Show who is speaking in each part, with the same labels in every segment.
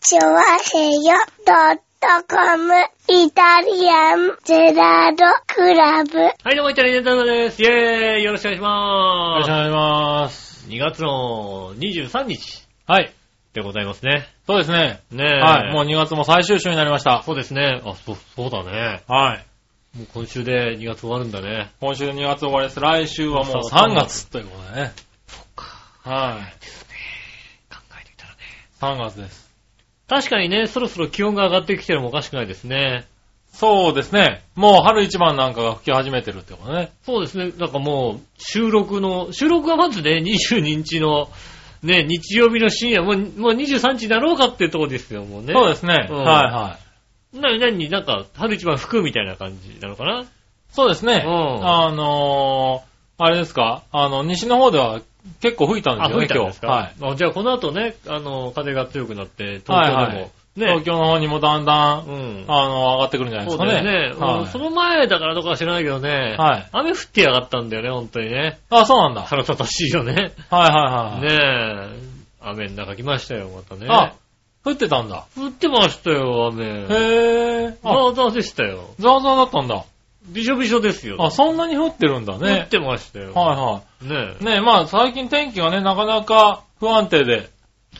Speaker 1: チョワヘヨドットコムイタリアンゼラードクラブ。
Speaker 2: はい、どうも、イタリアンジェラードです。イェーイよろしくお願いし
Speaker 3: よろ
Speaker 2: ま
Speaker 3: しくお願いします。
Speaker 2: す。2月の23日
Speaker 3: はい。
Speaker 2: でございますね。
Speaker 3: そうですね。
Speaker 2: ねえ。
Speaker 3: はい。もう2月も最終週になりました。
Speaker 2: そうですね。あ、そう、そうだね。
Speaker 3: はい。
Speaker 2: もう今週で2月終わるんだね。
Speaker 3: 今週2月終わりです。来週はもう3月ということでね。はい。
Speaker 2: 考えてみたらね。
Speaker 3: 3月です。
Speaker 2: 確かにね、そろそろ気温が上がってきてるのもおかしくないですね。
Speaker 3: そうですね。もう春一番なんかが吹き始めてるってことね。
Speaker 2: そうですね。なんかもう、収録の、収録がまずね、22日の、ね、日曜日の深夜、もうもう23日になろうかってとこですよ、もうね。
Speaker 3: そうですね。
Speaker 2: うん
Speaker 3: はいはい。
Speaker 2: な、なに、なんか、春一番吹くみたいな感じなのかな
Speaker 3: そうですね。
Speaker 2: うん
Speaker 3: あのー、あれですかあの、西の方では結構吹いたんで
Speaker 2: あ、
Speaker 3: すよ
Speaker 2: 吹
Speaker 3: ね
Speaker 2: い、たん
Speaker 3: 今
Speaker 2: です
Speaker 3: 日。
Speaker 2: か
Speaker 3: はい。
Speaker 2: あじゃあ、この後ね、あの、風が強くなって、東京でも、
Speaker 3: 東
Speaker 2: ね。
Speaker 3: 京の方にもだんだん、
Speaker 2: うん。
Speaker 3: あの、上がってくるんじゃないで
Speaker 2: そう
Speaker 3: すか
Speaker 2: だ
Speaker 3: ね。
Speaker 2: よね。うんそ
Speaker 3: は
Speaker 2: の前だからどうかは知らないけどね。
Speaker 3: い。はい。
Speaker 2: 雨降ってやがったんだよね、本当にね。
Speaker 3: あ、そうなんだ。はい
Speaker 2: 腹立たしいよね。
Speaker 3: はいはい。
Speaker 2: ねえ。雨の中来ましたよ、またね。
Speaker 3: あ、降ってたんだ。
Speaker 2: 降ってましたよ、雨。
Speaker 3: へぇー。
Speaker 2: ざ
Speaker 3: あ、
Speaker 2: わざわでしたよ。
Speaker 3: ザーザーだったんだ。
Speaker 2: びしょびしょですよ。
Speaker 3: あ、そんなに降ってるんだ
Speaker 2: 降っ
Speaker 3: ね。
Speaker 2: てましたよ。
Speaker 3: は
Speaker 2: ね
Speaker 3: いはい。ねえ、まあ最近天気がね、なかなか不安定で。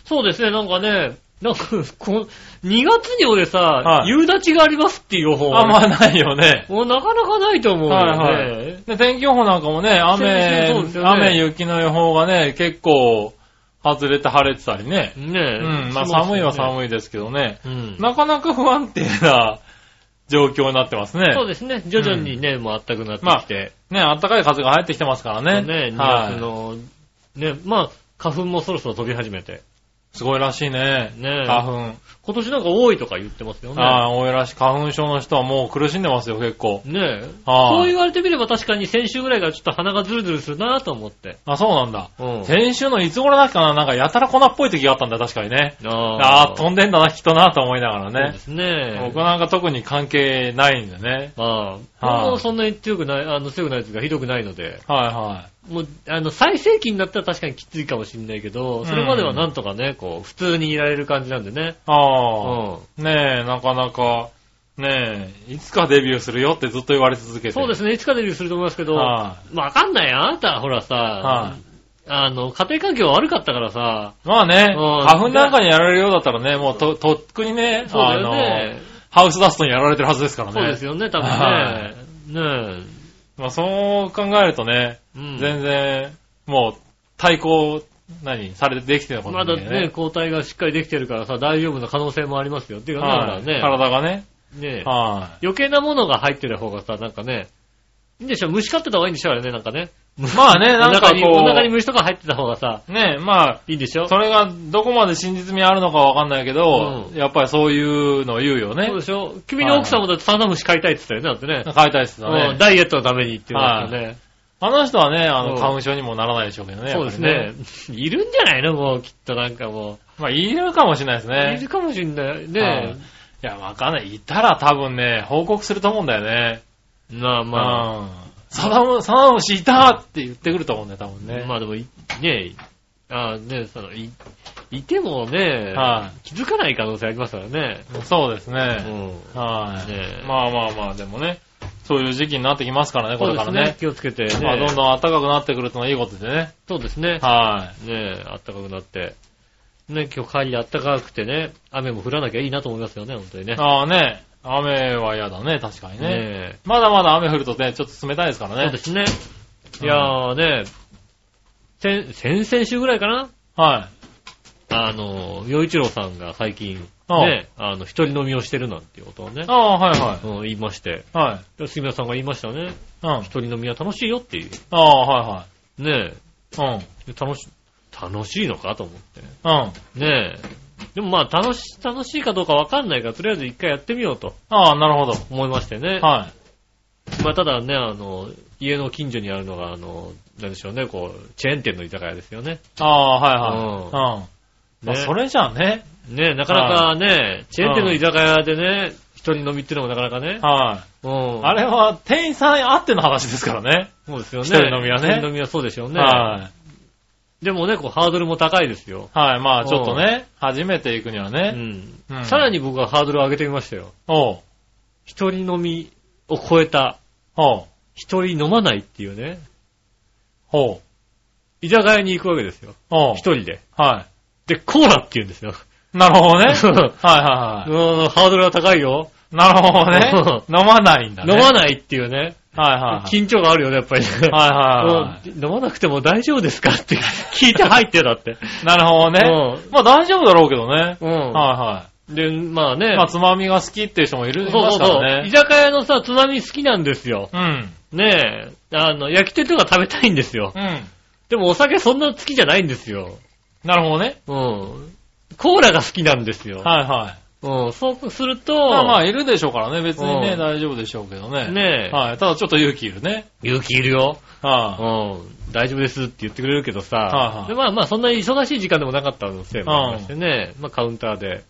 Speaker 2: そうですね、なんかね、なんか、こう2月に俺さ、
Speaker 3: はい
Speaker 2: 夕立ちがありますっていう予報。
Speaker 3: あんまないよね。
Speaker 2: もうなかなかないと思うよね。
Speaker 3: はいで、天気予報なんかもね、雨、
Speaker 2: そうですよね
Speaker 3: 雨、雪の予報がね、結構外れて晴れてたりね。
Speaker 2: ねえ。
Speaker 3: うん、まあ寒いは
Speaker 2: し
Speaker 3: 寒いですけどね。
Speaker 2: ますよね。うん。
Speaker 3: なかなか不安定な状況になってますね。
Speaker 2: そうですね。徐々にね、もう暖かくなってきて。
Speaker 3: ね、暖かい風が入ってきてますからね。
Speaker 2: ね、2
Speaker 3: は
Speaker 2: 月
Speaker 3: い。
Speaker 2: の、ね、まあ、花粉もそろそろ飛び始めて。
Speaker 3: すごいらしいね。
Speaker 2: ねえ
Speaker 3: 花粉。
Speaker 2: 今年なんか多いとか言ってますよ
Speaker 3: あ
Speaker 2: ね。
Speaker 3: あ、多いらしい。花粉症の人はもう苦しんでますよ、結構。
Speaker 2: ねえ。
Speaker 3: ああ
Speaker 2: そう言われてみれば確かに先週ぐらいからちょっと鼻がズルズルするなと思って。
Speaker 3: あ、そうなんだ。
Speaker 2: うん。
Speaker 3: 先週のいつ頃だっけかな、なんかやたら粉っぽい時があったんだよ、確かにね。
Speaker 2: あ
Speaker 3: ああ、飛んでんだな、きっとな、と思いなが
Speaker 2: そう
Speaker 3: ら
Speaker 2: で
Speaker 3: ね。
Speaker 2: すね。
Speaker 3: 僕なんか特に関係ないんでね。
Speaker 2: ああ、
Speaker 3: はい
Speaker 2: 僕もそんなに強くない、あの、強くないというか、ひどくないので、
Speaker 3: はいは
Speaker 2: もう、あの、最盛期になったら確かにきついかもしれないけど、それまではなんとかね、こう、普通にいられる感じなんでね。
Speaker 3: い。ああ、
Speaker 2: うん。
Speaker 3: ねえ、なかなか、ねえ、いつかデビューするよってずっと言われ続けて。
Speaker 2: そうですね、いつかデビューすると思いますけど、わ
Speaker 3: は
Speaker 2: かんないよ、あなた、ほら
Speaker 3: は
Speaker 2: さ、あの、家庭環境悪かったからさ、
Speaker 3: まあね、
Speaker 2: うん
Speaker 3: 花粉なんかにやられるようだったらね、もうと、とっくにね、
Speaker 2: そうだよね
Speaker 3: あの、ハウスダストにやられてるはずですからね。
Speaker 2: そうですよね、多分
Speaker 3: は
Speaker 2: ね。ね
Speaker 3: まあそう考えるとね、
Speaker 2: え。うん
Speaker 3: 全然、もう、対抗、何されてできてるのかも
Speaker 2: ま
Speaker 3: し
Speaker 2: だ
Speaker 3: れない
Speaker 2: ね、抗体がしっかりできてるからさ、大丈夫な可能性もありますよ。っていうかね、
Speaker 3: は
Speaker 2: ほ
Speaker 3: い、
Speaker 2: らね。
Speaker 3: 体がね。
Speaker 2: ねえ
Speaker 3: は
Speaker 2: 余計なものが入ってる方がさ、なんかね、いいんでしょ虫飼ってた方がいいんでしょあれね、なんかね。
Speaker 3: い。まあね、
Speaker 2: お
Speaker 3: なんか
Speaker 2: 腹に、お
Speaker 3: こ
Speaker 2: 腹に虫とか入ってた方がさ、
Speaker 3: う、ね、ま
Speaker 2: いいんでしょ
Speaker 3: あ、それがどこまで真実味あるのかわかんないけど、
Speaker 2: うん
Speaker 3: やっぱりそういうのを言うよね
Speaker 2: そう。でしょ君の奥さんもだってサンダムシ飼いたいって言ったよね、だってね。
Speaker 3: 書いたりしてた
Speaker 2: うん
Speaker 3: ね。
Speaker 2: ダイエットのためにって言ってましたよね。
Speaker 3: あの人はね、あ
Speaker 2: うん
Speaker 3: の、花粉症にもならないでしょうけどね。
Speaker 2: そうです
Speaker 3: やっぱ
Speaker 2: ね
Speaker 3: り。。
Speaker 2: いるんじゃないのもうきっとなんかも
Speaker 3: まあ、いるかもしれないです
Speaker 2: う。
Speaker 3: ね。
Speaker 2: いるかもしんない。
Speaker 3: はい
Speaker 2: ね
Speaker 3: いや、わかんない。いたら多分ね、報告すると思うんだよね。
Speaker 2: まあまあ。
Speaker 3: あ。サダム、サダムシいたって言ってくると思うんだよ、多分ね。
Speaker 2: まあでもい、ねあねその、い、いてもね、
Speaker 3: は
Speaker 2: 気づかない可能性ありますからね。
Speaker 3: そうです
Speaker 2: う
Speaker 3: ね。
Speaker 2: ん。
Speaker 3: はい、
Speaker 2: ねえ
Speaker 3: まあまあまあ、でもね、そういう時期になってきますからね、こ
Speaker 2: そう
Speaker 3: れ
Speaker 2: で
Speaker 3: か
Speaker 2: す
Speaker 3: ら
Speaker 2: ね
Speaker 3: ね。。
Speaker 2: 気をつけてね。
Speaker 3: まあ、どんどん暖かくなってくるとのはいいことでね。
Speaker 2: そうですね。
Speaker 3: はい、
Speaker 2: ねえ、あったかくなって。ね、今日帰りあったかくてね、雨も降らなきゃいいなと思いますよね、本当 にね。
Speaker 3: ああね、雨は嫌だね、確かにね。
Speaker 2: ねえ。
Speaker 3: まだまだ雨降るとね、ちょっと冷たいですから
Speaker 2: そう
Speaker 3: ね。
Speaker 2: ですね。いやーね、先、先々週ぐらいかな
Speaker 3: は
Speaker 2: あの、洋一郎さんが最近、
Speaker 3: ああ
Speaker 2: ね、あの、一人飲みをしてるなんていうことをね
Speaker 3: い。、ああ、はいは
Speaker 2: うん言いまして、
Speaker 3: い。はい。
Speaker 2: 杉村さんが言いましたね。
Speaker 3: うん。あ
Speaker 2: 一人飲みは楽しいよっていう。
Speaker 3: あ、はい
Speaker 2: ね
Speaker 3: はい。うん。
Speaker 2: え、で楽し、楽しいのかと思って。
Speaker 3: うん。
Speaker 2: ねえ。でもまあ、楽し、楽しいかどうかわかんないから、とりあえず一回やってみようと
Speaker 3: ああ、なるほど。
Speaker 2: 思いまして
Speaker 3: は
Speaker 2: ね。
Speaker 3: い。
Speaker 2: まあ、ただね、あの、家の近所にあるのが、あの、なんでしょうね、こう、チェーン店の居酒屋ですよね。
Speaker 3: ああ、はいはい。うん。まあ、
Speaker 2: ね
Speaker 3: それじゃあね。
Speaker 2: ね、なかなかね、チェーン店の居酒屋でね、一人飲みっていうのもなかなかね。
Speaker 3: は
Speaker 2: う
Speaker 3: い。
Speaker 2: ん。
Speaker 3: あれは店員さんあっての話ですからね。
Speaker 2: そうですよね。
Speaker 3: 一人飲みはね
Speaker 2: 一人飲みはそうでしょうね。
Speaker 3: は
Speaker 2: でもね、こう、ハードルも高いですよ。
Speaker 3: はい、まあちょっとね、初めて行くには
Speaker 2: う
Speaker 3: ね。
Speaker 2: ん
Speaker 3: う。ん
Speaker 2: さらに僕はハードルを上げてみましたよ。
Speaker 3: おう、
Speaker 2: 一人飲みを超えた、
Speaker 3: おう、
Speaker 2: 一人飲まないっていうね、
Speaker 3: おう、
Speaker 2: 居酒屋に行くわけですよ。
Speaker 3: おう
Speaker 2: 一。人で。
Speaker 3: は
Speaker 2: で、コーラって言うんですよ。
Speaker 3: い。なるほど ね。はい
Speaker 2: そう
Speaker 3: はいは
Speaker 2: うんハードルが高いよ。
Speaker 3: い。なるほどね。飲まないんだ
Speaker 2: 飲
Speaker 3: ね。
Speaker 2: ま
Speaker 3: い。
Speaker 2: ないっていうね、
Speaker 3: はいはい
Speaker 2: 緊張があるよね、やっぱりね。
Speaker 3: はい。はいはいは
Speaker 2: うん飲まなくても大丈夫ですかって聞いて入ってだって。
Speaker 3: い。なるほどね。まあ大丈夫だろうけどね。
Speaker 2: うん。うん。
Speaker 3: は
Speaker 2: で、まあ
Speaker 3: いは
Speaker 2: ね。
Speaker 3: い。まあつまみが好きっていう人もいる
Speaker 2: そう
Speaker 3: い
Speaker 2: そ
Speaker 3: ま
Speaker 2: う
Speaker 3: す
Speaker 2: そ
Speaker 3: か
Speaker 2: う。
Speaker 3: ら
Speaker 2: 居
Speaker 3: ね。
Speaker 2: 酒屋のさ、つまみ好きなんですよ。
Speaker 3: うん。
Speaker 2: ねえ。あの、焼き手とか食べたいんですよ
Speaker 3: う。ん。
Speaker 2: でもお酒そんな好きじゃないんですよ。
Speaker 3: なるほどね。
Speaker 2: うん。コーラが好きなんですよ。
Speaker 3: はいはい。
Speaker 2: うん。そうすると、
Speaker 3: まあまあ、いるでしょうからね。別に
Speaker 2: う
Speaker 3: ね、
Speaker 2: ん
Speaker 3: 大丈夫でしょうけどね。
Speaker 2: ねえ
Speaker 3: はい。ただちょっと勇気いるね。
Speaker 2: 勇気いるよ。う
Speaker 3: は
Speaker 2: ん。大丈夫ですって言ってくれるけどさ。
Speaker 3: はいはい
Speaker 2: でまあまあ、そんなに忙しい時間でもなかったのせいもありましてね。まあ、カウンターで。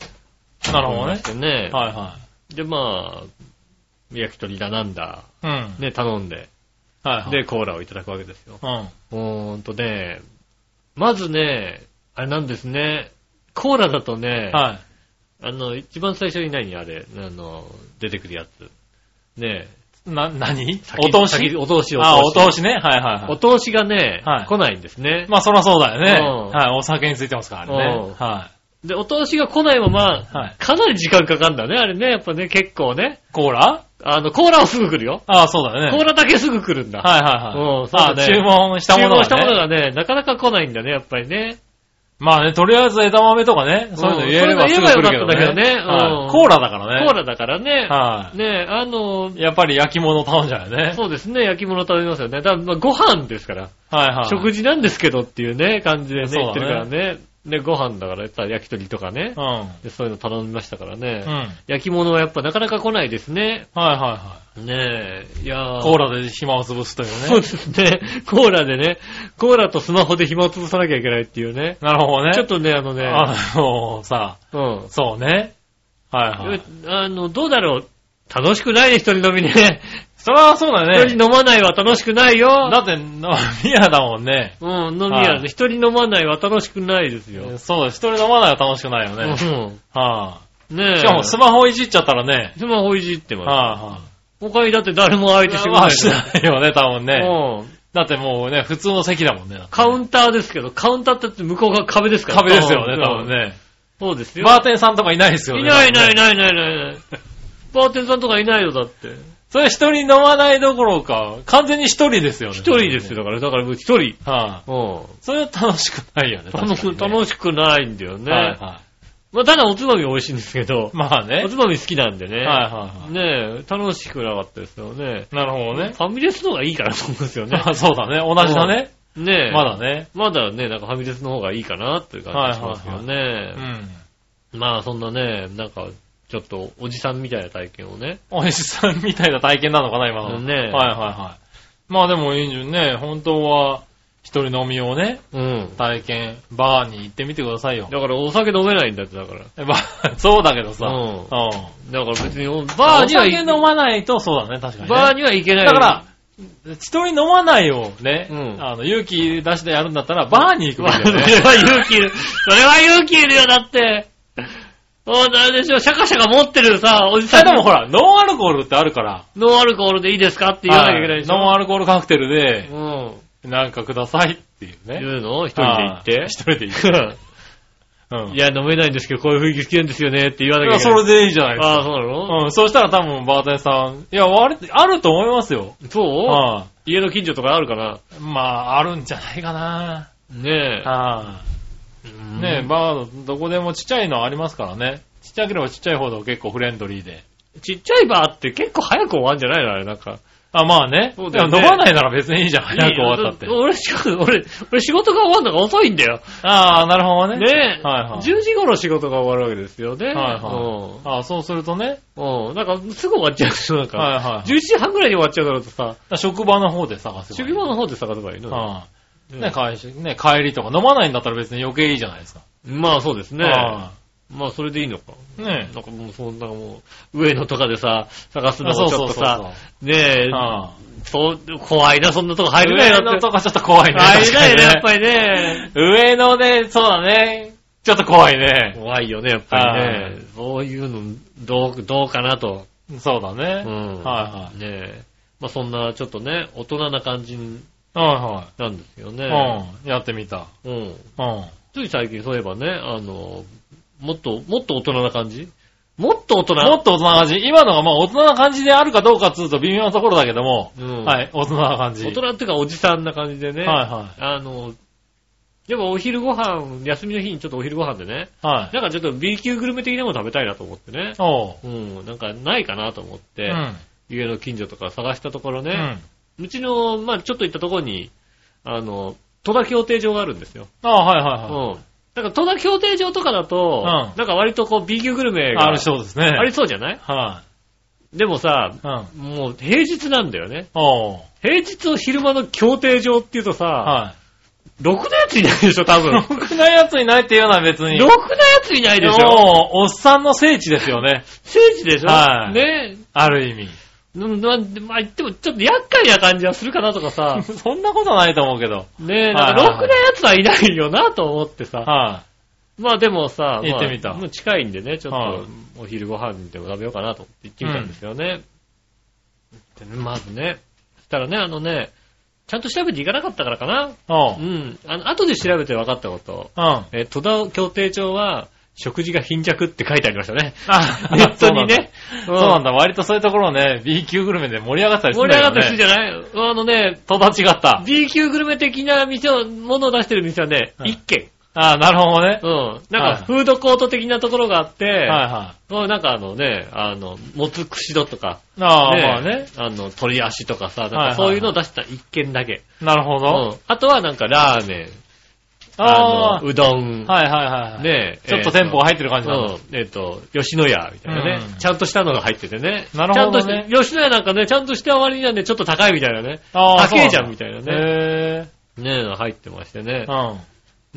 Speaker 3: い。なるほど
Speaker 2: ま
Speaker 3: ね
Speaker 2: し。てね。
Speaker 3: はいは
Speaker 2: で、まあ、焼き鳥だなんだ。
Speaker 3: い。うん。
Speaker 2: ね、頼んで。
Speaker 3: はいはい。
Speaker 2: で、コーラをいただくわけですよ。
Speaker 3: うん。
Speaker 2: うーんとね、まずね、あれなんですね。コーラだとね、
Speaker 3: はい。
Speaker 2: あの、一番最初に何あれ、あの、出てくるやつ。ね
Speaker 3: な、何
Speaker 2: 先
Speaker 3: お通
Speaker 2: 先
Speaker 3: し
Speaker 2: お通し、
Speaker 3: あ、お
Speaker 2: お
Speaker 3: 通
Speaker 2: 通し。
Speaker 3: しね。はいはいは
Speaker 2: お
Speaker 3: い。
Speaker 2: 通しがね、
Speaker 3: はい
Speaker 2: 来ないんですね。
Speaker 3: まあそらそうだよね。
Speaker 2: うん
Speaker 3: はい。お酒についてますから
Speaker 2: う
Speaker 3: ね
Speaker 2: ん。
Speaker 3: は
Speaker 2: で、お通しが来ないまま、
Speaker 3: い。はい。
Speaker 2: かなり時間かかるんだね、あれね、やっぱね、結構ね。
Speaker 3: コーラ
Speaker 2: あの、コーラはすぐ来るよ。
Speaker 3: あそうだよ
Speaker 2: コ
Speaker 3: ね
Speaker 2: ー。ラだけすぐ来るんだ。
Speaker 3: はいはいはい。
Speaker 2: うんそうだね
Speaker 3: あ注文したもの
Speaker 2: 注文したもの
Speaker 3: がね。
Speaker 2: がね、なかなか来ないんだね、やっぱりね。
Speaker 3: まあね、とりあえず枝豆とかね、そういうの言えればすぐ来るけど
Speaker 2: そういうの言えばよかったんだけどね
Speaker 3: はい
Speaker 2: うん
Speaker 3: コーラだからね。
Speaker 2: コーラだからね。
Speaker 3: はい。
Speaker 2: ねあの、
Speaker 3: やっぱり焼き物頼んじゃうよね。
Speaker 2: そうですね、焼き物食べますよね。だからまあご飯ですから、
Speaker 3: はいはい。
Speaker 2: 食事なんですけどっていうね、感じでね、
Speaker 3: そうだ
Speaker 2: 言って
Speaker 3: ね
Speaker 2: るからね。ね、ご飯だから、やっぱ焼き鳥とかね
Speaker 3: う。ん。うん。
Speaker 2: でそういうの頼みましたからね。
Speaker 3: はい
Speaker 2: 焼き物はやっぱなかなか来ないですね。
Speaker 3: はいは
Speaker 2: ねえ、いや
Speaker 3: い。コー
Speaker 2: ラ、
Speaker 3: ラで暇を潰すという
Speaker 2: そ
Speaker 3: ね。
Speaker 2: うですね。コーラでね、コーラとスマホで暇を潰さなきゃいけないっていうね。
Speaker 3: なるほどね。
Speaker 2: ちょっとね、あのね、
Speaker 3: あの、さ、
Speaker 2: うん。
Speaker 3: そうね。はいはい。
Speaker 2: あの、どうだろう。楽しくないね、一人飲みね。
Speaker 3: それはそうだ
Speaker 2: 一
Speaker 3: よね。
Speaker 2: 人飲まないは楽しくないよ。
Speaker 3: だって、なミアだもんね。
Speaker 2: うん、飲み屋
Speaker 3: はい
Speaker 2: で。一人飲まないは楽しくないですよ。
Speaker 3: そうだ、一人飲まないは楽しくないよね。は
Speaker 2: うん。ね
Speaker 3: い。
Speaker 2: え。
Speaker 3: しかもスマホいじっちゃったらね。
Speaker 2: スマホいじってます。
Speaker 3: は
Speaker 2: 他にだって誰も
Speaker 3: い
Speaker 2: 相
Speaker 3: は
Speaker 2: 手して
Speaker 3: い。
Speaker 2: く
Speaker 3: ま
Speaker 2: れ
Speaker 3: あしな
Speaker 2: な
Speaker 3: いよね、多分
Speaker 2: い。
Speaker 3: ね。
Speaker 2: うん。
Speaker 3: だってもうね、普通の席だもんね。
Speaker 2: カウンターですけど、カウンターって向こうが壁ですから
Speaker 3: 壁ですよね、
Speaker 2: うん
Speaker 3: 多分ね。
Speaker 2: そうですよ。
Speaker 3: バーテンさんとかいないですよね。
Speaker 2: いないいない
Speaker 3: 多
Speaker 2: い
Speaker 3: 分ね
Speaker 2: ないいないいないいない。バーテンさんとかいないよ、だって。
Speaker 3: それ一人飲まないどころか、完全に一人ですよね。
Speaker 2: 一人ですよ、だから。だから、一人。
Speaker 3: は
Speaker 2: うん。
Speaker 3: い。それは楽しくないよね。
Speaker 2: 楽しく、楽
Speaker 3: し
Speaker 2: しくないんだよ
Speaker 3: く
Speaker 2: ね。
Speaker 3: はいは
Speaker 2: まあ、ただおつまみ美味しいんですけど
Speaker 3: い。、まあね
Speaker 2: お。つまみ好きなんで
Speaker 3: は
Speaker 2: ね。
Speaker 3: いはいは
Speaker 2: ねえ、楽しくなかったですよね。
Speaker 3: い。なるほどね。
Speaker 2: ファミレスの方がいいかなと思うんですよね。
Speaker 3: あそうだね。同じだね。
Speaker 2: ねえ。
Speaker 3: ま。だね。
Speaker 2: まだね、なんかファミレスの方がいいかなっていう感じしますよね。
Speaker 3: うん。
Speaker 2: まあそんなね、なんか、ちょっとおじさんみたいな体験をね。
Speaker 3: お医者さんみたいな体験なのかな、今の。
Speaker 2: ね
Speaker 3: はいはいはい。まあでもいいんじゅんね。本当は、一人飲みをね、
Speaker 2: うん。
Speaker 3: 体験、バーに行ってみてくださいよ。
Speaker 2: だからお酒飲めないんだって、だから。
Speaker 3: えバー そうだけどさ。
Speaker 2: うん
Speaker 3: うん。
Speaker 2: だから別に、
Speaker 3: バ
Speaker 2: バ
Speaker 3: ー
Speaker 2: ー
Speaker 3: に
Speaker 2: に
Speaker 3: は
Speaker 2: は
Speaker 3: お酒飲
Speaker 2: い、
Speaker 3: まないと、そうだね、確かに、ね。
Speaker 2: バーには行けない。
Speaker 3: だから、一人飲まないをね、
Speaker 2: うん
Speaker 3: あの、勇気出してやるんだったら、バーに行くべ
Speaker 2: まあ、
Speaker 3: き
Speaker 2: それ
Speaker 3: だよね。
Speaker 2: は勇気いる。それは勇気いるよ、だって。そうなんでしょ、シャカシャカ持ってるさ、おじ
Speaker 3: そ
Speaker 2: さ
Speaker 3: れ
Speaker 2: ん
Speaker 3: でもほら、ノンアルコールってあるから、
Speaker 2: ノンアルコールでいいですかって言わなきゃいけないでしょ。
Speaker 3: ノンアルコールカクテルで、
Speaker 2: うん。
Speaker 3: なんかくださいっていうね。
Speaker 2: 言うの一人で行って
Speaker 3: あー。一人で行って。うん。
Speaker 2: いや、飲めないんですけど、こういう雰囲気好きなんですよねって言わなきゃいけ
Speaker 3: そ
Speaker 2: ない。
Speaker 3: れでいいじゃないです
Speaker 2: あ
Speaker 3: か。
Speaker 2: あ、そうなの、
Speaker 3: うん、そうしたら多分バーテンさん、いや、割とあると思いますよ。
Speaker 2: そう、
Speaker 3: は
Speaker 2: 家の近所とかあるかない
Speaker 3: まあ、あるんじゃないかな。
Speaker 2: ね
Speaker 3: は
Speaker 2: え。
Speaker 3: いねえ、バー、どこでもちっちゃいのありますからね。ちっちゃければちっちゃいほど結構フレンドリーで。
Speaker 2: ちっちゃいバーって結構早く終わんじゃないのあれ、なんか。
Speaker 3: あ、まあね。
Speaker 2: そうだよね
Speaker 3: でも飲まないなら別にいいじゃん。
Speaker 2: いい
Speaker 3: 早く終わったって
Speaker 2: よ。俺、俺、俺仕事が終わるのが遅いんだよ。
Speaker 3: ああ、なるほどね。
Speaker 2: ねえ。
Speaker 3: はいはい
Speaker 2: 10時頃仕事が終わるわけですよね。
Speaker 3: はいはい。ああそうするとね。
Speaker 2: うん。うん。なんか、すぐ終わっちゃうでしょ、なんか。
Speaker 3: はいはい
Speaker 2: 11時半ぐらいに終わっちゃうだろうとさ、
Speaker 3: 職場の方で探す。
Speaker 2: 職場の方で探せばいいのよ
Speaker 3: はい
Speaker 2: うん
Speaker 3: ね、会社ね、帰りとか飲まないんだったら別に余計いいじゃないですか。
Speaker 2: まあそうですね。
Speaker 3: は
Speaker 2: まあ、それでいいのか。
Speaker 3: ね
Speaker 2: なんかもう、そんなもう、上野とかでさ、探す
Speaker 3: え。
Speaker 2: の
Speaker 3: あ
Speaker 2: もちょっとさ、ねえ、
Speaker 3: あ
Speaker 2: そう、怖いな、そんなとこ入
Speaker 3: 入
Speaker 2: れ
Speaker 3: れ
Speaker 2: な
Speaker 3: ないい上野
Speaker 2: なって。
Speaker 3: とかちょっと怖いね。
Speaker 2: 入れないね、やっぱ
Speaker 3: り。
Speaker 2: りね。
Speaker 3: 上野ね、そうだね。ちょっと怖いね。
Speaker 2: 怖いよね、やっぱりね。そういうの、どう、どうかなと。
Speaker 3: そうだ
Speaker 2: う
Speaker 3: ね。は
Speaker 2: ん。。
Speaker 3: いはい
Speaker 2: ねえ。まあ、そんな、ちょっとね、大人な感じ
Speaker 3: は
Speaker 2: なんですよ
Speaker 3: い
Speaker 2: ね。
Speaker 3: はい。うん。やってみた。
Speaker 2: うん。
Speaker 3: うん。
Speaker 2: つい最近そういえばね、あの、もっと、もっと大人な感じもっと大人
Speaker 3: もっと大人な感じ。今のがまあ大人な感じであるかどうかっつうと微妙なところだけども、
Speaker 2: うん
Speaker 3: はい、大人な感じ。
Speaker 2: 大人っていうかおじさんな感じで
Speaker 3: は
Speaker 2: ね。
Speaker 3: いは
Speaker 2: あの、でもお昼ご飯、休みの日にちょっとお昼ご飯でね、
Speaker 3: い。はい。
Speaker 2: なんかちょっと B 級グルメ的なもの食べたいなと思ってね。
Speaker 3: おう。
Speaker 2: うん、なんかないかなと思っ
Speaker 3: う
Speaker 2: て、
Speaker 3: ん。
Speaker 2: 家の近所とか探したところ
Speaker 3: う
Speaker 2: ね、
Speaker 3: ん。
Speaker 2: うちの、まあちょっと行ったところに、あの、戸田協定場があるんですよ。
Speaker 3: ああ、はいはいは
Speaker 2: うん。なんか戸田協定場とかだと、
Speaker 3: うん
Speaker 2: なんか割とこう B 級グルメ
Speaker 3: い。
Speaker 2: が
Speaker 3: あるそうですね。
Speaker 2: ありそうじゃない
Speaker 3: は
Speaker 2: でもさ、
Speaker 3: い。うん。
Speaker 2: もう平日なんだよね。
Speaker 3: おう。
Speaker 2: 平日の昼間の協定場っていうとさ、
Speaker 3: は
Speaker 2: ろくなやついないでしょ、多
Speaker 3: い。
Speaker 2: 分。
Speaker 3: ろ
Speaker 2: ろ
Speaker 3: くなやついないっていうのは別に。
Speaker 2: くなやついないでしょ。
Speaker 3: もう、おっさんの聖地ですよね。
Speaker 2: 聖地でしょ
Speaker 3: はい
Speaker 2: ね
Speaker 3: ある意味。、
Speaker 2: うんなんでまあ言ってもちょっと厄介な感じはするかなとか さ
Speaker 3: そんなことないと思うけど。
Speaker 2: ねえ、
Speaker 3: は
Speaker 2: ないんかろくなやつはいないよなと思ってさ、
Speaker 3: は
Speaker 2: まあでもさ、
Speaker 3: 行ってみた
Speaker 2: まあもう近いんでね、ちょ
Speaker 3: は
Speaker 2: っとお昼ご飯でも食べようかなと思って行ってみたんですよね。でまずね、そしたらね、あのね、ちゃんと調べていかなかったからかな。
Speaker 3: い。おう
Speaker 2: う。ん。あの、後で調べて分かったこと。
Speaker 3: うん。
Speaker 2: えー戸田協定帳は、食事が貧弱って書いてありましたね。
Speaker 3: あ
Speaker 2: ネットにね。。
Speaker 3: そうなんだそうなん
Speaker 2: だ。
Speaker 3: だ。割とそういうところね、B 級グルメで盛り上がったりする
Speaker 2: 盛
Speaker 3: ん
Speaker 2: り
Speaker 3: だ
Speaker 2: 上が
Speaker 3: よね。
Speaker 2: ったりするじゃないあのね、
Speaker 3: 違った。
Speaker 2: B 級グルメ的な店を、ものを出してる店はね、
Speaker 3: はい
Speaker 2: 一軒。
Speaker 3: ああ、なるほどね。
Speaker 2: うん。なん
Speaker 3: は
Speaker 2: か、
Speaker 3: い
Speaker 2: フードコート的なところがあって、
Speaker 3: はいは
Speaker 2: もうなんかあのね、あの、もつ串戸とか、
Speaker 3: い。ああ、
Speaker 2: ね
Speaker 3: まあね。
Speaker 2: あの、鶏足とかさ、なん
Speaker 3: はい
Speaker 2: か
Speaker 3: はい
Speaker 2: そういうのを出した一軒だけ。
Speaker 3: なるほど。
Speaker 2: うん。あとはなんかラーメン、
Speaker 3: あ
Speaker 2: の、うどん、
Speaker 3: あ、はいはいはい。
Speaker 2: ね
Speaker 3: ちょっと店舗が入ってる感じなんだ。
Speaker 2: うん。えっ、と、吉野家みたいなね、
Speaker 3: うん
Speaker 2: ちゃんとしたのが入っててね。
Speaker 3: なるほどね
Speaker 2: ちゃんとして、吉野家なんかね、ちゃんとした割にはね、ちょっと高いみたいなね。
Speaker 3: ああ、
Speaker 2: 高いじゃん
Speaker 3: そう
Speaker 2: みたいな
Speaker 3: なんだ
Speaker 2: ね。
Speaker 3: へ
Speaker 2: ねえ、入ってましてね
Speaker 3: え。。う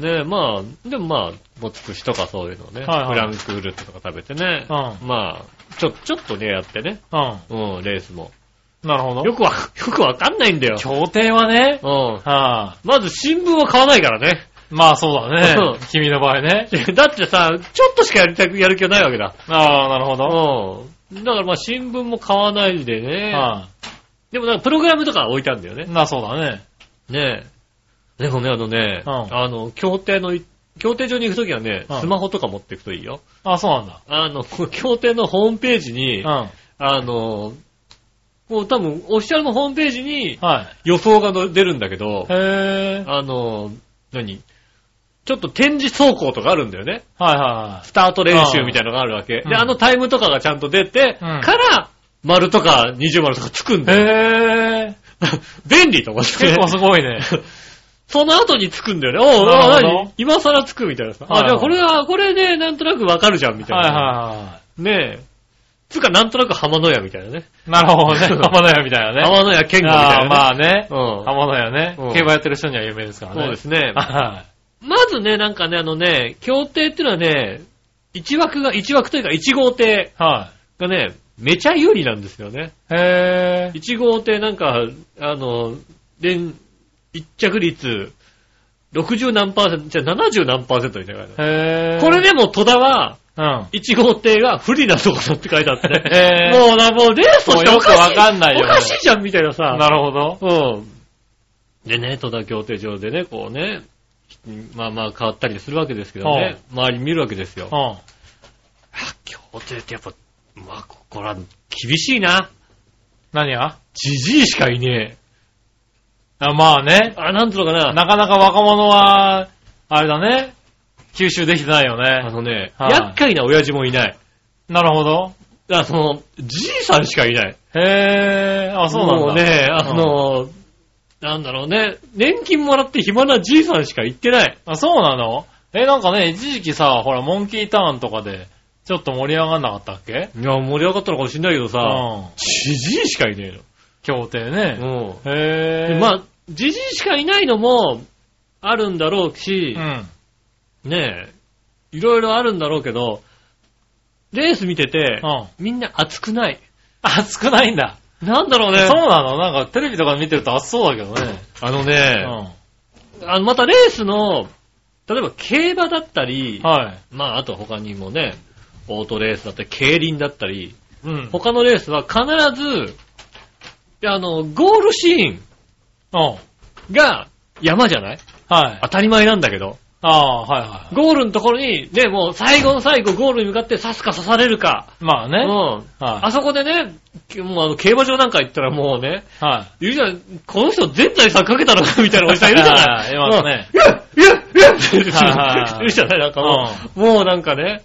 Speaker 2: ねえ、まあ、でもまあ、もつくしとかそういうのね。
Speaker 3: はいはい
Speaker 2: フランクフルトとか食べてね。
Speaker 3: う
Speaker 2: まあ、ちょ、ちょっとね、やってね。
Speaker 3: ん。う
Speaker 2: うん、レースも。
Speaker 3: ん。なるほど
Speaker 2: よ。くわ、 よくわかんないんだよ。
Speaker 3: 協定はね、
Speaker 2: うん。
Speaker 3: はあ、
Speaker 2: まず新聞を買わないからね。
Speaker 3: まあそうだ
Speaker 2: うん
Speaker 3: ね。君の場合ね。
Speaker 2: だってさ、ちょっとしかやりたく、やる気はないわけだ。
Speaker 3: ああ、なるほど。は
Speaker 2: うん。だからまあ新聞も買わないでね。
Speaker 3: あ、
Speaker 2: でもなんかプログラムとか置いたんだよね。
Speaker 3: なあそうだね。
Speaker 2: ねえ。でもね、あのね、
Speaker 3: うん
Speaker 2: あの、協定のい、協定場に行くときはね、
Speaker 3: うん
Speaker 2: スマホとか持っていくといいよ。
Speaker 3: ああ、そうなんだ。
Speaker 2: あの、 協定のホームページに、
Speaker 3: う
Speaker 2: あの、もう多分、オフィシャルのホームページに
Speaker 3: ん。はい。
Speaker 2: 予想がの出るんだけど、
Speaker 3: へえ。
Speaker 2: あの、何ちょっと展示走行とかあるんだよね。
Speaker 3: はいは
Speaker 2: スタート練習みたいなのがあるわけ。
Speaker 3: うん
Speaker 2: で、あのタイムとかがちゃんと出て、
Speaker 3: うん
Speaker 2: から、丸とか二重丸とかつくん
Speaker 3: いは
Speaker 2: だよ。
Speaker 3: い。へえ。
Speaker 2: 便利と思って。
Speaker 3: 結構すごい ね。
Speaker 2: その後につくんだよね。おう、
Speaker 3: なるほ
Speaker 2: あ
Speaker 3: ど
Speaker 2: 何今更つくみたいなさ。
Speaker 3: は
Speaker 2: あ、
Speaker 3: いはい
Speaker 2: じゃあこれは、これでなんとなくわかるじゃんみたい
Speaker 3: はい
Speaker 2: な。
Speaker 3: は
Speaker 2: ねえ。つうかなんとなく浜野屋みたいなね。
Speaker 3: いはい。なるほどね。浜田屋みたいなね。
Speaker 2: 浜野屋健吾みた
Speaker 3: ああ、
Speaker 2: いなね。
Speaker 3: まあね。
Speaker 2: うん。
Speaker 3: 浜田屋ね
Speaker 2: うん。
Speaker 3: 競馬やってる人には有名ですからね。
Speaker 2: そうですね。
Speaker 3: はい。
Speaker 2: まずね、なんかね、あのね、協定っていうのはね、一枠が、一枠というか一号艇
Speaker 3: は
Speaker 2: がね、めちゃ有利なんですよね。
Speaker 3: い。へぇ
Speaker 2: 1号艇なんか、あの、連、一着率、60何パーセント、じゃあ70何パーセントみたいな。
Speaker 3: ー。へぇー。
Speaker 2: これでも戸田は、
Speaker 3: うん。
Speaker 2: 1号艇が不利なとこだって書いてあ って、
Speaker 3: へぇー。
Speaker 2: もうな、もうレースとしておかしい。
Speaker 3: もうよくわかんないよ
Speaker 2: おかしいじゃんみたいなさ。
Speaker 3: なるほど。
Speaker 2: うん。でね、戸田協定上でね、こうね、まあまあ変わったりするわけですけどね、周り見るわけですよ。
Speaker 3: う
Speaker 2: あ
Speaker 3: ん。
Speaker 2: 協定ってやっぱ、まあ、ここら、厳しいな。
Speaker 3: 何が
Speaker 2: じじいしかいね
Speaker 3: あまあね
Speaker 2: え。。あ、なんつうのかな。
Speaker 3: なかなか若者は、あれだね。吸収できてないよ
Speaker 2: あ
Speaker 3: ね。
Speaker 2: のね、
Speaker 3: はい
Speaker 2: 厄介な親父もいない。
Speaker 3: なるほど。
Speaker 2: あの、じいさんしかいない。
Speaker 3: へぇー。あ、そうなんだ。
Speaker 2: もうね、あの、なんだろうね、年金もらって暇なじいさんしか行ってない。
Speaker 3: あ、そうなのえ、なんかね、一時期さ、ほら、モンキーターンとかで、ちょっと盛り上がんなかったっけ
Speaker 2: いや、盛り上がったのかもしんないけど
Speaker 3: う
Speaker 2: さ、
Speaker 3: ん。
Speaker 2: じじいしかいね
Speaker 3: 協定
Speaker 2: え
Speaker 3: ね。
Speaker 2: の。うん。
Speaker 3: へ
Speaker 2: で
Speaker 3: ぇー。
Speaker 2: まあ、じじいしかいないのもあるんだろうし
Speaker 3: う、ん。
Speaker 2: ねえ、いろいろあるんだろうけど、レース見てて、
Speaker 3: うん。
Speaker 2: みんな熱くない。
Speaker 3: 暑くないんだ。
Speaker 2: なんだろうね。
Speaker 3: そうなのなんかテレビとか見てると暑そうだけどね。
Speaker 2: あのね、あのまたレースの、例えば競馬だったり、
Speaker 3: うん。はい。
Speaker 2: まああと他にもね、オートレースだったり、競輪だったり、
Speaker 3: うん。
Speaker 2: 他のレースは必ず、あの、ゴールシーン
Speaker 3: うん。
Speaker 2: が山じゃない
Speaker 3: はい。
Speaker 2: 当たり前なんだけど。
Speaker 3: ああ、はいはい。
Speaker 2: ゴールのところに、ね、もう最後の最後ゴールに向かって刺すか刺されるか。
Speaker 3: まあね。
Speaker 2: う
Speaker 3: はい。
Speaker 2: ん。あそこでね、もうあの競馬場なんか行ったらもうね、
Speaker 3: はい
Speaker 2: るじゃん、この人全財産かけたのかみたいなおじさんいるじゃない
Speaker 3: はいいますね
Speaker 2: うんいやいやいやって
Speaker 3: はいはいはい
Speaker 2: いるじゃないなんかもう、もうなんかね、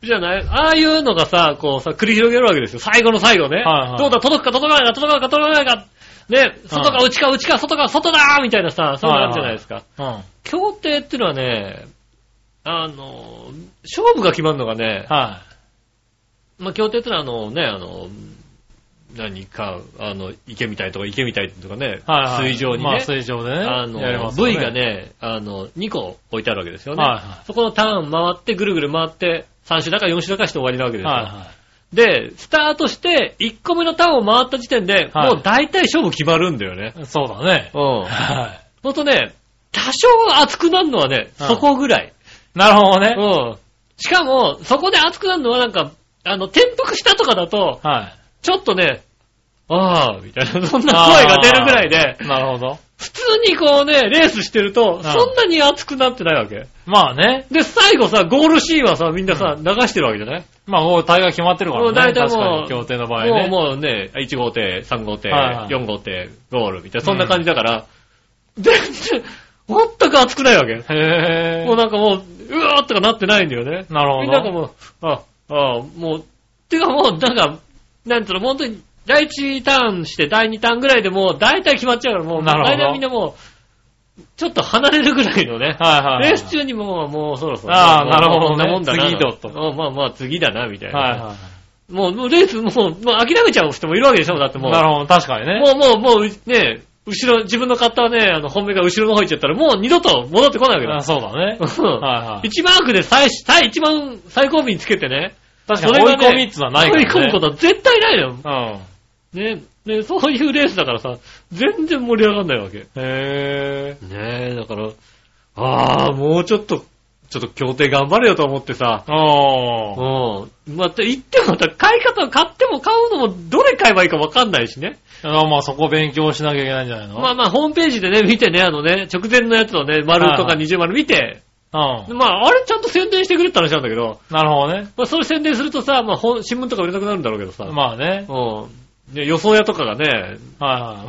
Speaker 2: いるじゃないああいうのがさ、こうさ、繰り広げるわけですよ。最後の最後ね。
Speaker 3: はいはい
Speaker 2: どうだ、届くか届かないか、届かないか、届かないか。ね、外か内か内か、外か外だーみたいなさ、そういうのあるじゃないですか。
Speaker 3: い。うん。はい。
Speaker 2: 競艇ってのはね、あの、勝負が決まるのがね、まあ、競艇ってのはあのね、あの、何か、あの、池みたいとか池みたいとかね、
Speaker 3: はいはい。
Speaker 2: 水上に
Speaker 3: まあ
Speaker 2: ね、
Speaker 3: 水上でね。や
Speaker 2: あ
Speaker 3: りま
Speaker 2: の、
Speaker 3: すよ
Speaker 2: V が。ね、あの、2個置いてあるわけですよね。
Speaker 3: はいはい
Speaker 2: そこのターン回って、ぐるぐる回って、3周だか4周だかして終わりなわけですよ。
Speaker 3: はいはい。
Speaker 2: で、スタートして、1個目のターンを回った時点で、
Speaker 3: はい
Speaker 2: もう大体勝負決まるんだよね。
Speaker 3: そうだね。
Speaker 2: うん。
Speaker 3: は
Speaker 2: ほんとね、多少熱くなるのはね、
Speaker 3: うん
Speaker 2: そこぐらい。
Speaker 3: い。なるほどね。
Speaker 2: うん。しかも、そこで熱くなるのはなんか、あの、転覆したとかだと、
Speaker 3: は
Speaker 2: ちょっとね、ああ、みたいな、そんな声が出るぐらいで
Speaker 3: い。、なるほど。
Speaker 2: 普通にこうね、レースしてると、
Speaker 3: ん
Speaker 2: そんなに熱くなってないわけ。
Speaker 3: まあね。
Speaker 2: で、最後さ、ゴールシーンはさ、みんなさ、流してるわけじゃない
Speaker 3: まあ、もう大概決まってるか
Speaker 2: も
Speaker 3: ら
Speaker 2: う
Speaker 3: ね。
Speaker 2: 大体
Speaker 3: 確か
Speaker 2: も
Speaker 3: に
Speaker 2: う、
Speaker 3: 協定の場合ね。
Speaker 2: もうもうね、1号艇、3号艇、
Speaker 3: はいはい
Speaker 2: 4号艇、ゴールみたいな、そんな感じだから、全然、全く熱くないわけ。
Speaker 3: へぇー。
Speaker 2: もうなんかもう、うわーっとかなってないんだよね。
Speaker 3: なるほど。
Speaker 2: みんながもう、あ、あ、もう、てかもう、なんか、なんつうの、本当に、第1ターンして第2ターンぐらいでもう、大体決まっちゃうから、もう、
Speaker 3: なるほど
Speaker 2: 大体みんなもう、ちょっと離れるぐらいのね、
Speaker 3: はいはいはい。
Speaker 2: レース中にもう、もうそろそろ。
Speaker 3: ああ
Speaker 2: もう
Speaker 3: なるほどね
Speaker 2: こんなもんだな。
Speaker 3: 次だと
Speaker 2: うんまあまあ、次だな、みたいな。
Speaker 3: はいは
Speaker 2: もう、もうレース、もう、もう諦めちゃう人もいるわけでしょ、だって
Speaker 3: い。
Speaker 2: もう。
Speaker 3: なるほど、確かにね。
Speaker 2: もう、もう、もう、ね、後ろ、自分の買ったね、あの、本命が後ろの方行っちゃったら、もう二度と戻ってこないわけだ
Speaker 3: あ。そうだね。
Speaker 2: うん
Speaker 3: はいはい。
Speaker 2: 一番悪で最、最、一番最後尾につけてね。
Speaker 3: 確かに
Speaker 2: そ
Speaker 3: 追い
Speaker 2: れがね
Speaker 3: 込みってのはないからね。
Speaker 2: 追い込むことは絶対ないのよ。
Speaker 3: うん。
Speaker 2: ね、ね、そういうレースだからさ、全然盛り上がんないわけ。
Speaker 3: へ
Speaker 2: ねえ、だから、ああ、もうちょっと、ちょっと協定頑張れよと思ってさ、
Speaker 3: ぇー。おー。
Speaker 2: うん。また、行ってもまた買い方、買っても買うのもどれ買えばいいかわかんないしね。
Speaker 3: あまあそこ勉強しなきゃいけないんじゃないの
Speaker 2: まあまあ、ホームページでね、見てね、あのね、直前のやつをね、丸と
Speaker 3: はいは
Speaker 2: か
Speaker 3: い
Speaker 2: 二重丸見て、
Speaker 3: あうん。
Speaker 2: まあ、あれちゃんと宣伝してくれって話なんだけど、
Speaker 3: なるほどね。
Speaker 2: まあ、それ宣伝するとさ、まあ、本新聞とか売れなくなるんだろうけどさ、
Speaker 3: まあね。
Speaker 2: うん。ね予想屋とかがね、
Speaker 3: はいはい。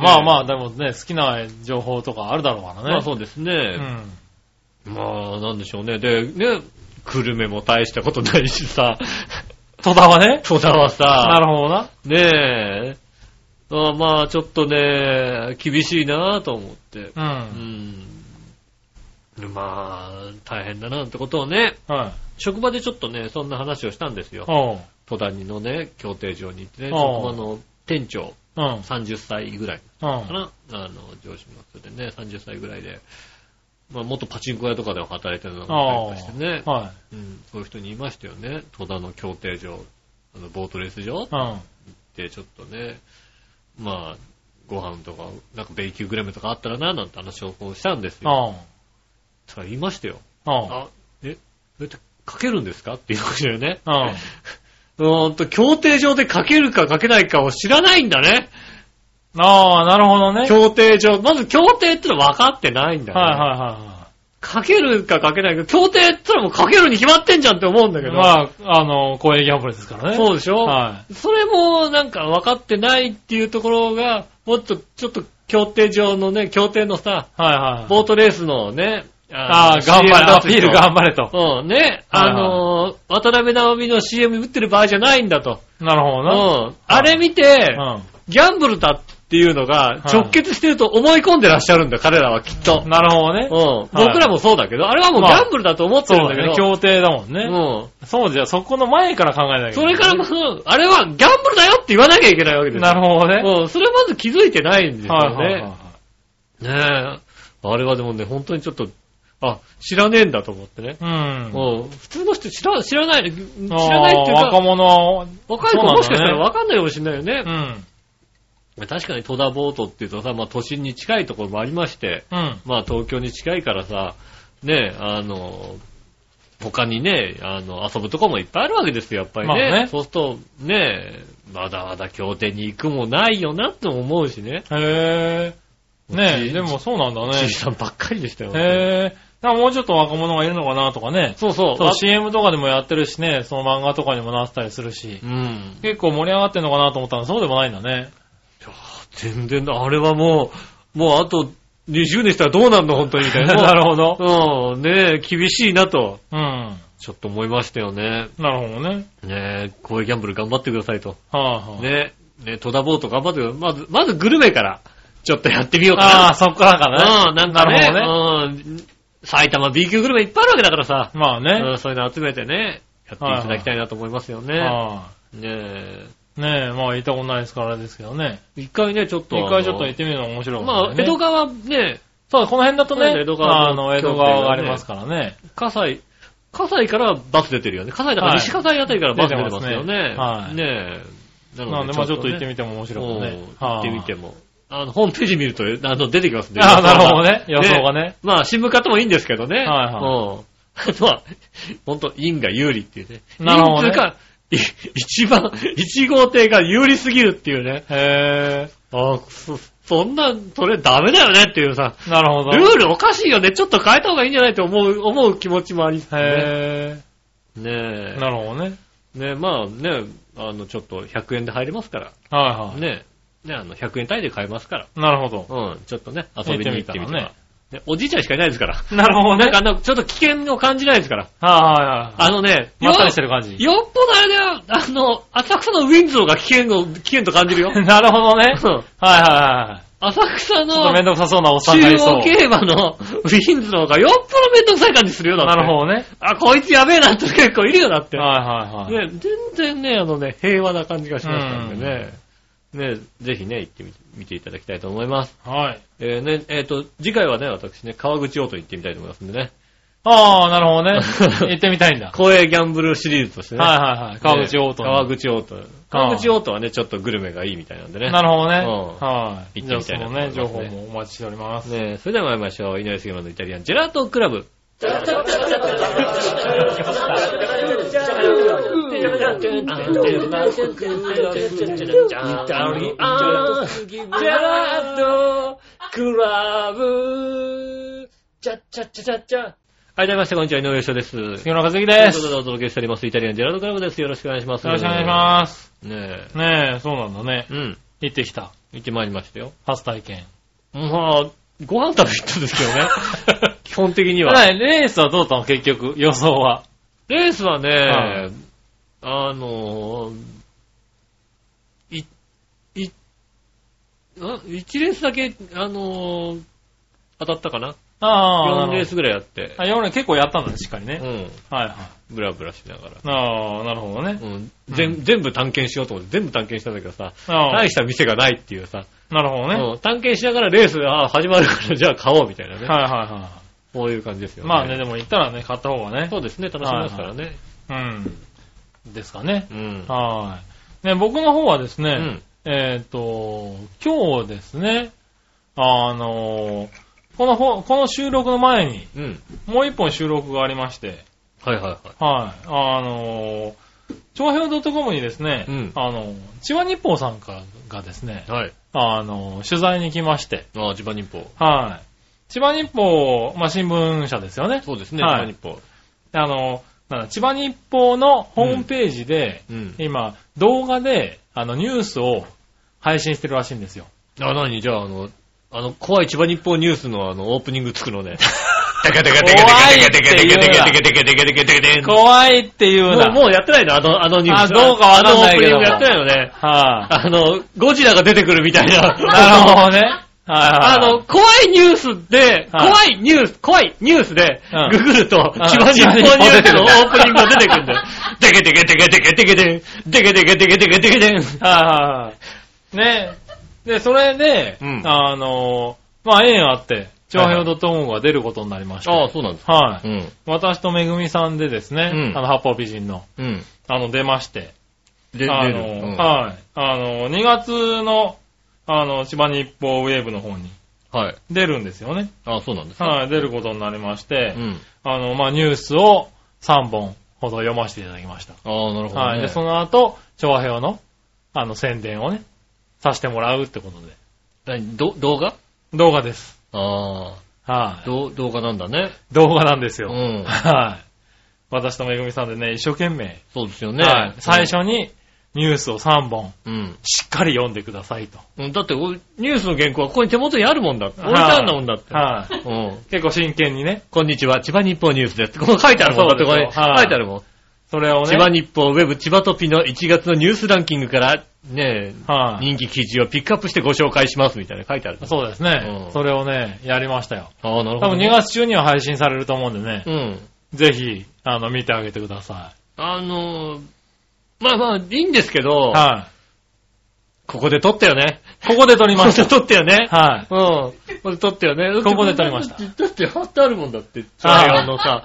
Speaker 3: まあまあ、でもね、好きな情報とかあるだろうからね。
Speaker 2: まあそうです
Speaker 3: う
Speaker 2: ね。
Speaker 3: ん。
Speaker 2: まあ、なんでしょうね。で、ね、久留米も大したことないしさ、
Speaker 3: 戸田はね。
Speaker 2: 戸田は
Speaker 3: な
Speaker 2: さ、
Speaker 3: るほどな。
Speaker 2: ねえ、あまあ、ちょっとね、厳しいなと思って。
Speaker 3: う。
Speaker 2: うんん。まあ、大変だなってことをね、
Speaker 3: はい。
Speaker 2: 職場でちょっとね、そんな話をしたんですよ。
Speaker 3: おう。
Speaker 2: 戸田のね、協定場に行ってね、
Speaker 3: ああ
Speaker 2: 職場の店長、
Speaker 3: うん。うん。
Speaker 2: 30歳ぐらい。か
Speaker 3: は
Speaker 2: な、あの、上司の人でね、30歳ぐらいで、まあ、元パチンコ屋とかでも働いてるのがいたりとかしてね
Speaker 3: い。、うん。
Speaker 2: うん、そういう人にいましたよね、戸田の競艇場、あの、ボートレース場っ
Speaker 3: は
Speaker 2: てちょっとね、まあ、ご飯とか、なんかベイキューグルメとかあったらな、なんて話をこうしたんです
Speaker 3: い。
Speaker 2: よ。
Speaker 3: うん。
Speaker 2: そしたら言いましたよ。
Speaker 3: うん。
Speaker 2: あ、え、それってかけるんですかって言いましたよね。
Speaker 3: うん。
Speaker 2: うーんと、競艇場でかけるかかけないかを知らないんだね。
Speaker 3: ああ、なるほどね。はい
Speaker 2: 競艇場、まず競艇ってのは分かってないんだね。
Speaker 3: はいは
Speaker 2: かけるかかけないか、協定ってのはもうかけるに決まってんじゃんって思うんだ
Speaker 3: い
Speaker 2: け
Speaker 3: はい。
Speaker 2: ど。
Speaker 3: まあ、あの、公営ギャンブルですからね。
Speaker 2: そうでしょ、
Speaker 3: は
Speaker 2: それもなんか分かってないっていうところが、もっとちょっと協定上のね、協定のさ、
Speaker 3: い。はいはい。
Speaker 2: ボートレースのね、
Speaker 3: ああ、頑張れ、アピール頑張れと。
Speaker 2: 張うん、ね、あのー渡辺直美の CM 打ってる場合じゃないんだと。
Speaker 3: なるほど
Speaker 2: う
Speaker 3: な。
Speaker 2: ん。あれ見て、
Speaker 3: う
Speaker 2: ギャンブルだっていうのが直結してると思い込んでらっしゃるんだ、彼らはきっと
Speaker 3: ん。。なるほどね
Speaker 2: う。ん。僕らもそうだけど、あれはもうギャンブルだと思って
Speaker 3: そう
Speaker 2: るんだ
Speaker 3: だ
Speaker 2: け
Speaker 3: ね。
Speaker 2: ど。
Speaker 3: 協定だもんね。
Speaker 2: うん。
Speaker 3: そうじゃ、そこの前から考えなきゃいけ
Speaker 2: そ
Speaker 3: ない。
Speaker 2: れからもう、あれはギャンブルだよって言わなきゃいけないわけですよ。
Speaker 3: なるほどね。
Speaker 2: うん、それはまず気づいてないんです
Speaker 3: はい
Speaker 2: よ
Speaker 3: はいはい
Speaker 2: ね。ねえ。あれはでもね、本当にちょっと、あ、知らねえんだと思ってね。
Speaker 3: うん。
Speaker 2: うん。普通の人知ら、知らない、知
Speaker 3: あー
Speaker 2: らないっていう
Speaker 3: 若
Speaker 2: か、
Speaker 3: 者は、
Speaker 2: 若
Speaker 3: そ
Speaker 2: い子
Speaker 3: うなんだね
Speaker 2: もしかしたらわかんないかもしれないよね
Speaker 3: う。ん。
Speaker 2: 確かに戸田ボートっていうとさ、まあ都心に近いところもありまして、
Speaker 3: うん。
Speaker 2: まあ東京に近いからさ、ねえ、あの、他にね、あの、遊ぶとこもいっぱいあるわけですよ、やっぱりね。
Speaker 3: まあね
Speaker 2: そうすると、ねえ、まだまだ協定に行くもないよなって思うしね。
Speaker 3: へえ。ね
Speaker 2: ち
Speaker 3: え、でもそうなんだ
Speaker 2: じ
Speaker 3: ね
Speaker 2: い。さんばっかりでしたよ。
Speaker 3: へえ。だからもうちょっと若者がいるのかなとかね。
Speaker 2: そうそう。
Speaker 3: そう、
Speaker 2: わ
Speaker 3: CM とかでもやってるしね、その漫画とかにもなってたりするし
Speaker 2: う。ん。
Speaker 3: 結構盛り上がってんのかなと思ったらそうでもないんだね。
Speaker 2: 全然だ、あれはもう、もうあと20年したらどうなんの、本当にみたい な。
Speaker 3: なるほど。
Speaker 2: ど。うん、ねえ、厳しいなと、
Speaker 3: うん。
Speaker 2: ちょっと思いましたよね。
Speaker 3: なるほどね。
Speaker 2: ねえ、こういうギャンブル頑張ってくださいと。
Speaker 3: はあ、はあ。
Speaker 2: ね、ね、戸田ボート頑張ってくだまず、まずグルメから、ちょっとやってみよう
Speaker 3: ああ、
Speaker 2: か
Speaker 3: そっからかね。
Speaker 2: な。うん、なんかね、
Speaker 3: なるほ
Speaker 2: うん、埼玉 B 級グルメいっぱいあるわけだからさ、
Speaker 3: まあね。
Speaker 2: うん、そういうの集めてね、やっていただきたいなと思いますよね。
Speaker 3: は
Speaker 2: ねえ、
Speaker 3: いねえ、まあ行ったことないですからあれですけどね。
Speaker 2: 一回ね、ちょっと。
Speaker 3: 一回ちょっと行ってみるのも面白いか
Speaker 2: あの
Speaker 3: も
Speaker 2: まあ、
Speaker 3: しれないね
Speaker 2: 江戸川ね、
Speaker 3: そう、この辺だと
Speaker 2: そう
Speaker 3: ね
Speaker 2: だ、江戸川
Speaker 3: あの、江戸川がありますからね。
Speaker 2: 葛西、葛西からバス出てるよね。葛西だから
Speaker 3: はい
Speaker 2: 西葛西あたりからバス出てますよ
Speaker 3: 出
Speaker 2: ね。
Speaker 3: てますねはい
Speaker 2: ねえ。な
Speaker 3: なんで、まあちょっと行って
Speaker 2: み
Speaker 3: みても面白いかもね。
Speaker 2: 行
Speaker 3: は
Speaker 2: っ
Speaker 3: あ
Speaker 2: てみても。あの、ホームページ見ると、あの、出てきます ね。
Speaker 3: ああ、なるほどね。予想がね。
Speaker 2: まあ、新聞買ってもいいんですけどね。
Speaker 3: いはい
Speaker 2: うん。 あとは、ほんと、因が有利っていうね。
Speaker 3: なるほどね
Speaker 2: 因というか、い一番、一号艇が有利すぎるっていうね。
Speaker 3: へ
Speaker 2: ああ、そ、そんな、それダメだよねっていうさ、
Speaker 3: え、なるほど。
Speaker 2: ルールおかしいよね、ちょっと変えた方がいいんじゃないって思う、思う気持ちもありつつね。
Speaker 3: へ
Speaker 2: ね
Speaker 3: え、
Speaker 2: え。
Speaker 3: なるほどね。
Speaker 2: ねえ、まあね、あの、ちょっと100円で入れますから。
Speaker 3: はいはい。
Speaker 2: ねえ。ねあの、100円単位で買えますから。
Speaker 3: なるほど。
Speaker 2: うん、ちょっとね、遊びに行ってみ
Speaker 3: 行ってみ
Speaker 2: て
Speaker 3: たら
Speaker 2: は
Speaker 3: ね。
Speaker 2: ねおじいちゃんしかいないですから。
Speaker 3: なるほど
Speaker 2: なん
Speaker 3: ね
Speaker 2: か。あの、ちょっと危険を感じないですから。
Speaker 3: はいはいはい。
Speaker 2: あのね、
Speaker 3: ま
Speaker 2: よ
Speaker 3: ったりしてる感じ。。
Speaker 2: よっぽどあれだよ、あの、浅草のウィンゾーが危険を、危険と感じるよ
Speaker 3: なるほどね。
Speaker 2: そう
Speaker 3: はいはいはい。
Speaker 2: 浅
Speaker 3: ち
Speaker 2: 草
Speaker 3: ょっと
Speaker 2: の
Speaker 3: めんどくさそうなおっさんが
Speaker 2: 中
Speaker 3: いそう
Speaker 2: 央。競馬のウィンゾーがよっぽどめんどくさい感じするよ、だって。
Speaker 3: なるほどね。
Speaker 2: あ、こいつやべえなって結構いるよ、だって。
Speaker 3: はいはいはい。
Speaker 2: ね、全然ね、あのね、平和な感じがしましたんでね。ね、ぜひね、行ってみて見ていただきたいと思います。
Speaker 3: はい。
Speaker 2: えーね、えっ、と、次回はね、私ね、川口オート行ってみたいと思いますんでね。
Speaker 3: ああ、なるほど ね。行ってみたいんだ。
Speaker 2: 公営ギャンブルシリーズとしてね。
Speaker 3: はいはいはい。川口オート
Speaker 2: ね
Speaker 3: の。
Speaker 2: 川口オート。川口オートはね、ちょっとグルメがいいみたいなんでね。
Speaker 3: なるほどね。
Speaker 2: うん
Speaker 3: はい。
Speaker 2: 行ってみたいなと思いますね
Speaker 3: じゃあそのね、情報もお待ちしております。
Speaker 2: ねえそれでは参りましょう。井上杉村のイタリアンジェラートクラブ。はい、どうもみなさんこんにちは、井上翔です。
Speaker 3: 杉村和之
Speaker 2: とい
Speaker 3: で
Speaker 2: うこと
Speaker 3: す。
Speaker 2: でお届けしております、イタリアンジェラートクラブです。よろしくお願いします。
Speaker 3: よろしくお願いします。
Speaker 2: す。ね
Speaker 3: ねえ、そうなんだね
Speaker 2: え、。うん、
Speaker 3: 行ってきた。
Speaker 2: 行ってまいりましたよ。
Speaker 3: 初体験。
Speaker 2: まあ、ご飯食べに行ったんですけどね。 基本的には。
Speaker 3: はい、レースはどうだったの結局、 予想は。
Speaker 2: レースはね、
Speaker 3: はい
Speaker 2: あのー、い、い、あ1レースだけ、あのー当たったかな
Speaker 3: ああ、
Speaker 2: 4レースぐらいやって
Speaker 3: あ、、4レース結構やったんだね、しっかり
Speaker 2: う
Speaker 3: ね。
Speaker 2: ん、
Speaker 3: はいはい。
Speaker 2: ブラブラしながら。
Speaker 3: ああ、なるほどね。
Speaker 2: うん、全全部探検しようと思って、全部探検したんだけどさ、
Speaker 3: あ
Speaker 2: 大
Speaker 3: あ、
Speaker 2: した店がないっていうさ、
Speaker 3: なるほどね。
Speaker 2: うん探検しながらレースが始まるから、じゃあ買おうみたいなね、
Speaker 3: はいはいは
Speaker 2: こういう感じです
Speaker 3: い。
Speaker 2: よね。
Speaker 3: まあね、でも行ったらね、買った方がね。
Speaker 2: そうですね、楽しみますからね。
Speaker 3: うん。ですかね。
Speaker 2: うん。
Speaker 3: はい。ね、僕の方はですね、
Speaker 2: うん
Speaker 3: えっ、と、今日ですね、あの、このほ、この収録の前に、
Speaker 2: うん。
Speaker 3: もう一本収録がありまして、
Speaker 2: はいはいはい。
Speaker 3: はい、あの、長編 .com にですね、
Speaker 2: うん
Speaker 3: あの、千葉日報さんからがですね、
Speaker 2: はい。
Speaker 3: あの、取材に来まして、
Speaker 2: ああ、千葉日報。
Speaker 3: はい。千葉日報、まあ、新聞社ですよね。
Speaker 2: そうですね、千
Speaker 3: は
Speaker 2: 葉
Speaker 3: い
Speaker 2: 日報。
Speaker 3: あの、なんだ千葉日報のホームページで、
Speaker 2: うん。
Speaker 3: 今、動画で、あの、ニュースを配信してるらしいんですよ。
Speaker 2: あ、なにじゃあ、あの、あの、怖い千葉日報ニュースのあの、オープニングつく のね。テケテケテケテケテケテケテケテケテケテケテケテケテケも
Speaker 3: 怖いっていう
Speaker 2: う、
Speaker 3: な。
Speaker 2: もうやってないのあの、あのニュース。
Speaker 3: あどうかわかんないけど
Speaker 2: あのオープニングやってないのね。
Speaker 3: はい、
Speaker 2: あの、ゴジラが出てくるみたいな。
Speaker 3: なるほどね。はい
Speaker 2: あ
Speaker 3: はいはい
Speaker 2: の、怖いニュースで、
Speaker 3: はい
Speaker 2: 怖いニュース、怖いニュースで
Speaker 3: うん、
Speaker 2: ググると、
Speaker 3: うん。
Speaker 2: 千葉日報ニュースのオープニングが出てくるんだよテケテケテケテケテケテン、テケテケテケテケテケテン。
Speaker 3: はいはいはい。ね。で、それで、
Speaker 2: うん
Speaker 3: あの、まあ、縁あって、長編 .com が出ることになりました。
Speaker 2: ああ、そうなんですか。
Speaker 3: は
Speaker 2: う
Speaker 3: い。
Speaker 2: ん。
Speaker 3: 私とめぐみさんでですね、
Speaker 2: うん
Speaker 3: あの、八方美人の、
Speaker 2: うん。
Speaker 3: あの、出まして、
Speaker 2: で、出る。
Speaker 3: あ
Speaker 2: う
Speaker 3: の、
Speaker 2: ん
Speaker 3: はい。あの、2月の、あの、千葉日報ウェーブの方に
Speaker 2: はい。
Speaker 3: 出るんですよね。
Speaker 2: ああ、そうなんですか。
Speaker 3: はい、出ることになりまして、
Speaker 2: うん。
Speaker 3: あの、まあ、ニュースを3本ほど読ませていただきました。
Speaker 2: ああ、なるほど、ね。
Speaker 3: はい。で、その後、調和表の、あの、宣伝をね、させてもらうってことで。
Speaker 2: 何ど動画
Speaker 3: 動画です。
Speaker 2: あ
Speaker 3: は
Speaker 2: あ、
Speaker 3: い。
Speaker 2: ど動画なんだね。
Speaker 3: 動画なんです
Speaker 2: う
Speaker 3: よ。
Speaker 2: ん。
Speaker 3: はい。私とめぐみさんでね、一生懸命、
Speaker 2: そうですよね。
Speaker 3: はい最初にニュースを3本、
Speaker 2: うん。
Speaker 3: しっかり読んでくださいと。
Speaker 2: うん。だって、おニュースの原稿はここに手元にあるもんだって。置いてあるんだもんだって。
Speaker 3: はい。
Speaker 2: うん。
Speaker 3: 結構真剣にね、
Speaker 2: こんにちは、千葉日報ニュースです。ここ書いてあるもんだって、こ
Speaker 3: そう
Speaker 2: こ
Speaker 3: で
Speaker 2: に書い
Speaker 3: す
Speaker 2: て
Speaker 3: よはい
Speaker 2: あるもん。
Speaker 3: それをね、
Speaker 2: 千葉日報ウェブ千葉トピの1月のニュースランキングから、ね
Speaker 3: はい
Speaker 2: 人気記事をピックアップしてご紹介しますみたいな書いてある。
Speaker 3: そうですね、
Speaker 2: うん
Speaker 3: それをね、やりましたよ。
Speaker 2: ああ、なる
Speaker 3: 多
Speaker 2: ほど
Speaker 3: 分
Speaker 2: ね、
Speaker 3: 2月中には配信されると思うんでね、
Speaker 2: うん。
Speaker 3: ぜひ、あの、見てあげてくださ
Speaker 2: あのー、まあまあ、いいんですけど、
Speaker 3: い。は
Speaker 2: ここで撮ったよね。
Speaker 3: い。ここで撮り
Speaker 2: ここ
Speaker 3: まし
Speaker 2: で
Speaker 3: た。
Speaker 2: 撮ったよね。
Speaker 3: はい。
Speaker 2: うん。これ撮ったよね。
Speaker 3: ここで撮りました
Speaker 2: だってだって貼ってあるもんだって。長編のさ、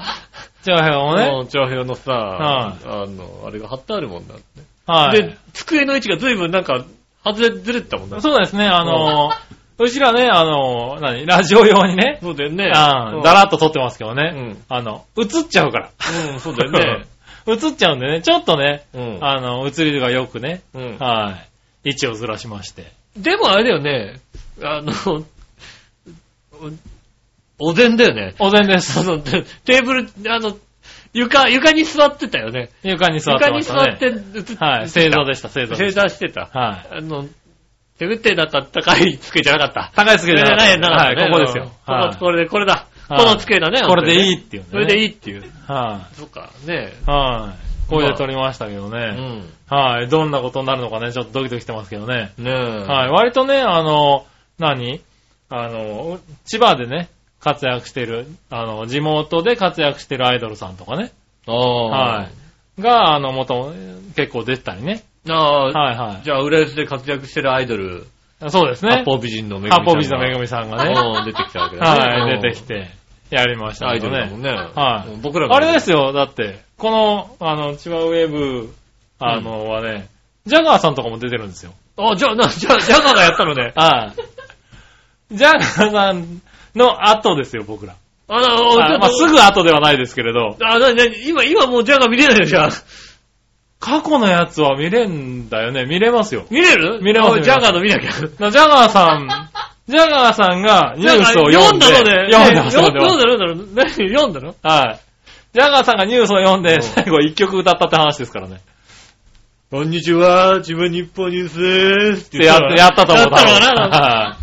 Speaker 3: じゃあ、をね、
Speaker 2: うん長編のさ、
Speaker 3: は
Speaker 2: あの、あれが貼ってあるもんだって。
Speaker 3: は
Speaker 2: で
Speaker 3: い。、
Speaker 2: 机の位置が随分なんか、外れ、ずれてたもんだって。
Speaker 3: そうですね、あの、うちらね、あの、何、ラジオ用にね、
Speaker 2: そうだよね。
Speaker 3: あ
Speaker 2: うん
Speaker 3: ーだらっと撮ってますけどね、
Speaker 2: うん
Speaker 3: あの、映っちゃうから。
Speaker 2: うん、そうだよ ね。
Speaker 3: 映っちゃうんでね、ちょっとね、
Speaker 2: うん
Speaker 3: あの、映りがよくね、
Speaker 2: うん
Speaker 3: はい。位置をずらしまして。
Speaker 2: でもあれだよね、あの、おお膳だよね。
Speaker 3: お膳で
Speaker 2: そ
Speaker 3: す。
Speaker 2: の、テーブル、あの、床、床に座ってたよね。
Speaker 3: 床に座っ
Speaker 2: 床
Speaker 3: て
Speaker 2: に
Speaker 3: まし
Speaker 2: 座
Speaker 3: たね。
Speaker 2: って映ってた、
Speaker 3: はい。正座でした、正座で
Speaker 2: 正
Speaker 3: した。
Speaker 2: 座してた。
Speaker 3: はい。
Speaker 2: あの、手打ってなかった高い机じゃなかった。
Speaker 3: 高い机じゃなかった
Speaker 2: なかったね
Speaker 3: はい、ここですよ。
Speaker 2: うんここ
Speaker 3: は
Speaker 2: これで、これだ。こ
Speaker 3: はい
Speaker 2: の机だね。
Speaker 3: これでいいっていうね
Speaker 2: これでいいっていう。
Speaker 3: い。は
Speaker 2: そうか、ね
Speaker 3: い。はい。これで撮りましたけど
Speaker 2: う
Speaker 3: ね。
Speaker 2: ん。
Speaker 3: はい。どんなことになるのかね、ちょっとドキドキしてますけどね。
Speaker 2: ねえ。
Speaker 3: はい。割とね、あの、何あの、千葉でね、活躍してる、あの、地元で活躍してるアイドルさんとかね。
Speaker 2: ああ。
Speaker 3: はい。が、あの、元々結構出てたりね。
Speaker 2: い。あ
Speaker 3: はいは
Speaker 2: あ、じゃあ、浦安で活躍してるアイドル、
Speaker 3: い。そうです
Speaker 2: 八
Speaker 3: ね。
Speaker 2: 方美人のめぐみさん
Speaker 3: 八
Speaker 2: が。
Speaker 3: 方美人のめぐみさんがね。
Speaker 2: うん出てきたわけだね。
Speaker 3: は
Speaker 2: うん
Speaker 3: い、出てき。て、やりました
Speaker 2: ア
Speaker 3: け
Speaker 2: イド
Speaker 3: ど
Speaker 2: ルだもん
Speaker 3: ね。
Speaker 2: ね。
Speaker 3: はい
Speaker 2: うん僕ら
Speaker 3: あれです
Speaker 2: よ。
Speaker 3: よ、だって、この、あの、千葉ウェブ、あの、はね、ジャガーさんとかも出てるんですよ。
Speaker 2: あ、じゃあ、な、じゃあ、ジャガーがやったのね。
Speaker 3: はい。ジャガーさんの後ですよ、僕ら。
Speaker 2: あの、ちょっ
Speaker 3: あ
Speaker 2: と
Speaker 3: まあ、す。ぐ後ではないですけれど、
Speaker 2: あ、な、な、今、今もうジャガー見れないじゃん。
Speaker 3: 過去のやつは見れんだよね、見れますよ。
Speaker 2: 見れる
Speaker 3: 見れます
Speaker 2: あジャガーの見なきゃ。
Speaker 3: なジャガーさ ん、ジャガーさんがニュースを読んで、
Speaker 2: 読んだのね。
Speaker 3: 読んだ、読ん
Speaker 2: 読ん
Speaker 3: だ。
Speaker 2: だの読んだの何読んだの
Speaker 3: はい。ジャガーさんがニュースを読ん
Speaker 2: う
Speaker 3: で、
Speaker 2: ん
Speaker 3: 最後一曲歌ったって話ですからね。
Speaker 2: こんにちは、自分日本ニュースでーすっ
Speaker 3: ってやった、やったと思
Speaker 2: や
Speaker 3: う。
Speaker 2: ったのかな
Speaker 3: はい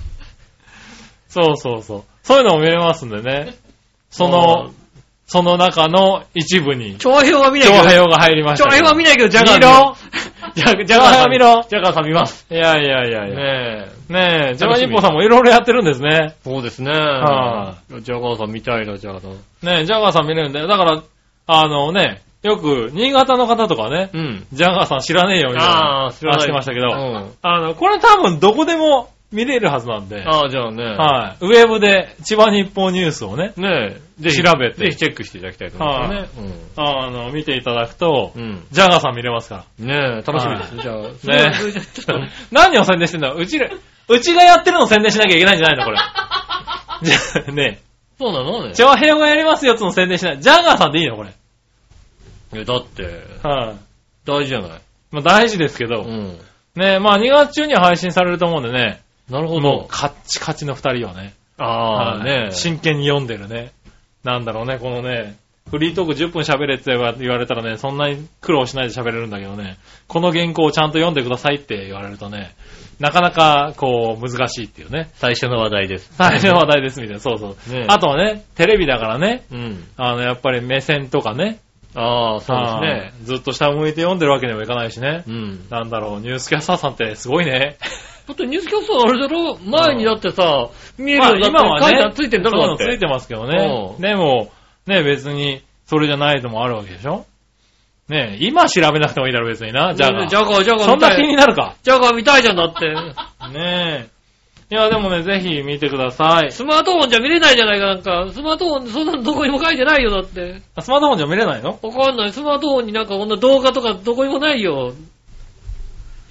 Speaker 3: そうそうそう。そういうのも見れますんでね。そ
Speaker 2: うん
Speaker 3: の、その中の一部に、
Speaker 2: 長編は見ない
Speaker 3: 長
Speaker 2: けど。
Speaker 3: 平が入りまし
Speaker 2: 長
Speaker 3: たけ
Speaker 2: 編
Speaker 3: ど。
Speaker 2: は見ないけど、ジャガー
Speaker 3: 見ろ
Speaker 2: ジャジ
Speaker 3: ジ
Speaker 2: ャ
Speaker 3: ャ
Speaker 2: ガー
Speaker 3: ガ
Speaker 2: さ
Speaker 3: ー
Speaker 2: ん
Speaker 3: 見。ろ
Speaker 2: ジャガーさん見ます。
Speaker 3: いやいやいやいや。
Speaker 2: ねえ。
Speaker 3: ねえ、ジャガ
Speaker 2: 楽し
Speaker 3: ー
Speaker 2: み
Speaker 3: 日報さんもいろいろやってるんですね。
Speaker 2: そうですね。
Speaker 3: は
Speaker 2: ジャガーさん見たいな、ジャガーさん。
Speaker 3: ねえ、ジャガーさん見れるんだよ。だから、あのね、よく、新潟の方とかね、
Speaker 2: うん。
Speaker 3: ジャガーさん知らねえよみたい
Speaker 2: あ
Speaker 3: な
Speaker 2: あ、知ら
Speaker 3: 話
Speaker 2: ない。
Speaker 3: してましたけ
Speaker 2: う
Speaker 3: ど、
Speaker 2: ん。
Speaker 3: あの、これ多分どこでも見れるはずなんで、
Speaker 2: ああ、じゃあね。
Speaker 3: はい。ウェブで千葉日報ニュースをね、
Speaker 2: ねえ、ぜひ
Speaker 3: 調べて
Speaker 2: ぜひチェックしていただきたいと思いますね。
Speaker 3: あの、見ていただくと、
Speaker 2: うん。うん。
Speaker 3: ジャガーさん見れますか
Speaker 2: ねえ、楽しみですね。じゃあ、
Speaker 3: ら。ね
Speaker 2: それじゃあちょっと
Speaker 3: 何を宣伝してんだうちら、うちがやってるのを宣伝しなきゃいけないんじゃないの これ。じゃね
Speaker 2: そうなの
Speaker 3: え、
Speaker 2: ね。
Speaker 3: チョアヘヨがやりますよっつうの宣伝しない。ジャガーさんでいいのこれ。
Speaker 2: いやだって、
Speaker 3: はい、
Speaker 2: 大事じゃない。
Speaker 3: まあ大事ですけ
Speaker 2: う
Speaker 3: ど、
Speaker 2: ん。
Speaker 3: ねえ、まあ2月中には配信されると思うんでね、
Speaker 2: なる
Speaker 3: も
Speaker 2: ほ
Speaker 3: う
Speaker 2: ど。
Speaker 3: カッチカチの2人をね、
Speaker 2: ああ、
Speaker 3: はい
Speaker 2: ねえ。
Speaker 3: 真剣に読んでるね。なんだろうね、このね、フリートーク10分喋れって言われたらね、そんなに苦労しないで喋れるんだけどね、この原稿をちゃんと読んでくださいって言われるとね、なかなかこう難しいっていうね。
Speaker 2: 最初の話題です。
Speaker 3: 最初の話題ですみたいな、そうそう。
Speaker 2: ねえ
Speaker 3: あとはね、テレビだからね、
Speaker 2: うん。
Speaker 3: あの、やっぱり目線とかね、
Speaker 2: ああ、そうで
Speaker 3: あーずっと下向いて読んでるわけにもいかないしね
Speaker 2: す。ね。うん。
Speaker 3: なんだろう、ニュースキャスターさんってすごいね。
Speaker 2: だってニュースキャスターあれだろ前にだってさ、見える
Speaker 3: まあ
Speaker 2: ように
Speaker 3: 今
Speaker 2: な
Speaker 3: は
Speaker 2: っ
Speaker 3: ね
Speaker 2: て書いてあるついてんだろだっ
Speaker 3: そういうのつい
Speaker 2: て。
Speaker 3: てますけどね
Speaker 2: う。ん
Speaker 3: でも、ね、別に、それじゃないのもあるわけでしょね、今調べなくてもいいだろ、別にな。ジャガ
Speaker 2: ジャガー、ジャガー
Speaker 3: そん
Speaker 2: 見た
Speaker 3: な気に
Speaker 2: い。
Speaker 3: なるか。
Speaker 2: ジャガー見たいじゃんだって。
Speaker 3: ねいや、でもね、ぜひ見てください。
Speaker 2: スマートフォンじゃ見れないじゃないか、なんか。スマートフォン、そんなのどこにも書いてないよ、だって。
Speaker 3: あスマートフォンじゃ見れないの
Speaker 2: わかんない。スマートフォンになんかこんな動画とかどこにもないよ。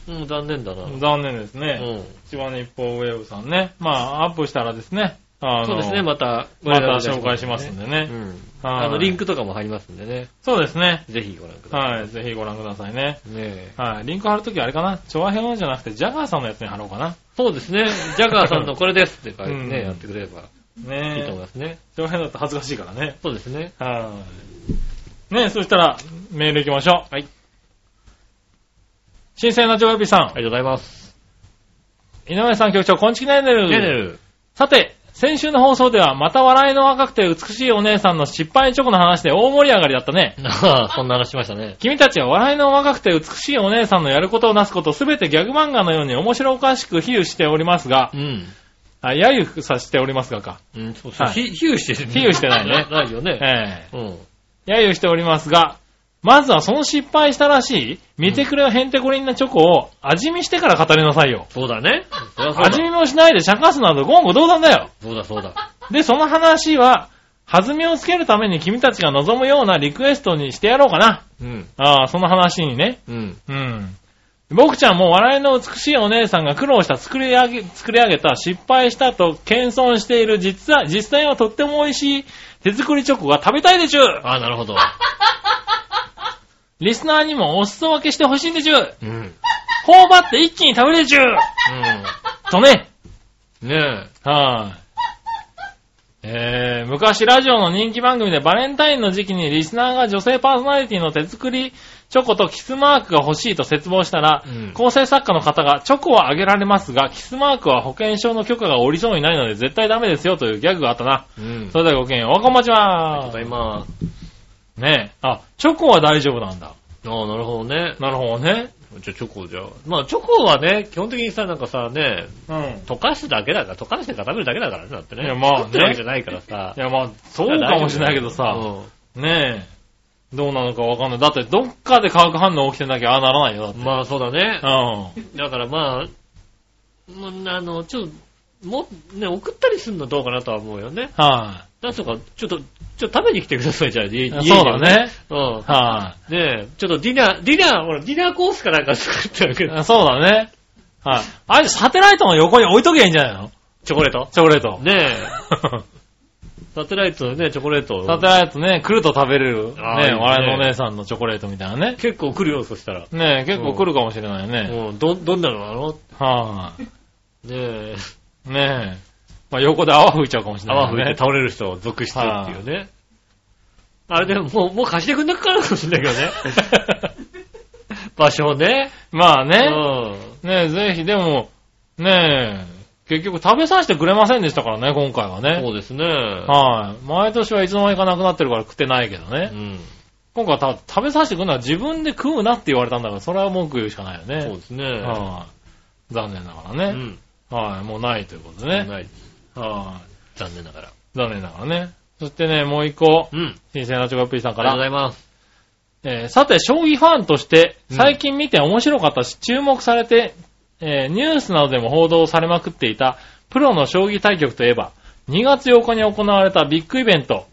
Speaker 2: うん、残念だな。うん。
Speaker 3: 残念ですね。一番日報ウェブさんね。まあ、アップしたらですね。あの
Speaker 2: そうですね、また、
Speaker 3: また紹介しますんで
Speaker 2: う
Speaker 3: ね。
Speaker 2: ん。
Speaker 3: はい
Speaker 2: あの、リンクとかも貼りますんでね。
Speaker 3: そうですね。
Speaker 2: ぜひご覧くださ
Speaker 3: はい。ぜひご覧くださいね。
Speaker 2: い。ねえ。
Speaker 3: はい。リンク貼るときあれかな。調和表じゃなくて、ジャガーさんのやつに貼ろうかな。
Speaker 2: そうですね。ジャガーさんのこれですって書いて
Speaker 3: うん
Speaker 2: ね、やってくれればいいと思い
Speaker 3: ね
Speaker 2: ますね。
Speaker 3: え。調和表だと恥ずかしいからね。
Speaker 2: そうですね。
Speaker 3: はい。ねえ、そしたら、メール行きましょう。
Speaker 2: はい。
Speaker 3: 新鮮なジョービーさん。
Speaker 2: ありがとうございます。
Speaker 3: 井上さん局長、こんちきねるねる。
Speaker 2: ねえねる。
Speaker 3: さて、先週の放送では、また笑いの若くて美しいお姉さんの失敗チョコの話で大盛り上がりだったね。
Speaker 2: ああ、そんな話しましたね。
Speaker 3: 君たちは笑いの若くて美しいお姉さんのやることをなすことすべてギャグ漫画のように面白おかしく比喩しておりますが
Speaker 2: う、ん。
Speaker 3: あ、やゆさしておりますがか。
Speaker 2: うん、そうそう。
Speaker 3: はい
Speaker 2: ひ比喩してる。
Speaker 3: 比喩してないね
Speaker 2: ないよね。
Speaker 3: え
Speaker 2: うん。
Speaker 3: え揶揄しておりますが、まずはその失敗したらしい、見てくれよヘンテコリンなチョコを味見してから語りなさいよ。
Speaker 2: そうだね。そりゃそうだ
Speaker 3: 味見もしないで茶化すなど言語道断だよ。
Speaker 2: そうだそうだ。
Speaker 3: で、その話は、弾みをつけるために君たちが望むようなリクエストにしてやろうかな。
Speaker 2: うん。
Speaker 3: ああ、その話にね。
Speaker 2: うん。
Speaker 3: うん。僕ちゃんも笑いの美しいお姉さんが苦労した作り上げ、作り上げた失敗したと謙遜している実は、実際はとっても美味しい手作りチョコが食べたいでちゅう
Speaker 2: ああ、なるほど。
Speaker 3: リスナーにもお裾分けしてほしいんでちゅう
Speaker 2: うん。うん。
Speaker 3: 頬張って一気に食べれちゅうとね。
Speaker 2: ね
Speaker 3: はい、えー、昔ラジオの人気番組でバレンタインの時期にリスナーが女性パーソナリティの手作りチョコとキスマークが欲しいと絶望したら、
Speaker 2: うん
Speaker 3: 構成作家の方がチョコはあげられますが、キスマークは保険証の許可が下りそうにないので絶対ダメですよというギャグがあったな。
Speaker 2: え。うん。
Speaker 3: それではごきげんよう。おはこんばんち
Speaker 2: ありがとうご
Speaker 3: は
Speaker 2: ざいます。
Speaker 3: ねえ。あ、チョコは大丈夫なんだ。
Speaker 2: ああ、なるほどね。
Speaker 3: なるほどね。
Speaker 2: じゃあチョコじゃあ。まあチョコはね、基本的にさ、なんかさ、ね、
Speaker 3: うん。
Speaker 2: 溶かすだけだから、溶かして固めるだけだからね、だってね。
Speaker 3: いやまあね
Speaker 2: 作ってるわけじゃないからさ
Speaker 3: い。や、まあ、そうかもしれないけどさ、ねえ、どうなのかわかんない。だって、どっかで化学反応起きてなきゃああならないよ、だっ
Speaker 2: う
Speaker 3: て
Speaker 2: んまあそうだね。
Speaker 3: う
Speaker 2: だからまあ、もうあの、ちょっと、もう、ね、送ったりするのどうかなとは思うよね。
Speaker 3: ん。は
Speaker 2: なんとか、ちょっと、ちょっと食べに来てください、じゃあ、家
Speaker 3: い、
Speaker 2: 家に
Speaker 3: そうだ。ね。
Speaker 2: うん。
Speaker 3: は
Speaker 2: ねえ、ちょっとディナー、ディナー、ほら、ディナーコースかなんか作ってあるけ
Speaker 3: い、
Speaker 2: ど、
Speaker 3: そうだね。はい、あれ、サテライトの横に置いとけばいいんじゃないの
Speaker 2: チョコレート
Speaker 3: チョコレー ト。
Speaker 2: ねえ、サテライトのね、チョコレート。
Speaker 3: サテライトね、来ると食べれる、ね、
Speaker 2: ああいいね
Speaker 3: 笑いのお姉さんのチョコレートみたいなね。
Speaker 2: 結構来るよ、そしたら。
Speaker 3: ねえ、結構来るかもしれないね。
Speaker 2: うん、ど、どんなのなの
Speaker 3: は
Speaker 2: ねえ、
Speaker 3: い、ねえ。まあ、横で泡吹いちゃうかもしれない、ね。
Speaker 2: 泡吹いて倒れる人を続出っていうね。あれでも、もう、もう貸してくんなくかなかもしれないけど ね。場所をね。
Speaker 3: まあ
Speaker 2: う
Speaker 3: ね。
Speaker 2: ん。
Speaker 3: ねえ、ぜひ、でも、ねえ、結局食べさせてくれませんでしたからね、今回はね。
Speaker 2: そうですね。
Speaker 3: はい。毎年はいつの間にかなくなってるから食ってないけど
Speaker 2: う
Speaker 3: ね。
Speaker 2: ん。
Speaker 3: 今回はた食べさせてくれるのは自分で食うなって言われたんだから、それは文句言うしかないよね。
Speaker 2: そうですね。
Speaker 3: はい。残念なが
Speaker 2: う
Speaker 3: らね。
Speaker 2: ん。
Speaker 3: はい。もうないということでね。
Speaker 2: ない
Speaker 3: は
Speaker 2: 残念ながら。
Speaker 3: い。残念ながらね。そしてね、もう一個
Speaker 2: う。ん。
Speaker 3: 新鮮なチョコヨッピーさん
Speaker 2: あ
Speaker 3: か
Speaker 2: りがとうご
Speaker 3: ら。
Speaker 2: ざいます。
Speaker 3: えーさて、将棋ファンとして、
Speaker 2: うん
Speaker 3: 最近見て面白かったし、注目されて、えーニュースなどでも報道されまくっていた、プロの将棋対局といえば、2月8日に行われたビッグイベント、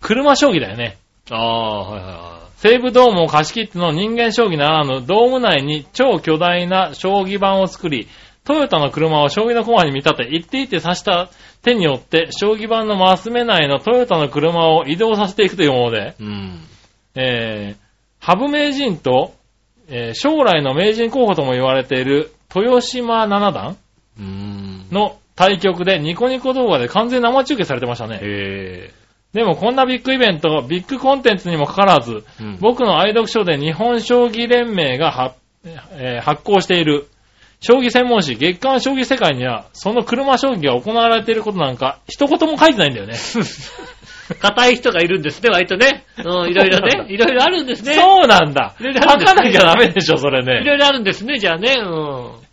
Speaker 3: 車将棋だよね。
Speaker 2: ああ、はいはいは
Speaker 3: 西武ドームを貸し切っての人間将棋ならぬ、ドーム内に超巨大な将棋盤を作り、トヨタの車を将棋の駒に見立て、一手一手刺した手によって、将棋盤のマス目内のトヨタの車を移動させていくというもので、
Speaker 2: い。うん。
Speaker 3: えー、ハブ名人と、えー将来の名人候補とも言われている豊島七段
Speaker 2: うーん。
Speaker 3: の対局でニコニコ動画で完全生中継されてましたね。
Speaker 2: へ
Speaker 3: でもこんなビッグイベント、ビッグコンテンツにもかかわらず、
Speaker 2: え。うん
Speaker 3: 僕の愛読書で日本将棋連盟が発,、えー発行している将棋専門誌月刊将棋世界にはその車将棋が行われていることなんか一言も書いてないんだよ ね。
Speaker 2: 硬い人がいるんですね、割とね。うん、いろいろ
Speaker 3: そうなん
Speaker 2: ね。
Speaker 3: だ
Speaker 2: いろいろあるんですね。
Speaker 3: そうなんだ。
Speaker 2: い
Speaker 3: 書
Speaker 2: ろいろあるんで
Speaker 3: か
Speaker 2: す
Speaker 3: なきゃダメでしょ、それね。
Speaker 2: いろいろあるんですね、じゃあね。うん。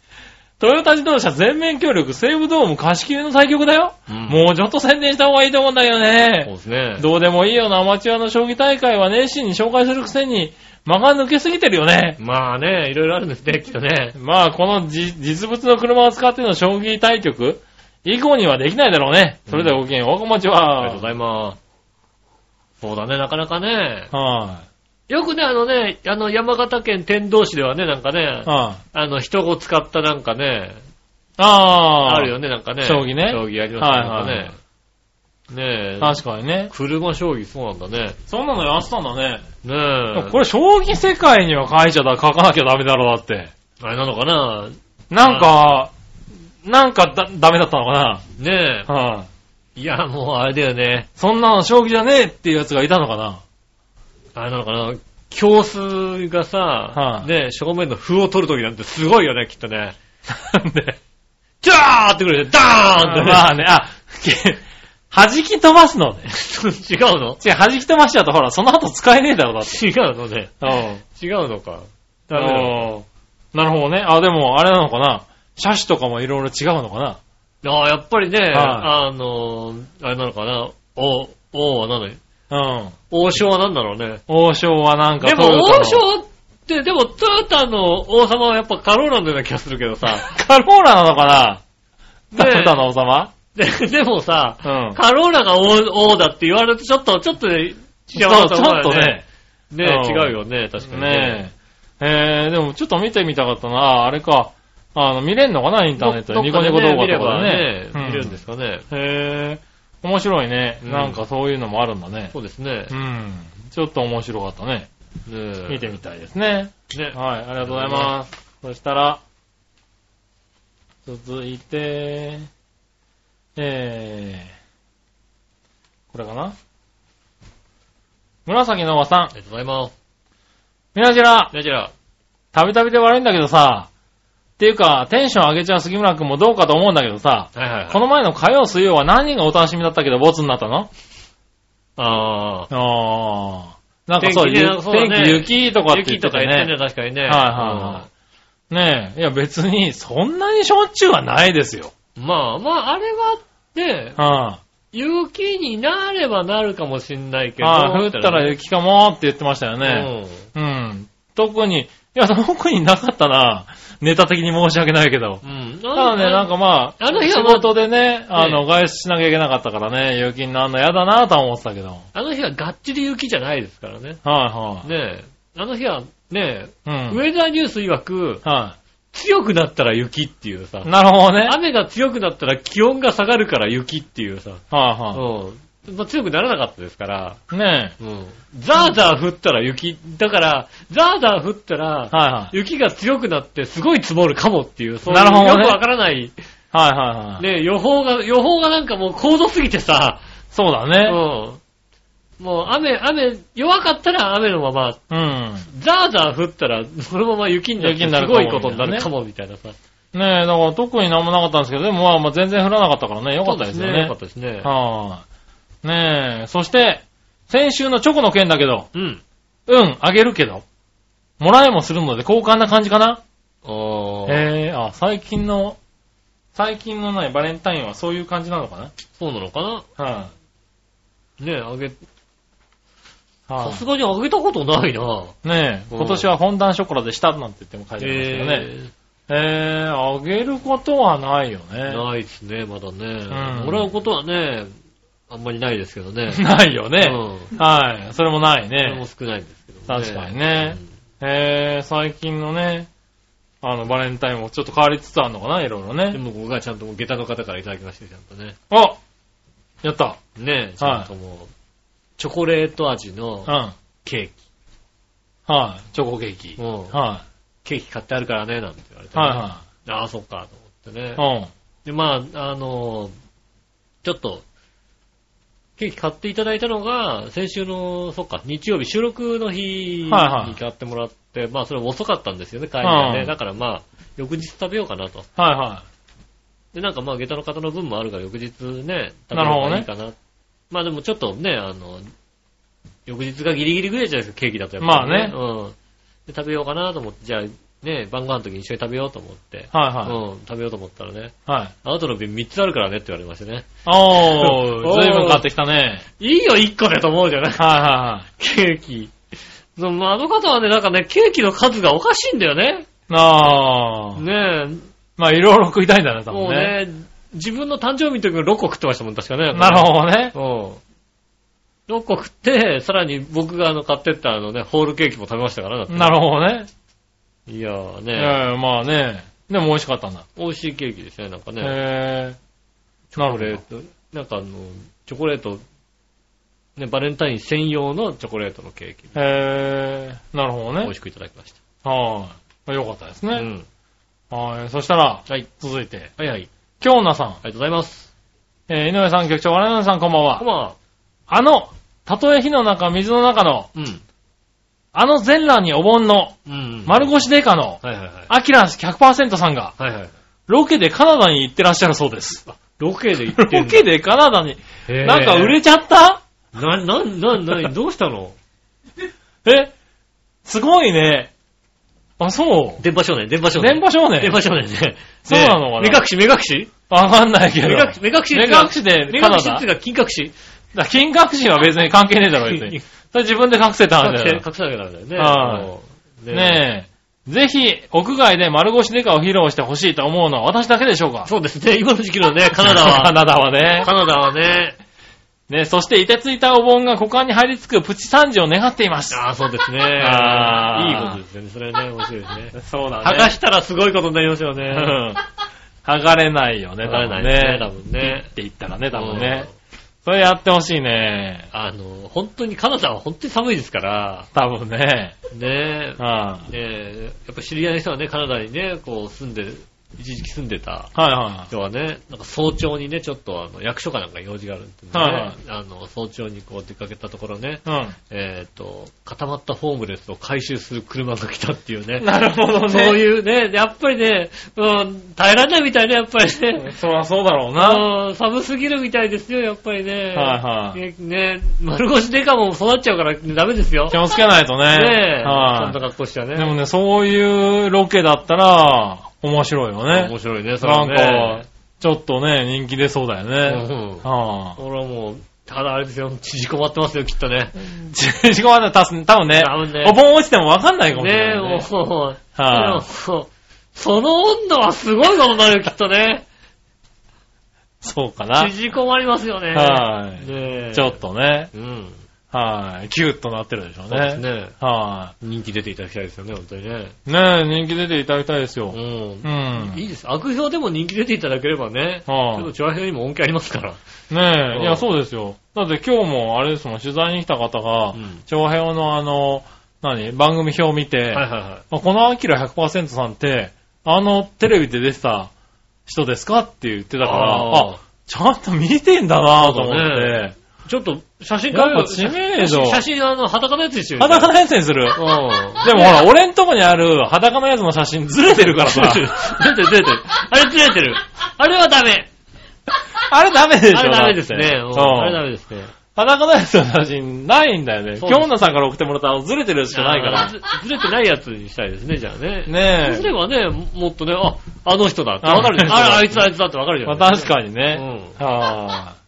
Speaker 3: トヨタ自動車全面協力西武ドーム貸し切りの対局だよ、
Speaker 2: うん
Speaker 3: もうちょっと宣伝した方がいいと思うんだけど
Speaker 2: そう
Speaker 3: ね。
Speaker 2: ですね。
Speaker 3: どうでもいいようなアマチュアの将棋大会は熱心に紹介するくせに間が抜けすぎてるよね。
Speaker 2: まあね、いろいろあるんですね、きっとね。
Speaker 3: まあ、このじ実物の車を使っての将棋対局、以降にはできないだろうね。それではごきげんよう、おはこんばんちは。
Speaker 4: ありがとうございます。そうだね、なかなかね。
Speaker 3: は
Speaker 4: よくね、あのね、あの、山形県天童市ではね、なんかね
Speaker 3: い。、はい。
Speaker 4: あの、人を使ったなんかね、
Speaker 3: ああ。
Speaker 4: あるよね、なんかね。
Speaker 3: 将棋ね
Speaker 4: 将棋やりましたね
Speaker 3: はいはい
Speaker 4: なんかね。ねえ。
Speaker 3: 確かにね。
Speaker 4: 車将棋そうなんだね。
Speaker 3: そうなのよ、あったんだね。で
Speaker 4: ね
Speaker 3: も
Speaker 4: え。
Speaker 3: これ、将棋世界には書いちゃだ、書かなきゃダメだろう、だって。
Speaker 4: あれなのかな
Speaker 3: なんか、なんかだ、ダメだったのかな。
Speaker 4: ね
Speaker 3: はい、
Speaker 4: え。いや、もうあれだよね。
Speaker 3: そんなの将棋じゃねえっていうやつがいたのかな。
Speaker 4: あれなのかな教数がさ、
Speaker 3: はい
Speaker 4: ねえ、正面の歩を取るときなんてすごいよね、きっとね。
Speaker 3: なんで。
Speaker 4: ジャーってくるで、ダーンってね。
Speaker 3: まあね、あ、弾き飛ばすのね。
Speaker 4: 違うの
Speaker 3: 違う、弾き飛ばしちゃうとほら、その後使えねえだろ、だって。
Speaker 4: 違うのね。
Speaker 3: うん。
Speaker 4: 違うのか。ダメだ
Speaker 3: おーなるほどね。あ、でも、あれなのかな。車種とかもいろいろ違うのかな。
Speaker 4: ああ、やっぱりね、
Speaker 3: い
Speaker 4: あの、あれなのかな。お、王は何だ
Speaker 3: うん。
Speaker 4: 王将は何だろうね。
Speaker 3: 王将はなんか
Speaker 4: でも
Speaker 3: トヨタの
Speaker 4: 王将って、でもトヨタの王様はやっぱカローラのような気がするけ どさ。
Speaker 3: カローラなのかな
Speaker 4: ね
Speaker 3: トヨタの王様
Speaker 4: ででもさ、
Speaker 3: うん。
Speaker 4: カローラが王王だって言われるとちょっと、ちょっとね、違う
Speaker 3: そう
Speaker 4: と
Speaker 3: ち
Speaker 4: 思
Speaker 3: ょ
Speaker 4: う
Speaker 3: っ
Speaker 4: よ
Speaker 3: と
Speaker 4: ね。
Speaker 3: ね。
Speaker 4: ね
Speaker 3: うん
Speaker 4: 違うよね、確かに
Speaker 3: ねえ。えー、でもちょっと見てみたかったな。ああれか。あの、見れんのかなインターネットで。ニコニコ動画とかでね。。
Speaker 4: 見れるんですすかね。
Speaker 3: へー、面白いね。
Speaker 4: うん
Speaker 3: なんかそういうのもあるんだね。
Speaker 4: そうですね
Speaker 3: う。ん。ちょっと面白かったね。見てみたいですね。
Speaker 4: み。ね。
Speaker 3: はい、ありがとうございます。そしたら、続いて、えー、これかな紫のおばさん
Speaker 4: あ、りがとうございます。
Speaker 3: みなじら、
Speaker 4: ねじゃあ、
Speaker 3: たびたびで悪いんだけどさ、っていうか、テンション上げちゃう杉村くんもどうかと思うんだけどさ、
Speaker 4: はいはいはい。
Speaker 3: この前の火曜水曜は何人がお楽しみだったけど、ボツになったの
Speaker 4: あ
Speaker 3: あー。なんかそう、
Speaker 4: 天気ね
Speaker 3: ゆ
Speaker 4: そうだ
Speaker 3: 天
Speaker 4: ね
Speaker 3: 気雪とか
Speaker 4: あ。
Speaker 3: って言
Speaker 4: 雪
Speaker 3: って
Speaker 4: と
Speaker 3: た
Speaker 4: か言っ
Speaker 3: ね
Speaker 4: てん。ね、確かにね。
Speaker 3: はいはいはい。ねえ、いや別にそんなにしょっちゅうはないですよ。
Speaker 4: うんまあまあ、あれは、ね、
Speaker 3: は
Speaker 4: 雪になればなるかもしんない
Speaker 3: い
Speaker 4: けど。
Speaker 3: はい降ったら雪かもって言ってましたよ
Speaker 4: う
Speaker 3: ね。
Speaker 4: ん。
Speaker 3: うん。特に、いや、特になかったな。ネタ的に申し訳ないけど。
Speaker 4: うん。
Speaker 3: ただね、なんかまあ、
Speaker 4: あの日
Speaker 3: 仕
Speaker 4: はまあ
Speaker 3: 事でね、あの、外出しなきゃいけなかったからね、雪になんの嫌だなとは思ってたけど。はい
Speaker 4: あの日はがっちり雪じゃないですからね。
Speaker 3: はい。
Speaker 4: ねえ。あの日はね、
Speaker 3: うん。
Speaker 4: ウェザーニュース曰く、
Speaker 3: は
Speaker 4: 強くなったら雪っていうさ
Speaker 3: い。。なるほどね。はい
Speaker 4: 雨が強くなったら気温が下がるから雪っていうさ。
Speaker 3: は
Speaker 4: うん。まあ強くならなかったですから。
Speaker 3: い。ね
Speaker 4: うん。ザーザー降ったら雪。だから、ザーザー降ったら
Speaker 3: え。、はいはい。
Speaker 4: 雪が強くなってすごい積もるかもっていう、そういう
Speaker 3: な
Speaker 4: よ
Speaker 3: るほど
Speaker 4: く
Speaker 3: ね
Speaker 4: わからない、
Speaker 3: はいはいはい。
Speaker 4: ね、予報が、予報がなんかもう高度すぎてさ、
Speaker 3: そうだ
Speaker 4: う
Speaker 3: ね。
Speaker 4: ん。もう雨、雨、弱かったら雨のまま、
Speaker 3: うん。
Speaker 4: ザーザー降ったら、そのまま雪になって
Speaker 3: 雪にな
Speaker 4: す
Speaker 3: る
Speaker 4: ご
Speaker 3: かも
Speaker 4: いことになるかもみたいなさ。
Speaker 3: ねえ、だから特になんもなかったんですけど、でもまあまあ全然降らなかったからね、よかったですよ
Speaker 4: そうよ
Speaker 3: ね
Speaker 4: かっ。たですね。
Speaker 3: はい、ねえ、そして、先週のチョコの件だけど、
Speaker 4: うん。
Speaker 3: うん、あげるけど、もらえもするので交換な感じかな
Speaker 4: ああ、
Speaker 3: へえ、あ、最近の、最近のないバレンタインはそういう感じなのかなはい、
Speaker 4: そうなのかなねえ、あげ、
Speaker 3: は
Speaker 4: さ
Speaker 3: い、
Speaker 4: すがにあげたことないな。
Speaker 3: ねえ、
Speaker 4: うん
Speaker 3: 今年はフォンダンショコラでしたなんて言っても書いてありますけどね。えー、あげることはないよ
Speaker 4: えー
Speaker 3: ね。
Speaker 4: ないですね、まだね。
Speaker 3: うん。
Speaker 4: もらうことはね、あんまりないですけどね
Speaker 3: ないよ
Speaker 4: う
Speaker 3: ね。
Speaker 4: ん。
Speaker 3: はい、それもない
Speaker 4: それも
Speaker 3: ね。
Speaker 4: 少ないんですけどね。
Speaker 3: 確かにね。えー、最近のね、あの、バレンタインもちょっと変わりつつあるのかな、いろいろ
Speaker 4: うん。で
Speaker 3: ね。
Speaker 4: も僕がちゃんと下駄の方からいただきまして、ちゃんとね。
Speaker 3: あやった。
Speaker 4: ねえ、ちゃんともう、チョコレート味
Speaker 3: う
Speaker 4: の
Speaker 3: ん。はい、
Speaker 4: ケー
Speaker 3: チョコケーキ。
Speaker 4: キ。
Speaker 3: はい、
Speaker 4: うんケーキ買ってあるからね、なんて言われてね。
Speaker 3: は
Speaker 4: ああ、そっか、と思ってね
Speaker 3: い。はい。
Speaker 4: で、まあ、あの、ちょっと、ケーキ買っていただいたのが、先週の、そっか、日曜日収録の日に
Speaker 3: はいはい
Speaker 4: 買ってもらって、まあ、それ遅かったんですよね、帰りがね。
Speaker 3: うん
Speaker 4: だからまあ、翌日食べようかな
Speaker 3: う
Speaker 4: と。
Speaker 3: ん。はいは
Speaker 4: で、なんかまあ、下駄の方の分もあるから、翌日ね、食べ
Speaker 3: な
Speaker 4: れ
Speaker 3: るほど
Speaker 4: ば
Speaker 3: ね
Speaker 4: いいかな。まあでもちょっとね、あの、翌日がギリギリぐらいじゃないですか、ケーキだとやっぱり、
Speaker 3: ま
Speaker 4: うん。で、食べようかなと思って、じゃあ、ね、晩ご飯の時に一緒に食べようと思って、
Speaker 3: い。はいはい。
Speaker 4: うん、食べようと思ったらね、
Speaker 3: はい。
Speaker 4: あなたの瓶3つあるからねって言われましてね。
Speaker 3: お
Speaker 4: おー
Speaker 3: ー、ずいぶん買ってきたね。
Speaker 4: いいよ、1個でと思うじゃない
Speaker 3: はいは
Speaker 4: ケーキ。そのあの方はね、なんかね、ケーキの数がおかしいんだよね。
Speaker 3: いはい。あー。
Speaker 4: ねえ、
Speaker 3: まあ、いろいろ食いたいんだね、多分
Speaker 4: もう
Speaker 3: ね。
Speaker 4: ね、自分の誕生日の時も6個食ってましたもん、確かね。
Speaker 3: なるほどね。
Speaker 4: ほど。うん。6個食って、さらに僕があの買ってったあのね、ホールケーキも食べましたからだって
Speaker 3: なるほどね。
Speaker 4: いやー
Speaker 3: え
Speaker 4: ね、
Speaker 3: えまあね。でも美味しかったんだ。
Speaker 4: 美味しいケーキでしたね、なんかね。
Speaker 3: へえ。な
Speaker 4: チョコレー
Speaker 3: る
Speaker 4: ト、なんかあの、チョコレート、ね、バレンタイン専用のチョコレートのケーキ、
Speaker 3: ほど。へえ。なるほど
Speaker 4: 美味
Speaker 3: ね
Speaker 4: し。くいただきまし
Speaker 3: はい。よかったです
Speaker 4: た。
Speaker 3: ね。
Speaker 4: うん。
Speaker 3: はい。そしたら、
Speaker 4: はい。
Speaker 3: 続いて、
Speaker 4: はいはい。
Speaker 3: 京奈さん、
Speaker 4: ありがとうございます。
Speaker 3: えー井上さん局長、我々さんこんばん
Speaker 4: こん
Speaker 3: は。
Speaker 4: ばんは。
Speaker 3: あの、たとえ火の中、水の中の、
Speaker 4: うん。
Speaker 3: あの全裸にお盆の、
Speaker 4: うん。
Speaker 3: 丸腰デカの、
Speaker 4: はいはいはい。
Speaker 3: アキラ100%さんが、
Speaker 4: はいはい。
Speaker 3: ロケでカナダに行ってらっしゃるそうです。
Speaker 4: ロケで行ってんだ
Speaker 3: ロケでカナダに、
Speaker 4: へー
Speaker 3: なんか売れちゃった
Speaker 4: な、な、な、な、どうしたの
Speaker 3: えすごいね。あ、そう。
Speaker 4: 電波少年、電波少年。
Speaker 3: 電波少年
Speaker 4: 電波少年ね。
Speaker 3: そうなのかな
Speaker 4: ね目隠し、目隠し
Speaker 3: わかんないけど。
Speaker 4: 目隠し、目隠しって
Speaker 3: 目
Speaker 4: いうか
Speaker 3: 隠しで
Speaker 4: 目
Speaker 3: カナ
Speaker 4: 隠しっ
Speaker 3: ダ
Speaker 4: ていうか、金隠し。
Speaker 3: だ金隠しは別に関係ねえだろ、別に。それ自分で隠せたん
Speaker 4: 隠
Speaker 3: だ
Speaker 4: せ
Speaker 3: よ
Speaker 4: 隠。さなきゃダメだよね
Speaker 3: はい
Speaker 4: もう。
Speaker 3: ねえ。ぜひ、屋外で丸腰デカを披露してほしいと思うのは私だけでしょうか
Speaker 4: そうですね、今の時期の ね、カナダ
Speaker 3: カ
Speaker 4: は。
Speaker 3: ナダはね
Speaker 4: カ。ナダはね、
Speaker 3: ねそして、いてついたお盆が股間に入りつくプチ惨事を願っています。
Speaker 4: ああ、そうですね。
Speaker 3: あー
Speaker 4: いいことですよね。それはね、面白いですね。
Speaker 3: そうだ
Speaker 4: 剥がしたらすごいことになりますよ
Speaker 3: う
Speaker 4: ね。
Speaker 3: ん剥がれないよね、
Speaker 4: 剥がれないね多分ね
Speaker 3: ピッて言ったらね、多分ね。それやってほしいね。
Speaker 4: あの、本当に、カナダは本当に寒いですから、
Speaker 3: 多分ね。
Speaker 4: ね
Speaker 3: うんは
Speaker 4: ねえ、やっぱ知り合いの人はね、カナダにね、こう住んで、一時期住んでた
Speaker 3: いは
Speaker 4: 人はね、なんか早朝にね、ちょっとあの、役所かなんか用事があるってんで、
Speaker 3: はいはい
Speaker 4: あの、早朝にこう出かけたところね、
Speaker 3: い。う
Speaker 4: えっ、と、固まったホームレスを回収する車が来たっていうね。
Speaker 3: ん。なるほどね。
Speaker 4: そういうね、やっぱりね、うん、耐えられないみたいね、やっぱりね。
Speaker 3: そりゃそうだろうな。
Speaker 4: うん寒すぎるみたいですよ、やっぱりね。
Speaker 3: はいはい
Speaker 4: ねね丸腰デカも育っちゃうから、ねダメですよ。
Speaker 3: 気をつけないとね。
Speaker 4: ねえ、
Speaker 3: は
Speaker 4: ちゃんと格好して
Speaker 3: い。
Speaker 4: ね。
Speaker 3: でもね、そういうロケだったら、面白いよね
Speaker 4: 面。白いね、それ
Speaker 3: な
Speaker 4: は
Speaker 3: ん
Speaker 4: ね。
Speaker 3: か、ちょっとね、人気出そうだよ
Speaker 4: う
Speaker 3: ね。
Speaker 4: ん
Speaker 3: は
Speaker 4: 俺はもう、ただあれですよ、縮こまってますよ、きっとね。
Speaker 3: ぁ。ちちくわね、たす、多分ね
Speaker 4: 多分ね、
Speaker 3: お盆落ちてもわかんないかもしれ
Speaker 4: ね
Speaker 3: ないね。
Speaker 4: え、もう、
Speaker 3: はい
Speaker 4: でもその温度はすごいことになるよ、きっとね。
Speaker 3: そうかな。
Speaker 4: 縮こまりますよね。
Speaker 3: はい
Speaker 4: ねえ。
Speaker 3: ちょっとね、
Speaker 4: うん。
Speaker 3: はい、キュッとなってるでしょう
Speaker 4: そうです
Speaker 3: ね。
Speaker 4: ね。
Speaker 3: は
Speaker 4: 人気出ていただきたいですよね、本当にね。
Speaker 3: い。ねえ、人気出ていただきたいですよ。
Speaker 4: うん
Speaker 3: う。ん。
Speaker 4: いい
Speaker 3: ね
Speaker 4: です。悪評でも人気出ていただければね。
Speaker 3: はい
Speaker 4: でも、チョアヘにも恩恵ありますから。う
Speaker 3: え、
Speaker 4: ん
Speaker 3: いや、そうですよ。だって今日も、あれですもん、取材に来た方が
Speaker 4: うん、
Speaker 3: 長編のあの、何、番組表を見て、
Speaker 4: はいはいは
Speaker 3: あこのアキラ100%さんって、あの、テレビで出てた人ですかって言ってた
Speaker 4: い。
Speaker 3: から、
Speaker 4: あ
Speaker 3: あ、ちゃんと見てんだなぁと思
Speaker 4: そうだ
Speaker 3: っ
Speaker 4: ねちょっと、写真
Speaker 3: て。
Speaker 4: 変え
Speaker 3: やっぱ
Speaker 4: よう
Speaker 3: 知名度。
Speaker 4: 写真、あの、裸のやつですよ。
Speaker 3: 裸のやつにする。
Speaker 4: うん。
Speaker 3: でもほら、俺んとこにある裸のやつの写真ずれてるから さ。
Speaker 4: 出てる、出てる。あれずれてる。あれはダメ。
Speaker 3: あれダメでしょ
Speaker 4: あれダメですね。
Speaker 3: だ
Speaker 4: う
Speaker 3: っ
Speaker 4: ん
Speaker 3: て
Speaker 4: あれダ
Speaker 3: そう。
Speaker 4: メですね。
Speaker 3: 裸のやつの写真ないんだよね。
Speaker 4: そ
Speaker 3: 京
Speaker 4: うです
Speaker 3: 奈さんから送ってもらったのずれてるやつしかないか
Speaker 4: あ
Speaker 3: ら。
Speaker 4: ずずれてないやつにしたいですね、じゃあね。そう
Speaker 3: ね
Speaker 4: すればね、もっとね、あ、あの人だってわかるじゃん。
Speaker 3: あ
Speaker 4: ああいつあいつだってわかる
Speaker 3: え。
Speaker 4: じ
Speaker 3: ま
Speaker 4: ゃ
Speaker 3: あ
Speaker 4: ん。
Speaker 3: 確かにね。
Speaker 4: う
Speaker 3: はぁ。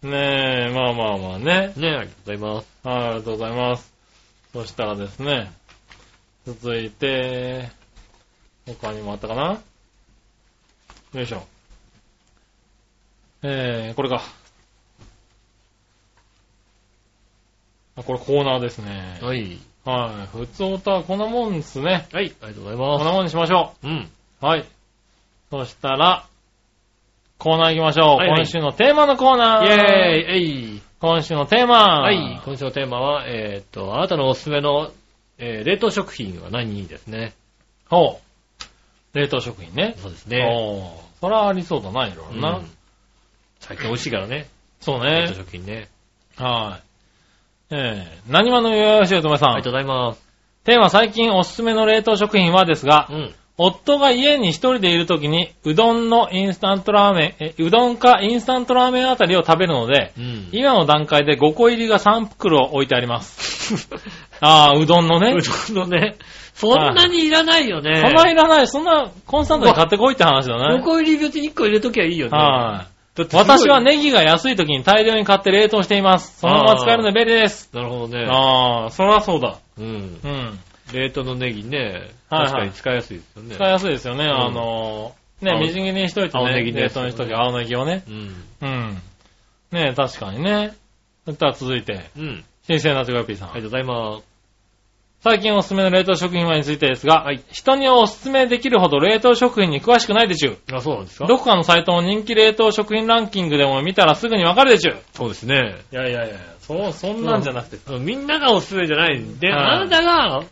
Speaker 3: ねえ、まあまあまあね。
Speaker 4: ん。ねありがとうございます。
Speaker 3: はい、ありがとうございます。そしたらですね、続いて、他にもあったかなよいしょ。えー、これか。あ、これコーナーですね。
Speaker 4: はい。
Speaker 3: はい。普通オタはこんなもんですね。
Speaker 4: はい、ありがとうござい
Speaker 3: こん
Speaker 4: ま
Speaker 3: なもんにしましょ
Speaker 4: す。うん。
Speaker 3: う。はい。そしたら、コーナー行きましょう。
Speaker 4: はいはい
Speaker 3: 今週のテーマのコーナ
Speaker 4: イェー
Speaker 3: ー。イ
Speaker 4: イえい
Speaker 3: 今週のテーマ
Speaker 4: はい、今週のテーマは、えーっと、あなたのおすすめの、えー冷凍食品は何ですね。
Speaker 3: ほう。冷凍食品ね。
Speaker 4: そうです
Speaker 3: ね
Speaker 4: ね。
Speaker 3: それはありそうだな、いろいろな。
Speaker 4: うん最近美味しいからね、
Speaker 3: そう
Speaker 4: 冷凍
Speaker 3: ね。
Speaker 4: 食品ね。
Speaker 3: はい。ええ何話のよよしおとめさ
Speaker 4: あ
Speaker 3: ん
Speaker 4: りが。とうございます。
Speaker 3: テーマ最近おすすめの冷凍食品はですが
Speaker 4: う、ん。
Speaker 3: 夫が家に一人でいるときに、うどんのインスタントラーメン、え、うどんかインスタントラーメンあたりを食べるので、
Speaker 4: うん。
Speaker 3: 今の段階で5個入りが3袋置いてあります。 ああ、うどんのね
Speaker 4: う。どんのね、そんなにいらないよね。
Speaker 3: そんないらない。そんな、コンスタントに買ってこいって話だね。
Speaker 4: 5個入り別に1個入れときゃいいよね。
Speaker 3: はい、
Speaker 4: だってすごい
Speaker 3: 私はネギが安い時に大量に買って冷凍しています。そのまま使えるので便利です。
Speaker 4: なるほどね。
Speaker 3: ああ、そりゃそうだ。
Speaker 4: うん。
Speaker 3: うん。
Speaker 4: 冷凍のネギね、
Speaker 3: はいはい
Speaker 4: 確かに使いやすいですよね。
Speaker 3: 使いやすいですよね。
Speaker 4: ん
Speaker 3: あの、ね、
Speaker 2: 青
Speaker 3: みじん切りにしといて
Speaker 2: 青ネ
Speaker 3: ね、
Speaker 2: ギで
Speaker 3: 冷
Speaker 2: す
Speaker 3: 凍
Speaker 2: よね
Speaker 3: にしとけ、青ネギをね。
Speaker 2: うん。
Speaker 3: うん。ね確かにね。そしたら続いて、
Speaker 2: うん。
Speaker 3: 新鮮なチョコヨッピーさん。
Speaker 2: ありがとうございます。
Speaker 3: 最近おすすめの冷凍食品はについてですが、人におすすめできるほど冷凍食品に詳しくないでちゅ。
Speaker 2: あ、そうなんですか
Speaker 3: どこかのサイトの人気冷凍食品ランキングでも見たらすぐにわかるでちゅ。い
Speaker 2: そうですね。
Speaker 3: やいやいや、そ、そん
Speaker 2: なんじゃ
Speaker 3: なくて。
Speaker 2: うんみんながおすすめじゃないんで、
Speaker 3: はい
Speaker 2: あなたが、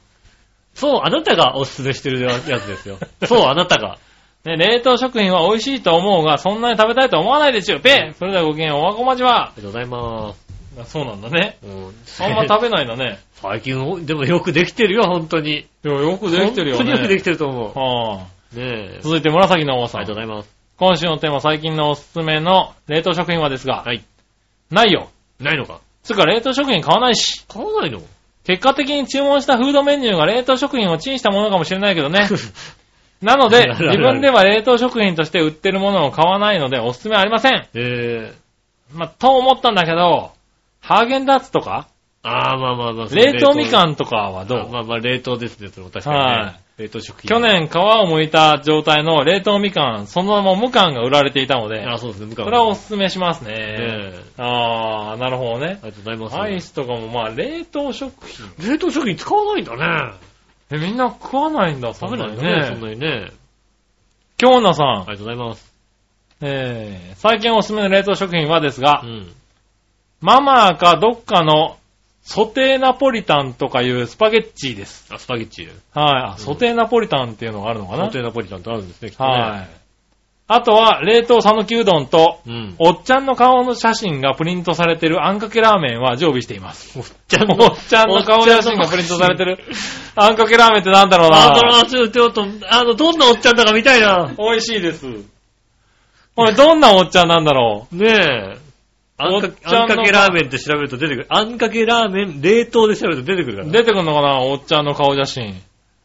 Speaker 2: そう、あなたがおすすめしてるやつです よ。そう、あなたが。
Speaker 3: ね、冷凍食品は美味しいと思うが、そんなに食べたいと思わないでちゅ。ペそれではごきげんようおわこまじは。
Speaker 2: ありがとうございます。
Speaker 3: そうなんだね。
Speaker 2: うん
Speaker 3: あんま食べないんだね。
Speaker 2: 最近、でもよくできてるよ、本当に。
Speaker 3: いや、よくできてるよね。
Speaker 2: 本当によくできてると思
Speaker 3: はあ
Speaker 2: う。ねえ。
Speaker 3: 続いて紫の王さ
Speaker 2: あ
Speaker 3: ん。
Speaker 2: りがとうございます。
Speaker 3: 今週のテーマ、最近のおすすめの冷凍食品はですが、
Speaker 2: はい。
Speaker 3: ないよ。
Speaker 2: ないのか
Speaker 3: つうか冷凍食品買わないし、
Speaker 2: 買わないの
Speaker 3: 結果的に注文したフードメニューが冷凍食品をチンしたものかもしれないけど ね。なので、
Speaker 2: あるある
Speaker 3: 自分では冷凍食品として売ってるものを買わないので、おすすめありません。
Speaker 2: ええ。
Speaker 3: まあ、と思ったんだけど、ハーゲンダッツとか、
Speaker 2: ああ、まあまあまあ。
Speaker 3: 冷凍み
Speaker 2: ん
Speaker 3: かんとかはど
Speaker 2: あ
Speaker 3: う
Speaker 2: まあまあ、冷凍ですね、それも確かに
Speaker 3: は
Speaker 2: ね。冷凍食品。
Speaker 3: 去年皮を剥いた状態の冷凍みかん、そのまま無感が売られていたので、
Speaker 2: あ、そうですね、向か
Speaker 3: それはお
Speaker 2: ね
Speaker 3: すすめしますね。
Speaker 2: え。
Speaker 3: あー、なるほどね
Speaker 2: あ。りがとうございます。
Speaker 3: アイスとかもまあ冷凍食品。
Speaker 2: 冷凍食品使わないんだね。
Speaker 3: え、みんな食わないんだ、そ
Speaker 2: 食
Speaker 3: ん
Speaker 2: べ
Speaker 3: な
Speaker 2: ない
Speaker 3: に
Speaker 2: よね、そん
Speaker 3: ね。
Speaker 2: なにね。
Speaker 3: 京奈さん、
Speaker 2: ありがとうございます。
Speaker 3: えー、最近おすすめの冷凍食品はですが、
Speaker 2: うん。
Speaker 3: ママかどっかのソテーナポリタンとかいうスパゲッチーです。
Speaker 2: あ、スパゲッチ。
Speaker 3: はい。あ、
Speaker 2: ん
Speaker 3: ソテーナポリタンっていうのがあるのかな、
Speaker 2: ソテーナポリタンってあるんですね、きっとね。
Speaker 3: はい。あとは、冷凍讃岐うどんと、
Speaker 2: うん。
Speaker 3: おっちゃんの顔の写真がプリントされてるあんかけラーメンは常備しています。
Speaker 2: おっちゃんの
Speaker 3: おっちゃんの顔の写真がプリントされてるあんかけラーメンってなんだろう
Speaker 2: あ、ドラ
Speaker 3: な
Speaker 2: マ中ってと、あの、どんなおっちゃんだか見たいな。
Speaker 3: 美味しいです。これどんなおっちゃんなんだろ
Speaker 2: ねえ。あん
Speaker 3: おっ
Speaker 2: か
Speaker 3: ちゃんの
Speaker 2: あんかけラーメンって調べると出てくる。あんかけラーメン、冷凍で調べると出てくるか
Speaker 3: う
Speaker 2: ら。
Speaker 3: 出てくんのかなおっちゃんの顔写真。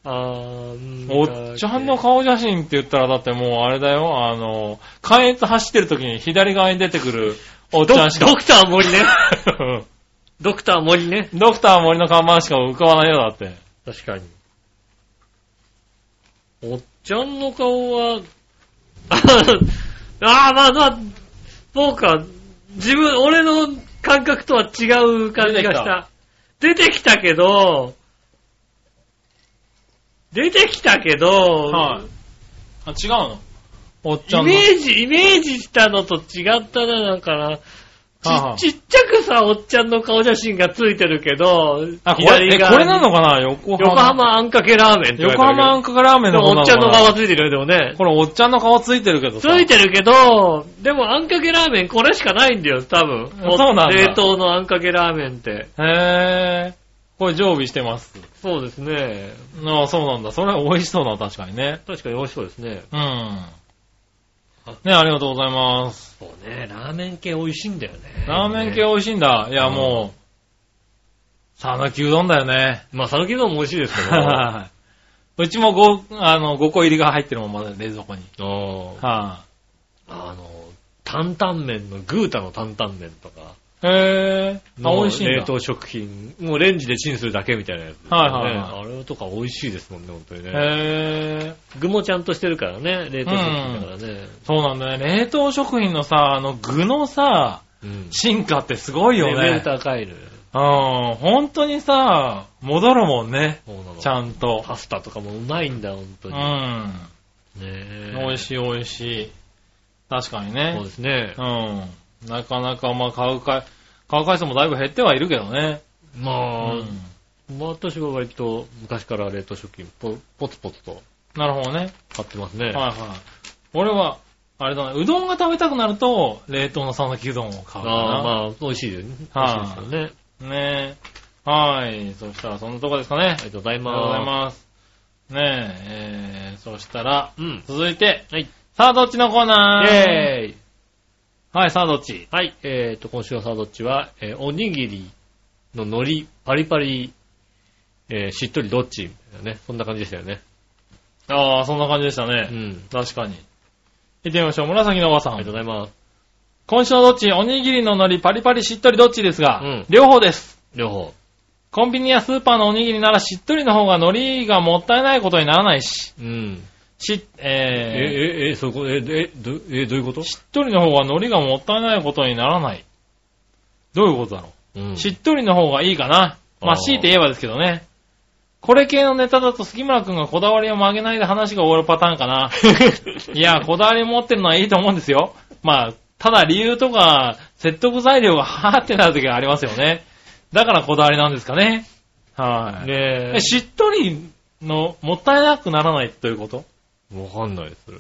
Speaker 2: あー
Speaker 3: おっちゃんの顔写真って言ったらだってもうあれだよ、あの、関越走ってる時に左側に出てくるおっち
Speaker 2: ド
Speaker 3: ゃんし
Speaker 2: クド
Speaker 3: か、
Speaker 2: クター 森ね。ドクター森ね。
Speaker 3: ドクター森の看板しか浮かばないよだって。
Speaker 2: 確かに。おっちゃんの顔は、 ああ、まあまあ、そうか。自分、俺の感覚とは違う感じがした。出てきたけど、出てきたけど、
Speaker 3: はい。あ、違うのおっちゃ
Speaker 2: イ
Speaker 3: んの。
Speaker 2: メージ、イメージしたのと違ったな、なんかな。
Speaker 3: はあはあ
Speaker 2: ちちっちゃくさ、おっちゃんの顔写真がついてるけど、
Speaker 3: あ、これ、え、
Speaker 2: 左
Speaker 3: こ
Speaker 2: 側
Speaker 3: れなのかな横浜。
Speaker 2: 横。浜あんかけラーメンって言われ
Speaker 3: 横
Speaker 2: てるけど
Speaker 3: 浜あんかけラーメン
Speaker 2: で
Speaker 3: の
Speaker 2: も
Speaker 3: 方
Speaker 2: お
Speaker 3: な
Speaker 2: っちゃんの
Speaker 3: の
Speaker 2: 顔
Speaker 3: か
Speaker 2: は
Speaker 3: な
Speaker 2: ついてるよ、でもね。
Speaker 3: これおっちゃんの顔ついてるけど
Speaker 2: つ
Speaker 3: さ。
Speaker 2: いてるけど、でもあんかけラーメンこれしかないんだよ、多分。
Speaker 3: そうなんだ
Speaker 2: 冷凍のあんかけラーメンって。
Speaker 3: へー。これ常備してます。
Speaker 2: そうですね。
Speaker 3: あそうなんだ。それは美味しそうな、確かにね。
Speaker 2: 確かに美味しそうですね。
Speaker 3: うん。ね、ありがとうございます。
Speaker 2: そうね、ラーメン系美味しいんだよね。
Speaker 3: ラーメン系美味しいんだ。いや、
Speaker 2: うん
Speaker 3: もう、さぬきうどんだよね。
Speaker 2: まあ、讃岐うどんも美味しいですけど。あ
Speaker 3: うちも5、あの、5個入りが入ってるもん、まだ冷蔵庫に。
Speaker 2: ー
Speaker 3: は
Speaker 2: あの、担々麺の、グータの担々麺と
Speaker 3: い。
Speaker 2: か。
Speaker 3: へぇー。あ、美味しいんだ。
Speaker 2: 冷凍食品。もうレンジでチンするだけみたいなやつ、
Speaker 3: はいはいはい
Speaker 2: ねあれとか美味しいですもんね、本当にね。
Speaker 3: へぇー。
Speaker 2: 具もちゃんとしてるからね、冷凍食品だからね。
Speaker 3: そうなんだよね。冷凍食品のさ、あの、具のさ、
Speaker 2: うん
Speaker 3: 進化ってすごいよ
Speaker 2: レベル
Speaker 3: ね。
Speaker 2: 高いのよ。
Speaker 3: うん、本当にさ、戻るもんね。
Speaker 2: そうなの
Speaker 3: ちゃんと。
Speaker 2: パスタとかもうまいんだ、本当
Speaker 3: う
Speaker 2: に。
Speaker 3: ん。
Speaker 2: ね
Speaker 3: 美味
Speaker 2: い。
Speaker 3: しい美味しい。確かに
Speaker 2: そう
Speaker 3: ね。
Speaker 2: ですね。
Speaker 3: うん。なかなか、まあ、買うか、買う回数もだいぶ減ってはいるけどね。
Speaker 2: ま
Speaker 3: う
Speaker 2: あ、
Speaker 3: ん。
Speaker 2: まあ私は割と昔から冷凍食品ポポツポツと
Speaker 3: なるほどね。
Speaker 2: 買ってますね。
Speaker 3: はいはい。俺は、あれだね、うどんが食べたくなると、冷凍の讃岐うどんを買うか
Speaker 2: ああ
Speaker 3: な。
Speaker 2: まあ、美味しいよね。美
Speaker 3: はい
Speaker 2: 味しいですよね。
Speaker 3: ねえ。はい。そしたら、そんなとこですかね。あ
Speaker 2: あ
Speaker 3: り
Speaker 2: りがとうござい
Speaker 3: がとうござい
Speaker 2: ま
Speaker 3: ます。ねえ、えーそしたら、
Speaker 2: す。うん。
Speaker 3: 続いて、
Speaker 2: はい。イ
Speaker 3: さあ、どっちのコーナー
Speaker 2: ェーイ
Speaker 3: はい、さあ、どっち
Speaker 2: はい。えーと、今週のサードっちは、えーおにぎりの海苔、パリパリ、えーしっとりどっちみたいなね。そんな感じでしたよね。
Speaker 3: ああ、そんな感じでした
Speaker 2: う
Speaker 3: ね。
Speaker 2: ん。
Speaker 3: 確かに。行ってみましょう。紫のおばさ。
Speaker 2: ありがとうんございます。
Speaker 3: 今週のどっちおにぎりの海苔、パリパリしっとりどっちですが、
Speaker 2: うん
Speaker 3: 両方です。
Speaker 2: 両方。
Speaker 3: コンビニやスーパーのおにぎりならしっとりの方が海苔がもったいないことにならないし、
Speaker 2: うん。
Speaker 3: し、
Speaker 2: え、
Speaker 3: え
Speaker 2: え、え、そこ、え、え、ど、え、どういうこと
Speaker 3: ー、しっとりの方が海苔がもったいないことにならない。どういうことだろう、
Speaker 2: うん
Speaker 3: しっとりの方がいいかな。まあ、
Speaker 2: あー
Speaker 3: 強いて言えばですけどね。これ系のネタだと杉村くんがこだわりを曲げないで話が終わるパターンかな。いや、こだわり持ってるのはいいと思うんですよ。まあ、ただ理由とか、説得材料がはーってなる時がありますよね。だからこだわりなんですかね。はい、
Speaker 2: ね
Speaker 3: えしっとりの、もったいなくならないということ
Speaker 2: え。 わかんないです。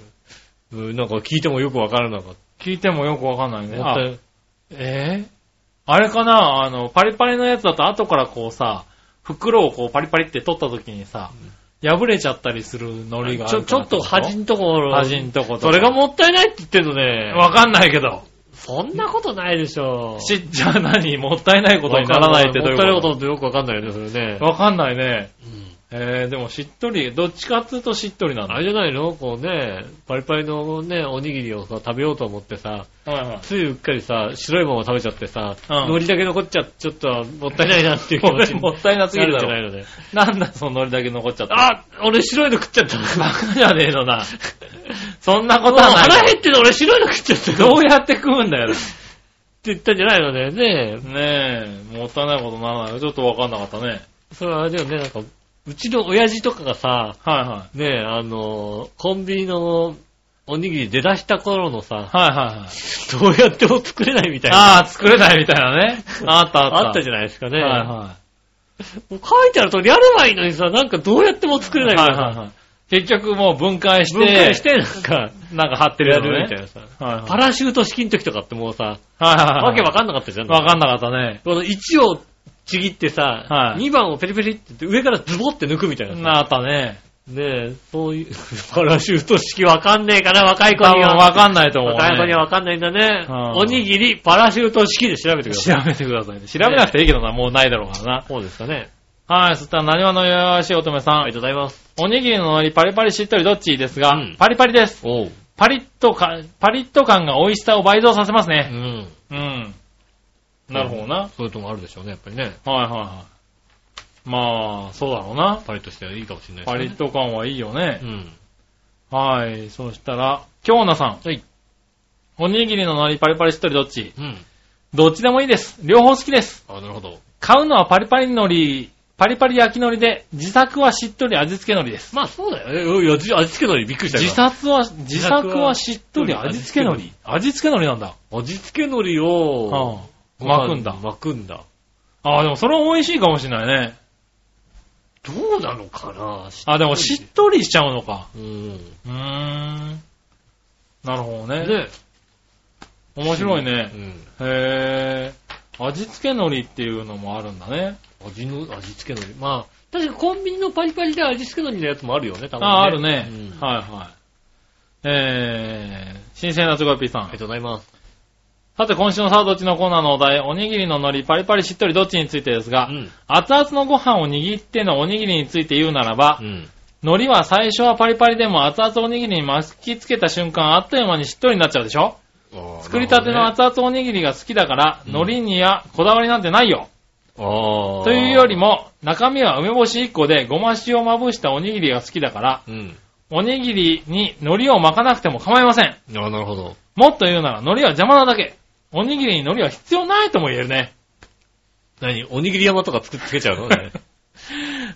Speaker 2: うんなんか聞いてもよくわからなかっ
Speaker 3: 聞いてもよくわかんない
Speaker 2: た。
Speaker 3: ね。
Speaker 2: もっ
Speaker 3: あ
Speaker 2: たい
Speaker 3: えーあれかなあの、パリパリのやつだと後からこうさ、袋をこうパリパリって取った時にさ、破れちゃったりする海苔があ
Speaker 2: ち
Speaker 3: る
Speaker 2: ょ、ちょっと端
Speaker 3: ん
Speaker 2: んとこ、
Speaker 3: 端んとこと
Speaker 2: それがもったいないって言ってんのね。
Speaker 3: わかんないけど。
Speaker 2: そんなことないでしょ。
Speaker 3: しっちゃ何もったいないことにならないってどういう
Speaker 2: もったいな
Speaker 3: こ
Speaker 2: いことってよくわかんないよね、それね
Speaker 3: と。わかんないね。
Speaker 2: うん
Speaker 3: えー、でもしっとり、どっちかっつうとしっとりなんだ。
Speaker 2: あれじゃないのこうね、パリパリのね、おにぎりをさ、食べようと思ってさ、
Speaker 3: はいはい。
Speaker 2: ついうっかりさ、白いまま食べちゃってさ、
Speaker 3: うん
Speaker 2: 海苔だけ残っちゃって、ちょっともったいないなっていう気
Speaker 3: こ
Speaker 2: 持
Speaker 3: れ
Speaker 2: ち
Speaker 3: もったいなすぎる
Speaker 2: ん
Speaker 3: だ
Speaker 2: じゃない
Speaker 3: ろ。
Speaker 2: のね。
Speaker 3: なんだその海苔だけ残っちゃった。
Speaker 2: あ俺白いの食っちゃ った。
Speaker 3: バカじゃねえの な。そんなこ
Speaker 2: もう
Speaker 3: とはない。
Speaker 2: 腹減ってる俺白いの食っちゃった。どう
Speaker 3: ど
Speaker 2: っ
Speaker 3: うやって食うんだよ。
Speaker 2: て言ったんじゃないのね。ね
Speaker 3: ねえ、もったいないことならないよ。ちょっとわかんなかったね。
Speaker 2: え。それはあれだよね、なんか、うちの親父とかがさ、
Speaker 3: はいはい。
Speaker 2: ねえ、あの、コンビニのおにぎり出だした頃のさ、
Speaker 3: はいはいはい。
Speaker 2: どうやっても作れないみたいな。
Speaker 3: ああ、作れないみたいなね。あったあった。
Speaker 2: あったじ
Speaker 3: ゃ
Speaker 2: ゃないですかね。
Speaker 3: はいは
Speaker 2: もう書いてある通りやればいいのにさ、なんかどうやっても作
Speaker 3: い。
Speaker 2: れないみ
Speaker 3: は
Speaker 2: たい
Speaker 3: い
Speaker 2: な。
Speaker 3: はいはい。結局もう分解して、
Speaker 2: 分解して、なんか、
Speaker 3: なんか貼ってる
Speaker 2: や
Speaker 3: やつ
Speaker 2: るみたい
Speaker 3: ね。
Speaker 2: なさ。
Speaker 3: はいはい。
Speaker 2: パラシュート式の時とかってもうさ、
Speaker 3: はいはい。
Speaker 2: わけわ
Speaker 3: わ
Speaker 2: かんなかったじゃん。
Speaker 3: かんなかったね。
Speaker 2: この1をちぎってさ、
Speaker 3: はい
Speaker 2: 2番をペリペリってって上からズボって抜くみたいなさ。
Speaker 3: なあったね。
Speaker 2: ねえ、そう いう、パラシュート式わかんねえかな、若い子
Speaker 3: 多分
Speaker 2: には。
Speaker 3: わかんないと思う、ね。
Speaker 2: 若い子にはわかんないんだね。
Speaker 3: うん
Speaker 2: おにぎり、パラシュート式で調べてください。
Speaker 3: 調べてくださいね。調べなくていいけどな、もうないだろうから
Speaker 2: そうですかね。
Speaker 3: な。はい、そしたら、なにわのよよしい乙女さん。
Speaker 2: ありがとうございます。
Speaker 3: おにぎりの海苔パリパリしっとりどっちですが、
Speaker 2: うん
Speaker 3: パリパリです。
Speaker 2: おう。
Speaker 3: パリッとか、パリッと感が美味しさを倍増させます
Speaker 2: う
Speaker 3: ね。
Speaker 2: ん。
Speaker 3: うん。なるほどな。
Speaker 2: そういうとこあるでしょうね、やっぱりね。
Speaker 3: はいはいはい。まあ、そうだろうな。
Speaker 2: パリッとしていいかもしれないです
Speaker 3: パ
Speaker 2: ね
Speaker 3: リッと感はいいよね
Speaker 2: う。ん。
Speaker 3: はい。そしたら、京奈さん。
Speaker 2: はい。
Speaker 3: おにぎりの海苔パリパリしっとりどっち
Speaker 2: うん。
Speaker 3: どっちでもいいです。両方好きです。
Speaker 2: あ、なるほど。
Speaker 3: 買うのはパリパリ海苔、パリパリ焼き海苔で、自作はしっとり味付け海苔です。
Speaker 2: まあそうだよね。いや、味味付けのりびっくりした
Speaker 3: 自
Speaker 2: 今
Speaker 3: 作は、自作はしっとり味
Speaker 2: 味
Speaker 3: 付
Speaker 2: 付
Speaker 3: け
Speaker 2: け
Speaker 3: 海
Speaker 2: 海
Speaker 3: 苔味付け海苔なんだ。
Speaker 2: 味付けのり
Speaker 3: う
Speaker 2: を、
Speaker 3: ん。巻くんだ。
Speaker 2: 巻くんだ。
Speaker 3: ああ、でもそれは美味しいかもしれないね。
Speaker 2: どうなのかな
Speaker 3: あ、でもしっとりしちゃうのか。
Speaker 2: うん。
Speaker 3: うーん。なるほどね。
Speaker 2: ね。
Speaker 3: 面白いうね。
Speaker 2: ん。
Speaker 3: へー。味付け海苔っていうのもあるんだね。
Speaker 2: 味の、味付けのり。まあ、確かコンビニのパリパリで味付けのりのやつもあるよね、多分、ね。
Speaker 3: ああー、あるね
Speaker 2: う。ん
Speaker 3: はいはい。えー、新鮮なチョコヨッピーさ
Speaker 2: あ
Speaker 3: ん
Speaker 2: りが。とうございます。
Speaker 3: さて今週のサードっちのコーナーのお題、おにぎりの海苔、パリパリしっとりどっちについてですが、
Speaker 2: うん。
Speaker 3: 熱々のご飯を握ってのおにぎりについて言うならば
Speaker 2: う、ん。
Speaker 3: 海苔は最初はパリパリでも熱々おにぎりに巻きつけた瞬間、あっという間にしっとりになっちゃうでしょ作りたての
Speaker 2: あー
Speaker 3: 熱々おにぎりが好きだから、
Speaker 2: うん
Speaker 3: 海苔にはこだわりなんてないよ。
Speaker 2: なるほどね。
Speaker 3: というよりも、中身は梅干し1個でごま塩をまぶしたおにぎりが好きだから、
Speaker 2: あー。うん。
Speaker 3: おにぎりに海苔を巻かなくても構いません。
Speaker 2: ああ、なるほど。
Speaker 3: もっと言うなら海苔は邪魔なだけ。おにぎりに海苔は必要ないとも言えるね。
Speaker 2: 何おにぎり山とか作っつけ ちゃうのね。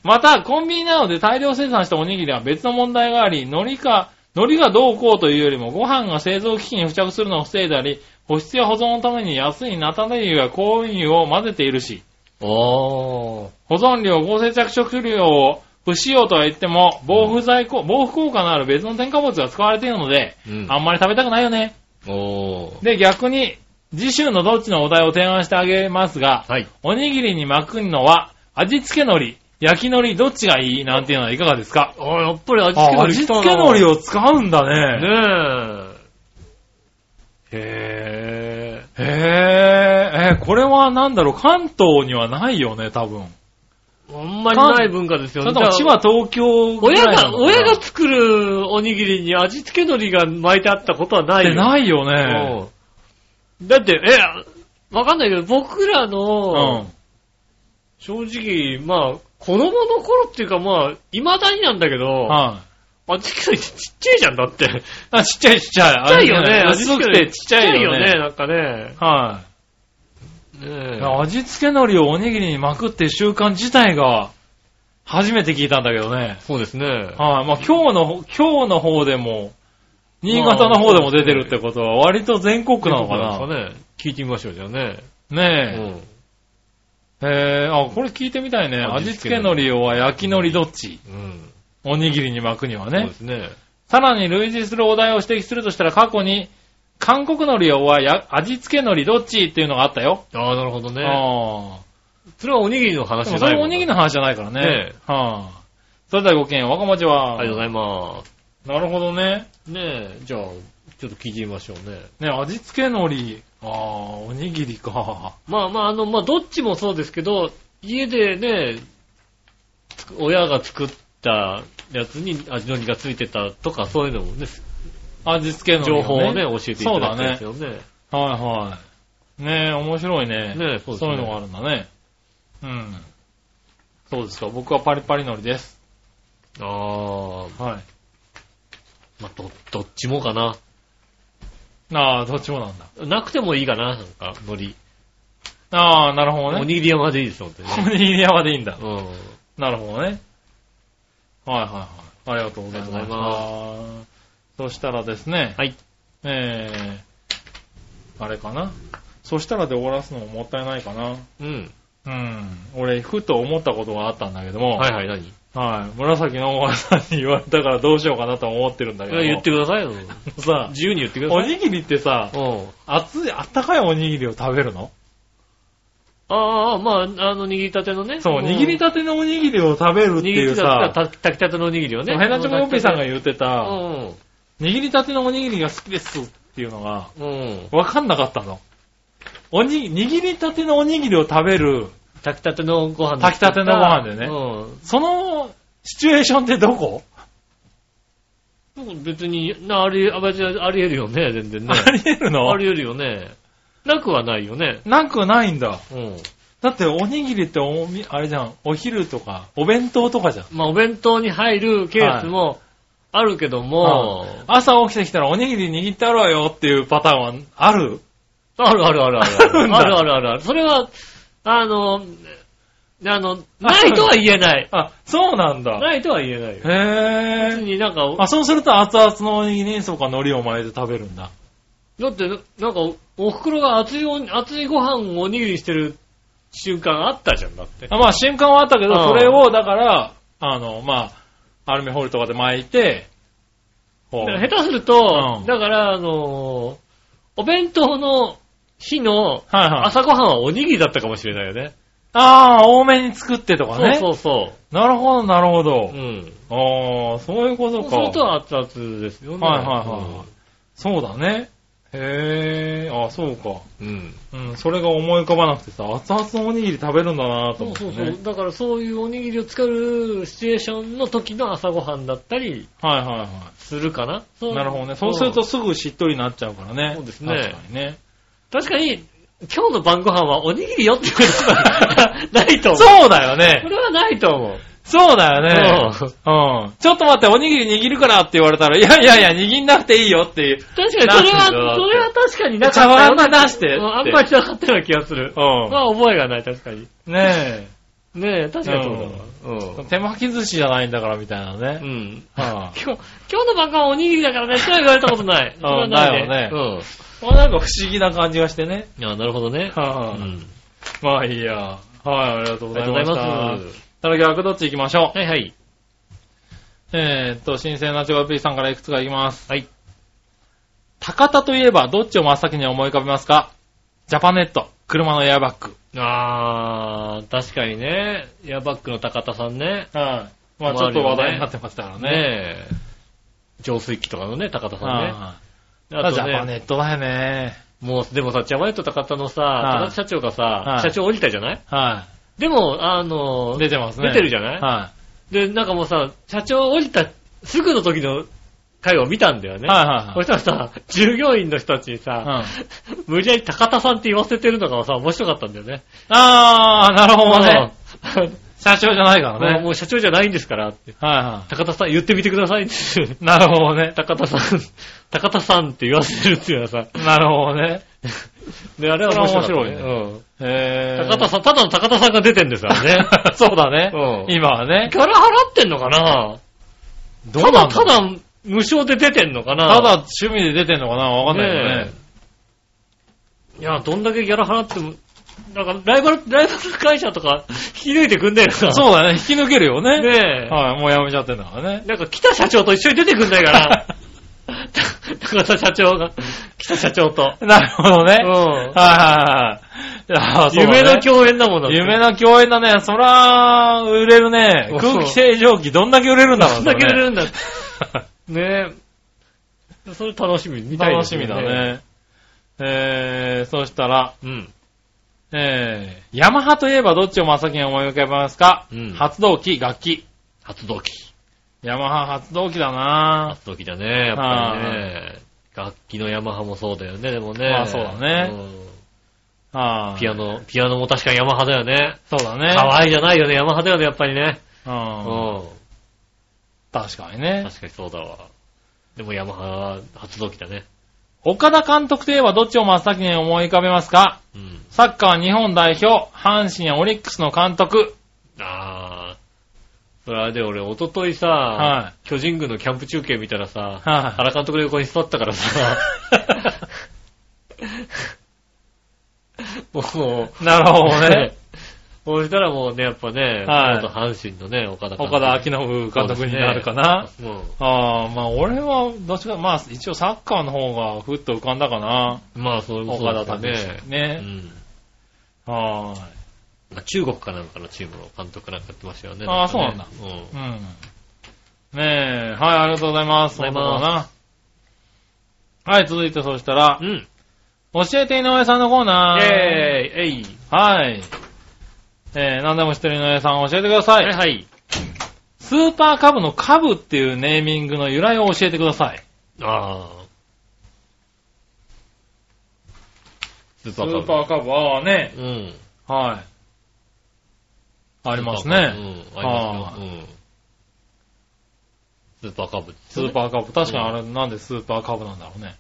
Speaker 3: また、コンビニなどで大量生産したおにぎりは別の問題があり、海苔か、海苔がどうこうというよりも、ご飯が製造機器に付着するのを防いだり、保湿や保存のために安い菜種油や香油を混ぜているし、
Speaker 2: ああ。
Speaker 3: 保存料、合成着色料を不使用とは言っても、防腐剤こ、防腐効果のある別の添加物が使われているので、
Speaker 2: うん。
Speaker 3: あんまり食べたくないよね。
Speaker 2: おー。
Speaker 3: で、逆に、次週のどっちのお題を提案してあげますが、
Speaker 2: はい。
Speaker 3: おにぎりに巻くのは、味付け海苔、焼き海苔、どっちがいいなんていうのはいかがですか
Speaker 2: ああ、やっぱり味付け
Speaker 3: あ
Speaker 2: のり
Speaker 3: 味
Speaker 2: 来
Speaker 3: 付
Speaker 2: たな。
Speaker 3: け海苔を使うんだね。
Speaker 2: ねえ。へ
Speaker 3: へえ、え、これはなんだろう、関東にはないよね、多分。
Speaker 2: え。あんまりない文化です
Speaker 3: そ
Speaker 2: よ
Speaker 3: れ
Speaker 2: ね。
Speaker 3: とも千葉、東京ぐら
Speaker 2: 親
Speaker 3: いなのか
Speaker 2: が、
Speaker 3: な
Speaker 2: 親が作るおにぎりに味付け海苔が巻いてあったことはな
Speaker 3: っ
Speaker 2: いよ。
Speaker 3: てないよね。
Speaker 2: うんだって、え、わかんないけど、僕らの、
Speaker 3: うん。
Speaker 2: 正直、まあ、子供の頃っていうかまあ、未だになんだけど、
Speaker 3: は
Speaker 4: あ、ちっちゃい、ちっちゃいじゃんだって。ちっ
Speaker 3: あ、ちっちゃいちっちゃい。
Speaker 4: ちゃいよね。
Speaker 3: 味付けてちっちゃいよ
Speaker 4: ちっちゃいよね、
Speaker 3: ね。
Speaker 4: なんかね。
Speaker 3: は
Speaker 4: ね
Speaker 3: い。
Speaker 4: え
Speaker 3: 味付け海苔をおにぎりに巻くっていう習慣自体が、初めて聞いたんだけどね。
Speaker 4: そうですね。
Speaker 3: はい。まあ今日の、今日の方でも、新潟の方でも出てるってことは、割と全国なのか
Speaker 4: そう
Speaker 3: な。
Speaker 4: なんですかね。聞いてみましょう、じゃあね。う
Speaker 3: ね
Speaker 4: ん。
Speaker 3: え。えー、あ、これ聞いてみたいね。味
Speaker 4: 味
Speaker 3: 付
Speaker 4: 付
Speaker 3: け
Speaker 4: け
Speaker 3: 海
Speaker 4: 海
Speaker 3: 苔は焼き海苔どっち
Speaker 4: うん。
Speaker 3: おにぎりに巻くには
Speaker 4: そう
Speaker 3: ね
Speaker 4: で。すね。
Speaker 3: さらに類似するお題を指摘するとしたら過去に、韓国海苔はや味付け海苔どっちっていうのがあったよ。
Speaker 4: ああ、なるほどね。
Speaker 3: あ
Speaker 4: それはおにぎりの
Speaker 3: あ。で
Speaker 4: 話じ
Speaker 3: も
Speaker 4: ゃ
Speaker 3: そ
Speaker 4: ない
Speaker 3: れもおにぎり
Speaker 4: の。
Speaker 3: の話じゃないからね。
Speaker 4: ね
Speaker 3: はあ。それではごきげんよう、若町は。
Speaker 4: ありがとうございます。
Speaker 3: なるほどね。
Speaker 4: ねえ、じゃあ、ちょっと聞いてみましょうね。
Speaker 3: ね、味付け海苔。ああ、おにぎりか。
Speaker 4: まあまあ、あの、まあ、どっちもそうですけど、家でね、つく親が作ったやつに味のりがついてたとか、そういうのもね、
Speaker 3: 味付け海苔、
Speaker 4: 情報をね、教えていただきたいです
Speaker 3: そう
Speaker 4: よね。
Speaker 3: だね。はいはい。ねえ、面白いね。
Speaker 4: ねえそうですね
Speaker 3: そういうのがあるんだね。うん。そうですか。僕はパリパリ海苔です。
Speaker 4: ああ、
Speaker 3: は
Speaker 4: まあ、ど、どっちもかな。
Speaker 3: い。ああ、どっちもなんだ。
Speaker 4: なくてもいいかな、なんか、海苔。
Speaker 3: ああ、なるほど
Speaker 4: お
Speaker 3: ね。
Speaker 4: にぎりはまでいいですよ、本当に
Speaker 3: おにぎり屋までいいんだ。
Speaker 4: ね。うん。
Speaker 3: なるほどね。はいはいはい。ありがとうござい
Speaker 4: あ
Speaker 3: ま
Speaker 4: り
Speaker 3: す。
Speaker 4: がとうご
Speaker 3: そしたらですね。
Speaker 4: はい。
Speaker 3: えー、あれかな。そしたらで終わらすのももったいないかな。
Speaker 4: うん。
Speaker 3: うん。俺、ふと思ったことがあったんだけども。
Speaker 4: はい
Speaker 3: い。
Speaker 4: はい、何
Speaker 3: はい。紫のおばさんに言われたからどうしようかなと思ってるんだけども。
Speaker 4: 言ってくださいよ。
Speaker 3: さ、
Speaker 4: 自由に言ってくだ
Speaker 3: お
Speaker 4: さい。
Speaker 3: にぎりってさ、
Speaker 4: うん。
Speaker 3: 熱い、あったかいおにぎりを食べるの
Speaker 4: ああ、まあ、あの、握りたてのね。
Speaker 3: そう、握りたてのおにぎりを食べるって
Speaker 4: 握
Speaker 3: いう
Speaker 4: りたて
Speaker 3: さ、
Speaker 4: た、炊きたてのおにぎりをね。
Speaker 3: ヘナチョコヨッピーさんが言ってた、
Speaker 4: うん。
Speaker 3: 握りたてのおにぎりが好きですっていうのが、
Speaker 4: うん。
Speaker 3: わかんなかったの。おに、握りたてのおにぎりを食べる、
Speaker 4: 炊きたてのご飯
Speaker 3: 炊きたてのご飯でね
Speaker 4: う
Speaker 3: そのシチュエーションってどこ、
Speaker 4: ん。別に、な、あり、あ別にあり得るよね、全然ね。
Speaker 3: あり得るの
Speaker 4: あり得るよね。なくはないよね。
Speaker 3: なくないんだ。
Speaker 4: うん。
Speaker 3: だっておにぎりっておみ、あれじゃん、お昼とか、お弁当とかじゃん。
Speaker 4: まあ、お弁当に入るケースもあるけども、
Speaker 3: うん朝起きてきたらおにぎり握ってあるわよっていうパターンはある
Speaker 4: あるあるあるある。
Speaker 3: あ
Speaker 4: あ
Speaker 3: るん
Speaker 4: る
Speaker 3: だ
Speaker 4: あるあるあるそれは、あの、あの、ないとは言 えない。
Speaker 3: あ、そうなんだ。
Speaker 4: ないとは言えないよ。別
Speaker 3: へぇー。
Speaker 4: になんか、
Speaker 3: あ、そうすると熱々のおにぎりにそうか海苔を巻いて食べるんだ。
Speaker 4: だって、なんかお、お袋が熱いお、熱いご飯をおにぎりにしてる瞬間あったじゃん、だって。
Speaker 3: あまあ、瞬間はあったけど、
Speaker 4: うん
Speaker 3: それを、だから、あの、まあ、アルミホイルとかで巻いて、こ
Speaker 4: だ
Speaker 3: う。
Speaker 4: から下手すると、
Speaker 3: うん
Speaker 4: だから、あのーお弁当の日の
Speaker 3: はいはい。
Speaker 4: 朝ごはんはおにぎりだったかもしれないよね。
Speaker 3: ああ、多めに作ってとかね。
Speaker 4: そうそうそ
Speaker 3: なるほど、なるほ
Speaker 4: う。
Speaker 3: ど
Speaker 4: う。ん。
Speaker 3: ああ、そういうこと
Speaker 4: そ
Speaker 3: か。
Speaker 4: うすると熱々ですよね。
Speaker 3: はいはいはいそうだね。へえ、ああ、そうか。
Speaker 4: うん。うん
Speaker 3: うん、それが思い浮かばなくてさ、熱々のおにぎり食べるんだなと
Speaker 4: そ
Speaker 3: 思っ
Speaker 4: う
Speaker 3: て
Speaker 4: そ
Speaker 3: ね。
Speaker 4: うそう。だからそういうおにぎりを作るシチュエーションの時の朝ごはんだったり
Speaker 3: はいはいは
Speaker 4: するかな。そ
Speaker 3: い。
Speaker 4: う
Speaker 3: なるほどね。そうすると、すぐしっとりになっちゃうからね。
Speaker 4: そうですね
Speaker 3: 確かにね。
Speaker 4: 確かに、今日の晩ご飯はおにぎりよってことはないと思う。
Speaker 3: そうだよ
Speaker 4: そ
Speaker 3: ね。
Speaker 4: れはないと思う。
Speaker 3: そうだよね。
Speaker 4: うん
Speaker 3: うん。ちょっと待って、おにぎり握るからって言われたら、いやいやいや、握んなくていいよっていう。
Speaker 4: 確かに、それは、
Speaker 3: なん
Speaker 4: そ
Speaker 3: でだって
Speaker 4: れは確かになか
Speaker 3: 茶
Speaker 4: った
Speaker 3: 碗
Speaker 4: ような。
Speaker 3: で出してって。
Speaker 4: うんあんまりなかったような気がする。まあ、覚えがない、確かに。
Speaker 3: うん。ね
Speaker 4: ねえ、確かにそうだわ。
Speaker 3: え。手巻き寿司じゃないんだからみたいな
Speaker 4: う
Speaker 3: ね。
Speaker 4: ん。
Speaker 3: は
Speaker 4: 今日、今日の晩ご飯はおにぎりだからね、とは言われたことない。 それは
Speaker 3: ないよね
Speaker 4: うん。
Speaker 3: い。なんか不思議な感じがしてね。
Speaker 4: いや、なるほどね。う
Speaker 3: は
Speaker 4: ん。
Speaker 3: い。まあいいや。はい、ありがとう
Speaker 4: あ
Speaker 3: ござ
Speaker 4: りがと
Speaker 3: いう
Speaker 4: ござ
Speaker 3: ま
Speaker 4: い
Speaker 3: した。
Speaker 4: ます。
Speaker 3: ただ逆どっち行きましょう。
Speaker 4: はいはい。
Speaker 3: えーっと、新鮮なチョコピーさんからいくつかいきます。
Speaker 4: はい。
Speaker 3: 高田といえばどっちを真っ先に思い浮かべますかジャパネット、車のエアバッグ。
Speaker 4: あー、確かにね。エアバッグの高田さんね。
Speaker 3: はい。まあちょっと話題になってましたからね。
Speaker 4: ねえ。浄水器とかのね、高田さんね。
Speaker 3: はい
Speaker 4: あ
Speaker 3: ジ
Speaker 4: と
Speaker 3: ャパ
Speaker 4: ね、
Speaker 3: ネットだよね。
Speaker 4: もう、でもさ、ジャマイト高田の
Speaker 3: い
Speaker 4: さ、高田社長が
Speaker 3: は
Speaker 4: さ
Speaker 3: い、
Speaker 4: 社長降りたじゃない
Speaker 3: は
Speaker 4: でも、あの
Speaker 3: い。、出てますね。
Speaker 4: 出てるじゃない
Speaker 3: は
Speaker 4: で、なんかもうさ、社長降りたすぐの時の回を見たんだよ
Speaker 3: い。
Speaker 4: ね。
Speaker 3: はい
Speaker 4: そしたらさ、従業員の人たち
Speaker 3: はい。
Speaker 4: に
Speaker 3: う
Speaker 4: さ、
Speaker 3: ん。
Speaker 4: 無理やり高田さんって言わせてるのがさ、面白かったんだよね。
Speaker 3: あー、なるほどね。
Speaker 4: うん
Speaker 3: 社長じゃないか
Speaker 4: も
Speaker 3: ら
Speaker 4: う
Speaker 3: ね。
Speaker 4: もう社長じゃないんですからって。
Speaker 3: はいは
Speaker 4: 高田さん言ってみてくださいって。
Speaker 3: い。なるほどね。
Speaker 4: 高田さん、高田さんって言わせるっていうのはさ。
Speaker 3: なるほどね。
Speaker 4: で、あれは面白い、
Speaker 3: そ
Speaker 4: ね。
Speaker 3: れは
Speaker 4: うん
Speaker 3: えー。
Speaker 4: 高田さん、ただの高田さんが出てんですからね。
Speaker 3: そうだね。
Speaker 4: うん
Speaker 3: 今はね。
Speaker 4: ギャラ払ってんのかな
Speaker 3: どうな
Speaker 4: ただ
Speaker 3: ん
Speaker 4: た
Speaker 3: ろう、
Speaker 4: だ無償で出てんのかな
Speaker 3: ただ趣味で出てんのかなわかんないけどね。
Speaker 4: ねえいや、どんだけギャラ払っても、なんかライバル、ライバル会社とか引き抜いてくんねえのかな。
Speaker 3: そうだね。引き抜けるよね。
Speaker 4: ねえ。
Speaker 3: はい、もうやめちゃってんだからね。
Speaker 4: なんか北社長と一緒に出てくんないか な。高田社長が、北社長と。
Speaker 3: なるほどね。
Speaker 4: うん
Speaker 3: はいはいはいはいあ。そうだね
Speaker 4: 夢の共演だもんだって
Speaker 3: 夢の共演だね。そら、売れるね。
Speaker 4: そう
Speaker 3: 空気清浄機どんだけ売れるんだろ
Speaker 4: ど
Speaker 3: うんね
Speaker 4: だけ売れるんだって。 ねえ。それ楽しみ、見たいで
Speaker 3: 楽
Speaker 4: す
Speaker 3: し
Speaker 4: よ
Speaker 3: みだ。ね。えー、そしたら、
Speaker 4: うん。
Speaker 3: えー、ヤマハといえばどっちを真っ先に思い浮かべますか、
Speaker 4: うん
Speaker 3: 発動機、楽器。
Speaker 4: 発動機。
Speaker 3: ヤマハ発動機だな
Speaker 4: 発動機だね、やっぱりね。楽器のヤマハもそうだよね、でもね。
Speaker 3: まあそうだねは
Speaker 4: うん
Speaker 3: い
Speaker 4: ピアノ、ピアノも確かにヤマハだよね。
Speaker 3: そうだね。
Speaker 4: 可愛いじゃないよね、ヤマハだよね、やっぱりね。う
Speaker 3: うん。
Speaker 4: ん。
Speaker 3: 確かにね。
Speaker 4: 確かにそうだわ。でもヤマハ、発動機だね。
Speaker 3: 岡田監督といえばどっちを真っ先に思い浮かべますか
Speaker 4: うん。
Speaker 3: サッカー日本代表、阪神やオリックスの監督。
Speaker 4: あー。それあれで俺、おとといさ、
Speaker 3: は
Speaker 4: 巨人軍のキャンプ中継見たらさ、
Speaker 3: はい
Speaker 4: 原監督の横に座ったからさ、も
Speaker 3: い。なるほど
Speaker 4: う、
Speaker 3: ね
Speaker 4: ね。、そうしたらもうね、やっぱね、
Speaker 3: はい
Speaker 4: 元阪神のね、岡田監督
Speaker 3: 岡田明信監督になるかな。
Speaker 4: うん。
Speaker 3: ああ、まあ俺は、どっちか、まあ一応サッカーの方がふっと浮かんだかな。
Speaker 4: まあ、それもそう
Speaker 3: 岡田
Speaker 4: だ
Speaker 3: 武
Speaker 4: ね
Speaker 3: 史。
Speaker 4: う
Speaker 3: ね。
Speaker 4: ん。
Speaker 3: はーい。
Speaker 4: まあ中国かなんかのチームの監督なんかやってましたよね。
Speaker 3: あー
Speaker 4: かね
Speaker 3: そううん。ねえ、はい、ありがとうございます。
Speaker 4: ありがとうござい
Speaker 3: ます。はい、続いてそしたら
Speaker 4: う、ん。うん。
Speaker 3: 教えて井上さんのコーナー。
Speaker 4: えー、えい。
Speaker 3: はい。えー、何でも知ってる井上さん教えてくださ
Speaker 4: は
Speaker 3: い。
Speaker 4: いはい。
Speaker 3: スーパーカブのカブっていうネーミングの由来を教えてください。
Speaker 4: ああ。スー
Speaker 3: スーパーカブはね、
Speaker 4: うん。
Speaker 3: はい。あります
Speaker 4: スーパーカ
Speaker 3: ね。
Speaker 4: ブうん。ありますよ。うん。スーパーカブ
Speaker 3: スーパーカブ。確かにあれ、なんでスーパーカブなんだろうね。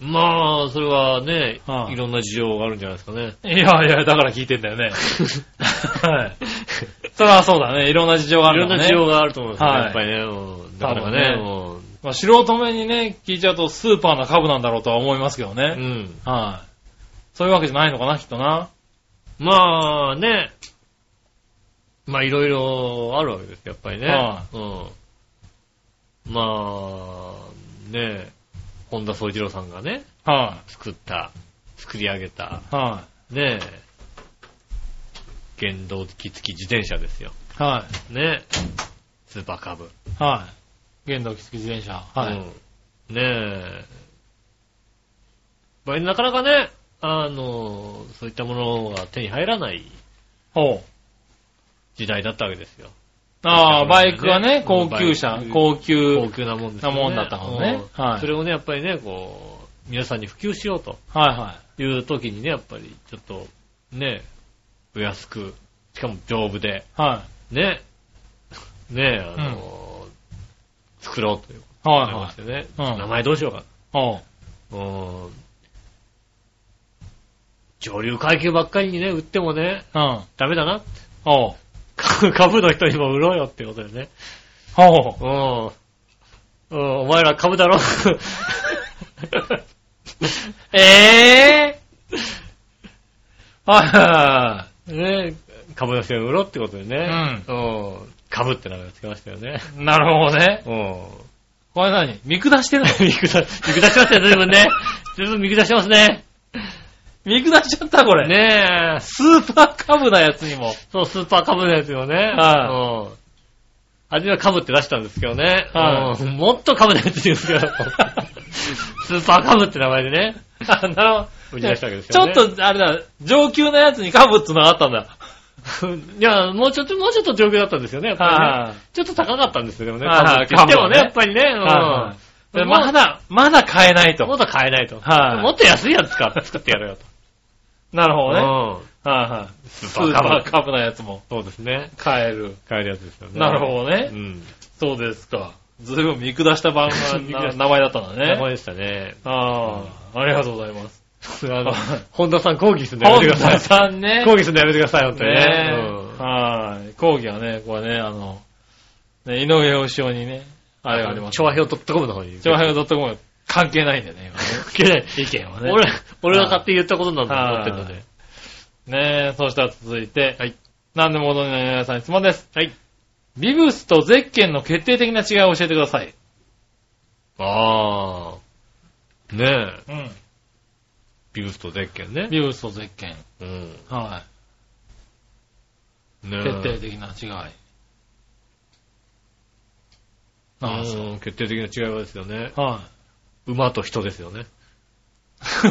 Speaker 4: まあ、それはね、
Speaker 3: はい
Speaker 4: いろんな事情があるんじゃないですかね。
Speaker 3: いやいや、だから聞いてんだよね。はい。それはそうだね。いろんな事情があ
Speaker 4: いろ
Speaker 3: る
Speaker 4: ん
Speaker 3: だ
Speaker 4: な
Speaker 3: ね。
Speaker 4: 事情があると思うんですよね、
Speaker 3: はい
Speaker 4: やっぱりね。うんなかなか
Speaker 3: 多分
Speaker 4: ね
Speaker 3: ね
Speaker 4: もう
Speaker 3: まあ、素人目にね、聞いちゃうとスーパーな株なんだろうとは思いますけどね。はい、
Speaker 4: うん。
Speaker 3: そういうわけじゃないのかな、きっとな。
Speaker 4: まあね、まあいろいろあるわけです、やっぱりね。
Speaker 3: は
Speaker 4: うん、まあ、ね、本田宗一郎さんがね、
Speaker 3: は
Speaker 4: 作った、作り上げた、
Speaker 3: い、はい、
Speaker 4: ね、原動機付き自転車ですよ。
Speaker 3: はい、
Speaker 4: ね、スーパーカブ。
Speaker 3: はい。原動機付き自転車。はい。
Speaker 4: うん、ねえ。まあなかなかね、あの、そういったものが手に入らない
Speaker 3: ほう。
Speaker 4: 時代だったわけですよ。
Speaker 3: ああ、
Speaker 4: バ
Speaker 3: バ
Speaker 4: イ
Speaker 3: イ
Speaker 4: ク
Speaker 3: ク
Speaker 4: は
Speaker 3: は
Speaker 4: ね
Speaker 3: ね、高級
Speaker 4: バ
Speaker 3: 車
Speaker 4: イ、ク
Speaker 3: 高級。
Speaker 4: 高級なもんですよね。
Speaker 3: なもんだったもんね
Speaker 4: うん
Speaker 3: はい
Speaker 4: それをね、やっぱりね、こう、皆さんに普及しようと
Speaker 3: はいは
Speaker 4: いう時にね、やっぱりちょっと、ね、お安く、しかも丈夫で、
Speaker 3: い。は
Speaker 4: ね、 ね、あの、作ろうという
Speaker 3: い。は
Speaker 4: ことになり
Speaker 3: い
Speaker 4: ま
Speaker 3: は
Speaker 4: してね、
Speaker 3: うん
Speaker 4: 名前どうしようか。
Speaker 3: い。おう。
Speaker 4: うん上流階級ばっかりにね、売ってもね、
Speaker 3: うん。
Speaker 4: ダメだな。
Speaker 3: おう。
Speaker 4: 株の人にも売ろうよってことでね。
Speaker 3: おう。
Speaker 4: うん。うん、お前ら株だろ え え
Speaker 3: はいは
Speaker 4: ねえ、株の人に売ろうってことで
Speaker 3: い
Speaker 4: ね。
Speaker 3: は
Speaker 4: うん。株って名前をつけましたよね。
Speaker 3: い。うん。なるほどね。
Speaker 4: うん。
Speaker 3: これ何見下してるの
Speaker 4: 見下し、見下しますね、随分ね。随分見下してますね。
Speaker 3: 見下しちゃった、これ。
Speaker 4: ねえ。
Speaker 3: スーパーカブなやつにも。
Speaker 4: そう、スーパー株のやつよね。
Speaker 3: は
Speaker 4: うん。初めは株って出したんですけどね。
Speaker 3: はい
Speaker 4: うん。もっと株のやつ言うんです けど。スーパー株って名前でね。
Speaker 3: あ、 なるほど。
Speaker 4: 売り出したわけです
Speaker 3: ち
Speaker 4: よ
Speaker 3: ょ
Speaker 4: ね。
Speaker 3: っと、あれだ、上級なやつにカブっつうのがあったんだ。
Speaker 4: いや、もうちょっと、もうちょっと状況だったんですよね、やっぱり
Speaker 3: は
Speaker 4: ね。ちょっと高かったんですよ、でもね。
Speaker 3: はいはい
Speaker 4: 株って言って
Speaker 3: 株
Speaker 4: もね、
Speaker 3: はね
Speaker 4: やっぱりね、
Speaker 3: いは
Speaker 4: う
Speaker 3: で
Speaker 4: ん。
Speaker 3: まだ、まだ買えない
Speaker 4: も
Speaker 3: と。
Speaker 4: っと買えないと。
Speaker 3: はい
Speaker 4: もっと安いやつか、作ってやるよと。
Speaker 3: なるほどね。
Speaker 4: う
Speaker 3: はいはい。
Speaker 4: ス
Speaker 3: スーパーカブなやつも
Speaker 4: そうですね。
Speaker 3: 買える。
Speaker 4: 買えるやつですよね。
Speaker 3: なるほどね
Speaker 4: う。ん。
Speaker 3: そうですか。ずいぶん見下した番が
Speaker 4: 見下
Speaker 3: な
Speaker 4: した
Speaker 3: 名前だったんだ
Speaker 4: 名
Speaker 3: ね。
Speaker 4: 前でしたね。
Speaker 3: ああ、ありがとうございます。
Speaker 4: あの、本田さん抗議するのや
Speaker 3: 本
Speaker 4: めてくだ
Speaker 3: 田
Speaker 4: さ
Speaker 3: さんね
Speaker 4: い。。抗議するのやめてください、本当にね
Speaker 3: ね。はい。講義はね、これね、あの、ね井上義雄にね、あれがあります。
Speaker 4: 調和表 .com の方に。
Speaker 3: 調和表 .com 関係ないんだよね、
Speaker 4: 関係ない。
Speaker 3: 今ね。意見はね。
Speaker 4: 俺、俺が勝手に言ったことなんだ
Speaker 3: は
Speaker 4: と
Speaker 3: い
Speaker 4: 思ってるので。
Speaker 3: ねえ、そしたら続いて、
Speaker 4: はい。
Speaker 3: なんでもどにの皆さん質問です。
Speaker 4: はい。
Speaker 3: ビブスとゼッケンの決定的な違いを教えてください。
Speaker 4: ああ。ねえ。
Speaker 3: うん。
Speaker 4: ビブスとゼッケンね。
Speaker 3: ビブスとゼッケン。
Speaker 4: うん。
Speaker 3: は
Speaker 4: ね
Speaker 3: い。
Speaker 4: え
Speaker 3: 決定的な違い。ああ、そう。
Speaker 4: うん決定的な違いはですよね。
Speaker 3: は
Speaker 4: 馬と人ですよね。
Speaker 3: い。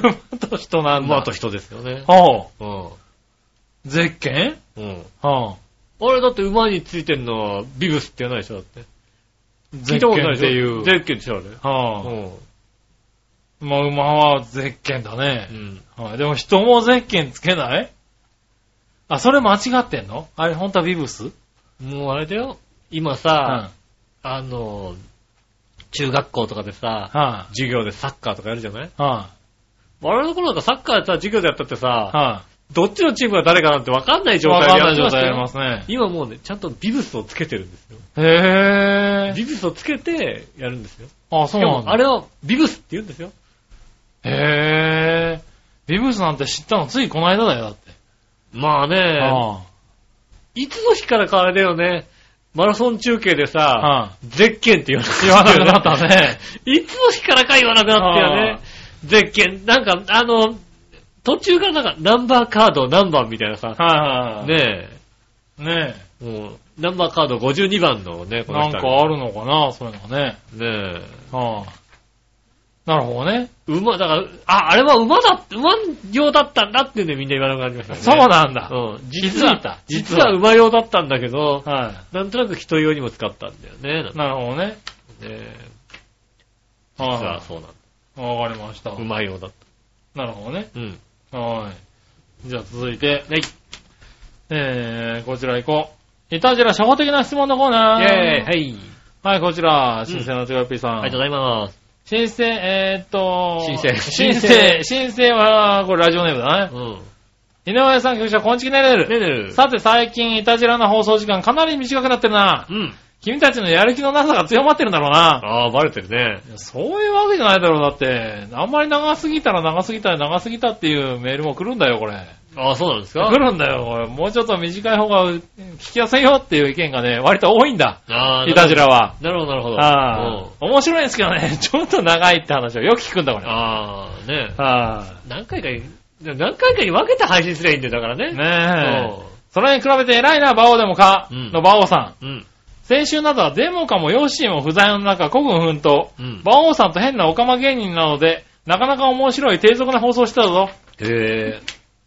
Speaker 3: 馬と 人なんだ。
Speaker 4: 馬と人ですよね。
Speaker 3: ほ
Speaker 4: うん。
Speaker 3: う。ゼッケン
Speaker 4: うん。
Speaker 3: はあ。
Speaker 4: あれだって馬についてるのはビブスって言わないでしょだって。
Speaker 3: ゼ
Speaker 4: 聞
Speaker 3: ッ
Speaker 4: いたこと
Speaker 3: ケ
Speaker 4: な
Speaker 3: ン
Speaker 4: い
Speaker 3: って
Speaker 4: でし
Speaker 3: い
Speaker 4: ょ
Speaker 3: う。
Speaker 4: ゼッケンでしょあれ。
Speaker 3: はあ。まあ、馬はゼッケンだね
Speaker 4: う。ん。
Speaker 3: はい。でも人もゼッケンつけないあ、それ間違ってんのあれ、本当はビブスうん。
Speaker 4: うん。もうあれだよ。今
Speaker 3: は
Speaker 4: さ、あの、中学校とかでさ
Speaker 3: い、、はい、
Speaker 4: 授業でサッカーとかやるじゃない
Speaker 3: は
Speaker 4: 我々の頃なんかサッカーやったら授業でやったって
Speaker 3: い、
Speaker 4: さ、
Speaker 3: は
Speaker 4: どっちのチームが誰かなんて分かんない
Speaker 3: い、
Speaker 4: 状
Speaker 3: わ
Speaker 4: 態
Speaker 3: か
Speaker 4: で
Speaker 3: ん
Speaker 4: や
Speaker 3: な
Speaker 4: っ
Speaker 3: い
Speaker 4: て
Speaker 3: 状
Speaker 4: まし
Speaker 3: 態
Speaker 4: た
Speaker 3: やりま
Speaker 4: よ。
Speaker 3: すね。
Speaker 4: 今もうね、ちゃんとビブスをつけてるんですよ。
Speaker 3: へ
Speaker 4: ビ
Speaker 3: ぇ
Speaker 4: ブスをつけてやるんですよ。
Speaker 3: ー。あ、そう
Speaker 4: しか
Speaker 3: なん
Speaker 4: も
Speaker 3: だ。
Speaker 4: あれはビブスって言うんですよ。
Speaker 3: へぇー。ビブスなんて知ったのついこの間だよ、だって。
Speaker 4: まあね、
Speaker 3: あ
Speaker 4: いつの日からかあれだよね、マラソン中継で
Speaker 3: あ。
Speaker 4: さ、
Speaker 3: は
Speaker 4: ゼッケンって言わなく
Speaker 3: い。言わなくなったね。
Speaker 4: いつの日からか言わなくなったよね。ゼッケン、なんか、あの、途中からなんか、ナンバーカード何番みたいな
Speaker 3: は
Speaker 4: さ、
Speaker 3: いはいはい。
Speaker 4: ね
Speaker 3: ね
Speaker 4: え、もう、ナンバーカード52番のね、
Speaker 3: え。
Speaker 4: この
Speaker 3: な
Speaker 4: 人
Speaker 3: んかあるのかな、そういうのがね。
Speaker 4: ねえ。
Speaker 3: はあ。なるほどね。
Speaker 4: 馬、だから、あ、あれは馬だ、馬用だったんだってね、みんな言わなくなりましたね。
Speaker 3: そうなんだ。
Speaker 4: うん。
Speaker 3: 気
Speaker 4: 実
Speaker 3: づい
Speaker 4: は
Speaker 3: た、
Speaker 4: 実は馬用だったんだけど、
Speaker 3: は
Speaker 4: なんとなく人用にも使ったんだよね。なん
Speaker 3: い。
Speaker 4: てね
Speaker 3: なるほどね。
Speaker 4: 実は
Speaker 3: は
Speaker 4: そうなんだ。
Speaker 3: い。わかりました。
Speaker 4: 馬用だっ
Speaker 3: なるほどね。
Speaker 4: た。うん。
Speaker 3: はい。じゃあ続いて、はい。えー、こちら行こう。いたじら初歩的な質問のコーナ
Speaker 4: イェー
Speaker 3: ー。
Speaker 4: イはい。
Speaker 3: はい、こちら、新生の TYP さん。
Speaker 4: ありがとうございます。
Speaker 3: 申請、えーっと、
Speaker 4: 申請
Speaker 3: 申請、申請は、これラジオネームだね。
Speaker 4: うん。
Speaker 3: 井上さん、局長、こんちきねるねる。
Speaker 4: ねるねる。
Speaker 3: さて、最近、いたじらの放送時間かなり短くなってるな
Speaker 4: う。ん。
Speaker 3: 君たちのやる気のなさが強まってるんだろうな。
Speaker 4: ああ、バレてるね。
Speaker 3: いやそういうわけじゃないだろう、だって。あんまり長すぎたら長すぎたら長すぎたっていうメールも来るんだよ、これ。
Speaker 4: ああ、そうなんですか
Speaker 3: 来るんだよ、これ。もうちょっと短い方が聞きやすいよっていう意見がね、割と多いんだ。
Speaker 4: ああ、
Speaker 3: いたじらは。
Speaker 4: なるほど、なるほど。
Speaker 3: あ
Speaker 4: うん
Speaker 3: あ。面白いんですけどね、 ちょっと長いって話をよく聞くんだ、これ。あ
Speaker 4: ああ、ね
Speaker 3: あ。
Speaker 4: 何回かに、何回かに分けて配信すりゃいいんだよ、だからね。
Speaker 3: ねえ。それに比べて偉いな、バオでもか、
Speaker 4: うん
Speaker 3: のバオさん。
Speaker 4: うん。うん。
Speaker 3: 先週などはデモかもヨッシーも不在の中、古軍奮闘。
Speaker 4: うん。
Speaker 3: バオさんと変なオカマ芸人なので、なかなか面白い低俗な放送してたぞ。
Speaker 4: へえ。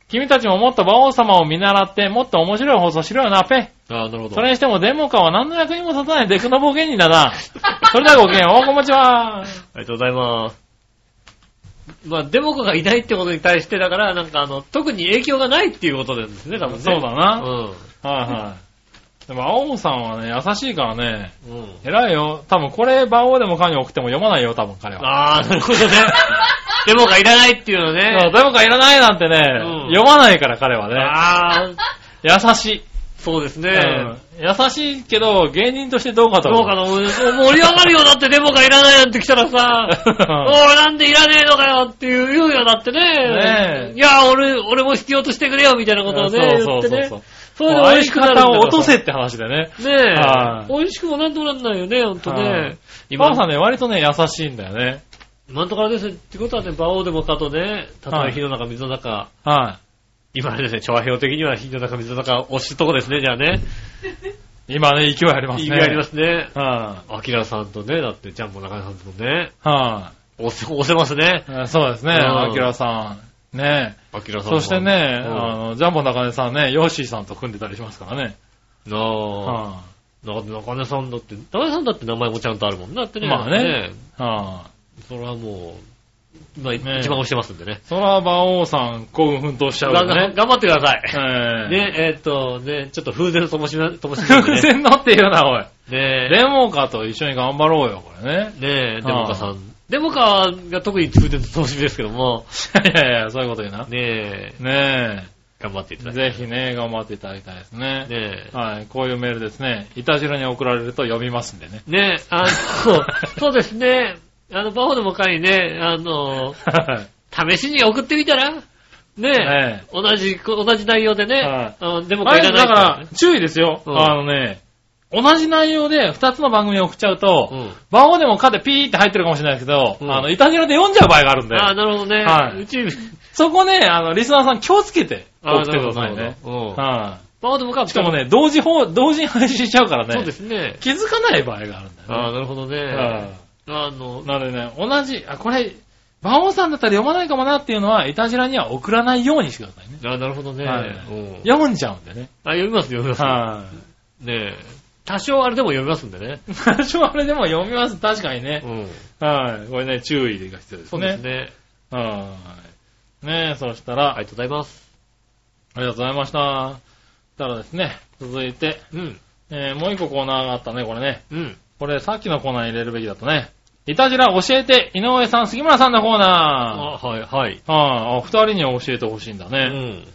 Speaker 3: 君たちももっと馬王様を見習って、もっと面白い放送しろよな、ペ。
Speaker 4: ああ、なるほど。
Speaker 3: それにしてもデモカは何の役にも立たないデクノボ芸人だ な。それではごきげん、おこもちは。
Speaker 4: ありがとうございます。まあ、デモカがいないってことに対して、だから、なんかあの、特に影響がないっていうことなんですね、多分ね。
Speaker 3: そうだな
Speaker 4: うん。
Speaker 3: はいはい。でも、青王さんはね、優しいからね、
Speaker 4: うん。
Speaker 3: 偉いよ。多分これ、馬王でもかに送っても読まないよ、多分彼は。
Speaker 4: ああ、なるほどね。デモカいらないっていうの
Speaker 3: そ
Speaker 4: ね
Speaker 3: う。デモカいらないなんてね、
Speaker 4: うん
Speaker 3: 読まないから彼はね。
Speaker 4: ああ、
Speaker 3: 優しい、
Speaker 4: そうです
Speaker 3: う
Speaker 4: ね
Speaker 3: ん。優しいけど、芸人としてどうかと思
Speaker 4: ど
Speaker 3: う。
Speaker 4: うかな、もう盛り上がるよ、だってデモがいらないなんて来た らさ、おい、なんでいらねえのかよっていう言うよ、だってね
Speaker 3: ね。え
Speaker 4: いや、俺、俺も必要としてくれよ、みたいなことをね、
Speaker 3: そ
Speaker 4: 言
Speaker 3: う
Speaker 4: って
Speaker 3: そうそう
Speaker 4: ね
Speaker 3: そう。。
Speaker 4: それで美
Speaker 3: 相
Speaker 4: 味しくなるんだ
Speaker 3: 方
Speaker 4: から
Speaker 3: を落とせって話でね。
Speaker 4: ね
Speaker 3: は
Speaker 4: え。
Speaker 3: い
Speaker 4: 美味しくもなんともなんないよね、ほんと
Speaker 3: は
Speaker 4: ね
Speaker 3: い。今のさんね、割とね、優しいんだよね。
Speaker 4: 今んところですってことはね、馬王でもかとね、たとえ火の中、水の中。
Speaker 3: は
Speaker 4: 今あれですね、調和表的には火の中、水の中、押すとこですね、じゃあね。
Speaker 3: い。今ね、勢いあります
Speaker 4: い
Speaker 3: ね。
Speaker 4: いありますね。
Speaker 3: は
Speaker 4: アキラさんとね、だって、ジャンボ中根さんともね、
Speaker 3: い。は
Speaker 4: 押せ、押せますね。
Speaker 3: い。そうですね、
Speaker 4: うん
Speaker 3: アキラさん。ね
Speaker 4: アキラさんも
Speaker 3: そしてね、あ
Speaker 4: うん
Speaker 3: の、ジャンボ中根さんね、ヨッシーさんと組んでたりしますからね。
Speaker 4: なあ、
Speaker 3: は
Speaker 4: だって中根さんだって、中根さんだって名前もちゃんとあるもんなだってね。
Speaker 3: まあね
Speaker 4: え。
Speaker 3: い。は
Speaker 4: それはもまあ、一
Speaker 3: ねえ
Speaker 4: 番押してますんでね。
Speaker 3: そら、馬王さん、興奮奮闘しちゃう
Speaker 4: が
Speaker 3: よ
Speaker 4: ん
Speaker 3: ね。
Speaker 4: 頑張ってください。
Speaker 3: ええ
Speaker 4: ね、えーっと、ね、ちょっと風船ともしな、ともしな
Speaker 3: 偶
Speaker 4: くね。
Speaker 3: 然のって言うな、おい。
Speaker 4: ね
Speaker 3: レモカと一緒に頑張ろうよ、これね。
Speaker 4: え、ねえ、デモカさん。デモカが特に風船と楽しみですけども、
Speaker 3: いやいやいや、そういうこと言うな。
Speaker 4: ねえ、
Speaker 3: ね
Speaker 4: 頑張っていた
Speaker 3: え。
Speaker 4: だきた
Speaker 3: ぜ
Speaker 4: い。
Speaker 3: ひね、頑張っていただきたいですね。
Speaker 4: ね
Speaker 3: はい、こういうメールですね。いたじらに送られると読みますんで ね。
Speaker 4: え、ねえ、あ の、そうですね。あの、バオでもかいね、あ
Speaker 3: は
Speaker 4: の、試しに送ってみたら
Speaker 3: い。
Speaker 4: ねえ、
Speaker 3: ね
Speaker 4: 同じ、同じ内容で
Speaker 3: は
Speaker 4: ね、
Speaker 3: い
Speaker 4: あのデ
Speaker 3: え。
Speaker 4: モカ
Speaker 3: ま
Speaker 4: いら
Speaker 3: ず
Speaker 4: ない
Speaker 3: だ
Speaker 4: か
Speaker 3: からら
Speaker 4: ね、
Speaker 3: 注意ですよ。
Speaker 4: うん
Speaker 3: あのね、同じ内容で2つの番組に送っちゃうと、
Speaker 4: うん
Speaker 3: 番号でもかでピーって入ってるかもしれないですけど、
Speaker 4: うん
Speaker 3: あの、いたじらで読んじゃう場合があるんで、
Speaker 4: ああ、なるほどね。
Speaker 3: はいう
Speaker 4: ち、
Speaker 3: そこね、あの、リスナーさん気をつけて送
Speaker 4: あ
Speaker 3: っ
Speaker 4: あ、
Speaker 3: て
Speaker 4: なる
Speaker 3: くだ
Speaker 4: ほど
Speaker 3: さ
Speaker 4: ないる
Speaker 3: ね。
Speaker 4: ほど。うん。
Speaker 3: は
Speaker 4: バオでもか
Speaker 3: い。しかもね、同時放、同時に配信しちゃうからね。
Speaker 4: そうですね。
Speaker 3: 気づかない場合があるんだよね。
Speaker 4: ああ、なるほどね。あの
Speaker 3: うん、なのでね、同じ、あ、これ、馬王さんだったら読まないかもなっていうのは、いたじらには送らないようにしてくださいね。
Speaker 4: あなるほどね。
Speaker 3: はい
Speaker 4: うん
Speaker 3: 読んじゃうんでね。
Speaker 4: あ、読みます、読みます。
Speaker 3: は
Speaker 4: ねえ。多少あれでも読みますんでね。
Speaker 3: い。 多少あれでも読みます。確かに
Speaker 4: う
Speaker 3: ね。
Speaker 4: ん。
Speaker 3: はい。これね、注意が必要です
Speaker 4: そうです
Speaker 3: ね。
Speaker 4: ね。
Speaker 3: はい。ねえ、そした
Speaker 4: あ
Speaker 3: ら、
Speaker 4: りがとうございます。
Speaker 3: ありがとうございました。そしたらですね、続いて、
Speaker 4: うん。
Speaker 3: えーもう一個コーナーがあったね、これね。
Speaker 4: うん。
Speaker 3: これ、さっきのコーナーに入れるべきだったね。いたじら教えて、井上さん、杉村さんのコーナー。
Speaker 4: あ、はい、はい。
Speaker 3: ああ、お二人には教えてほしいんだ
Speaker 4: う
Speaker 3: ね。
Speaker 4: ん。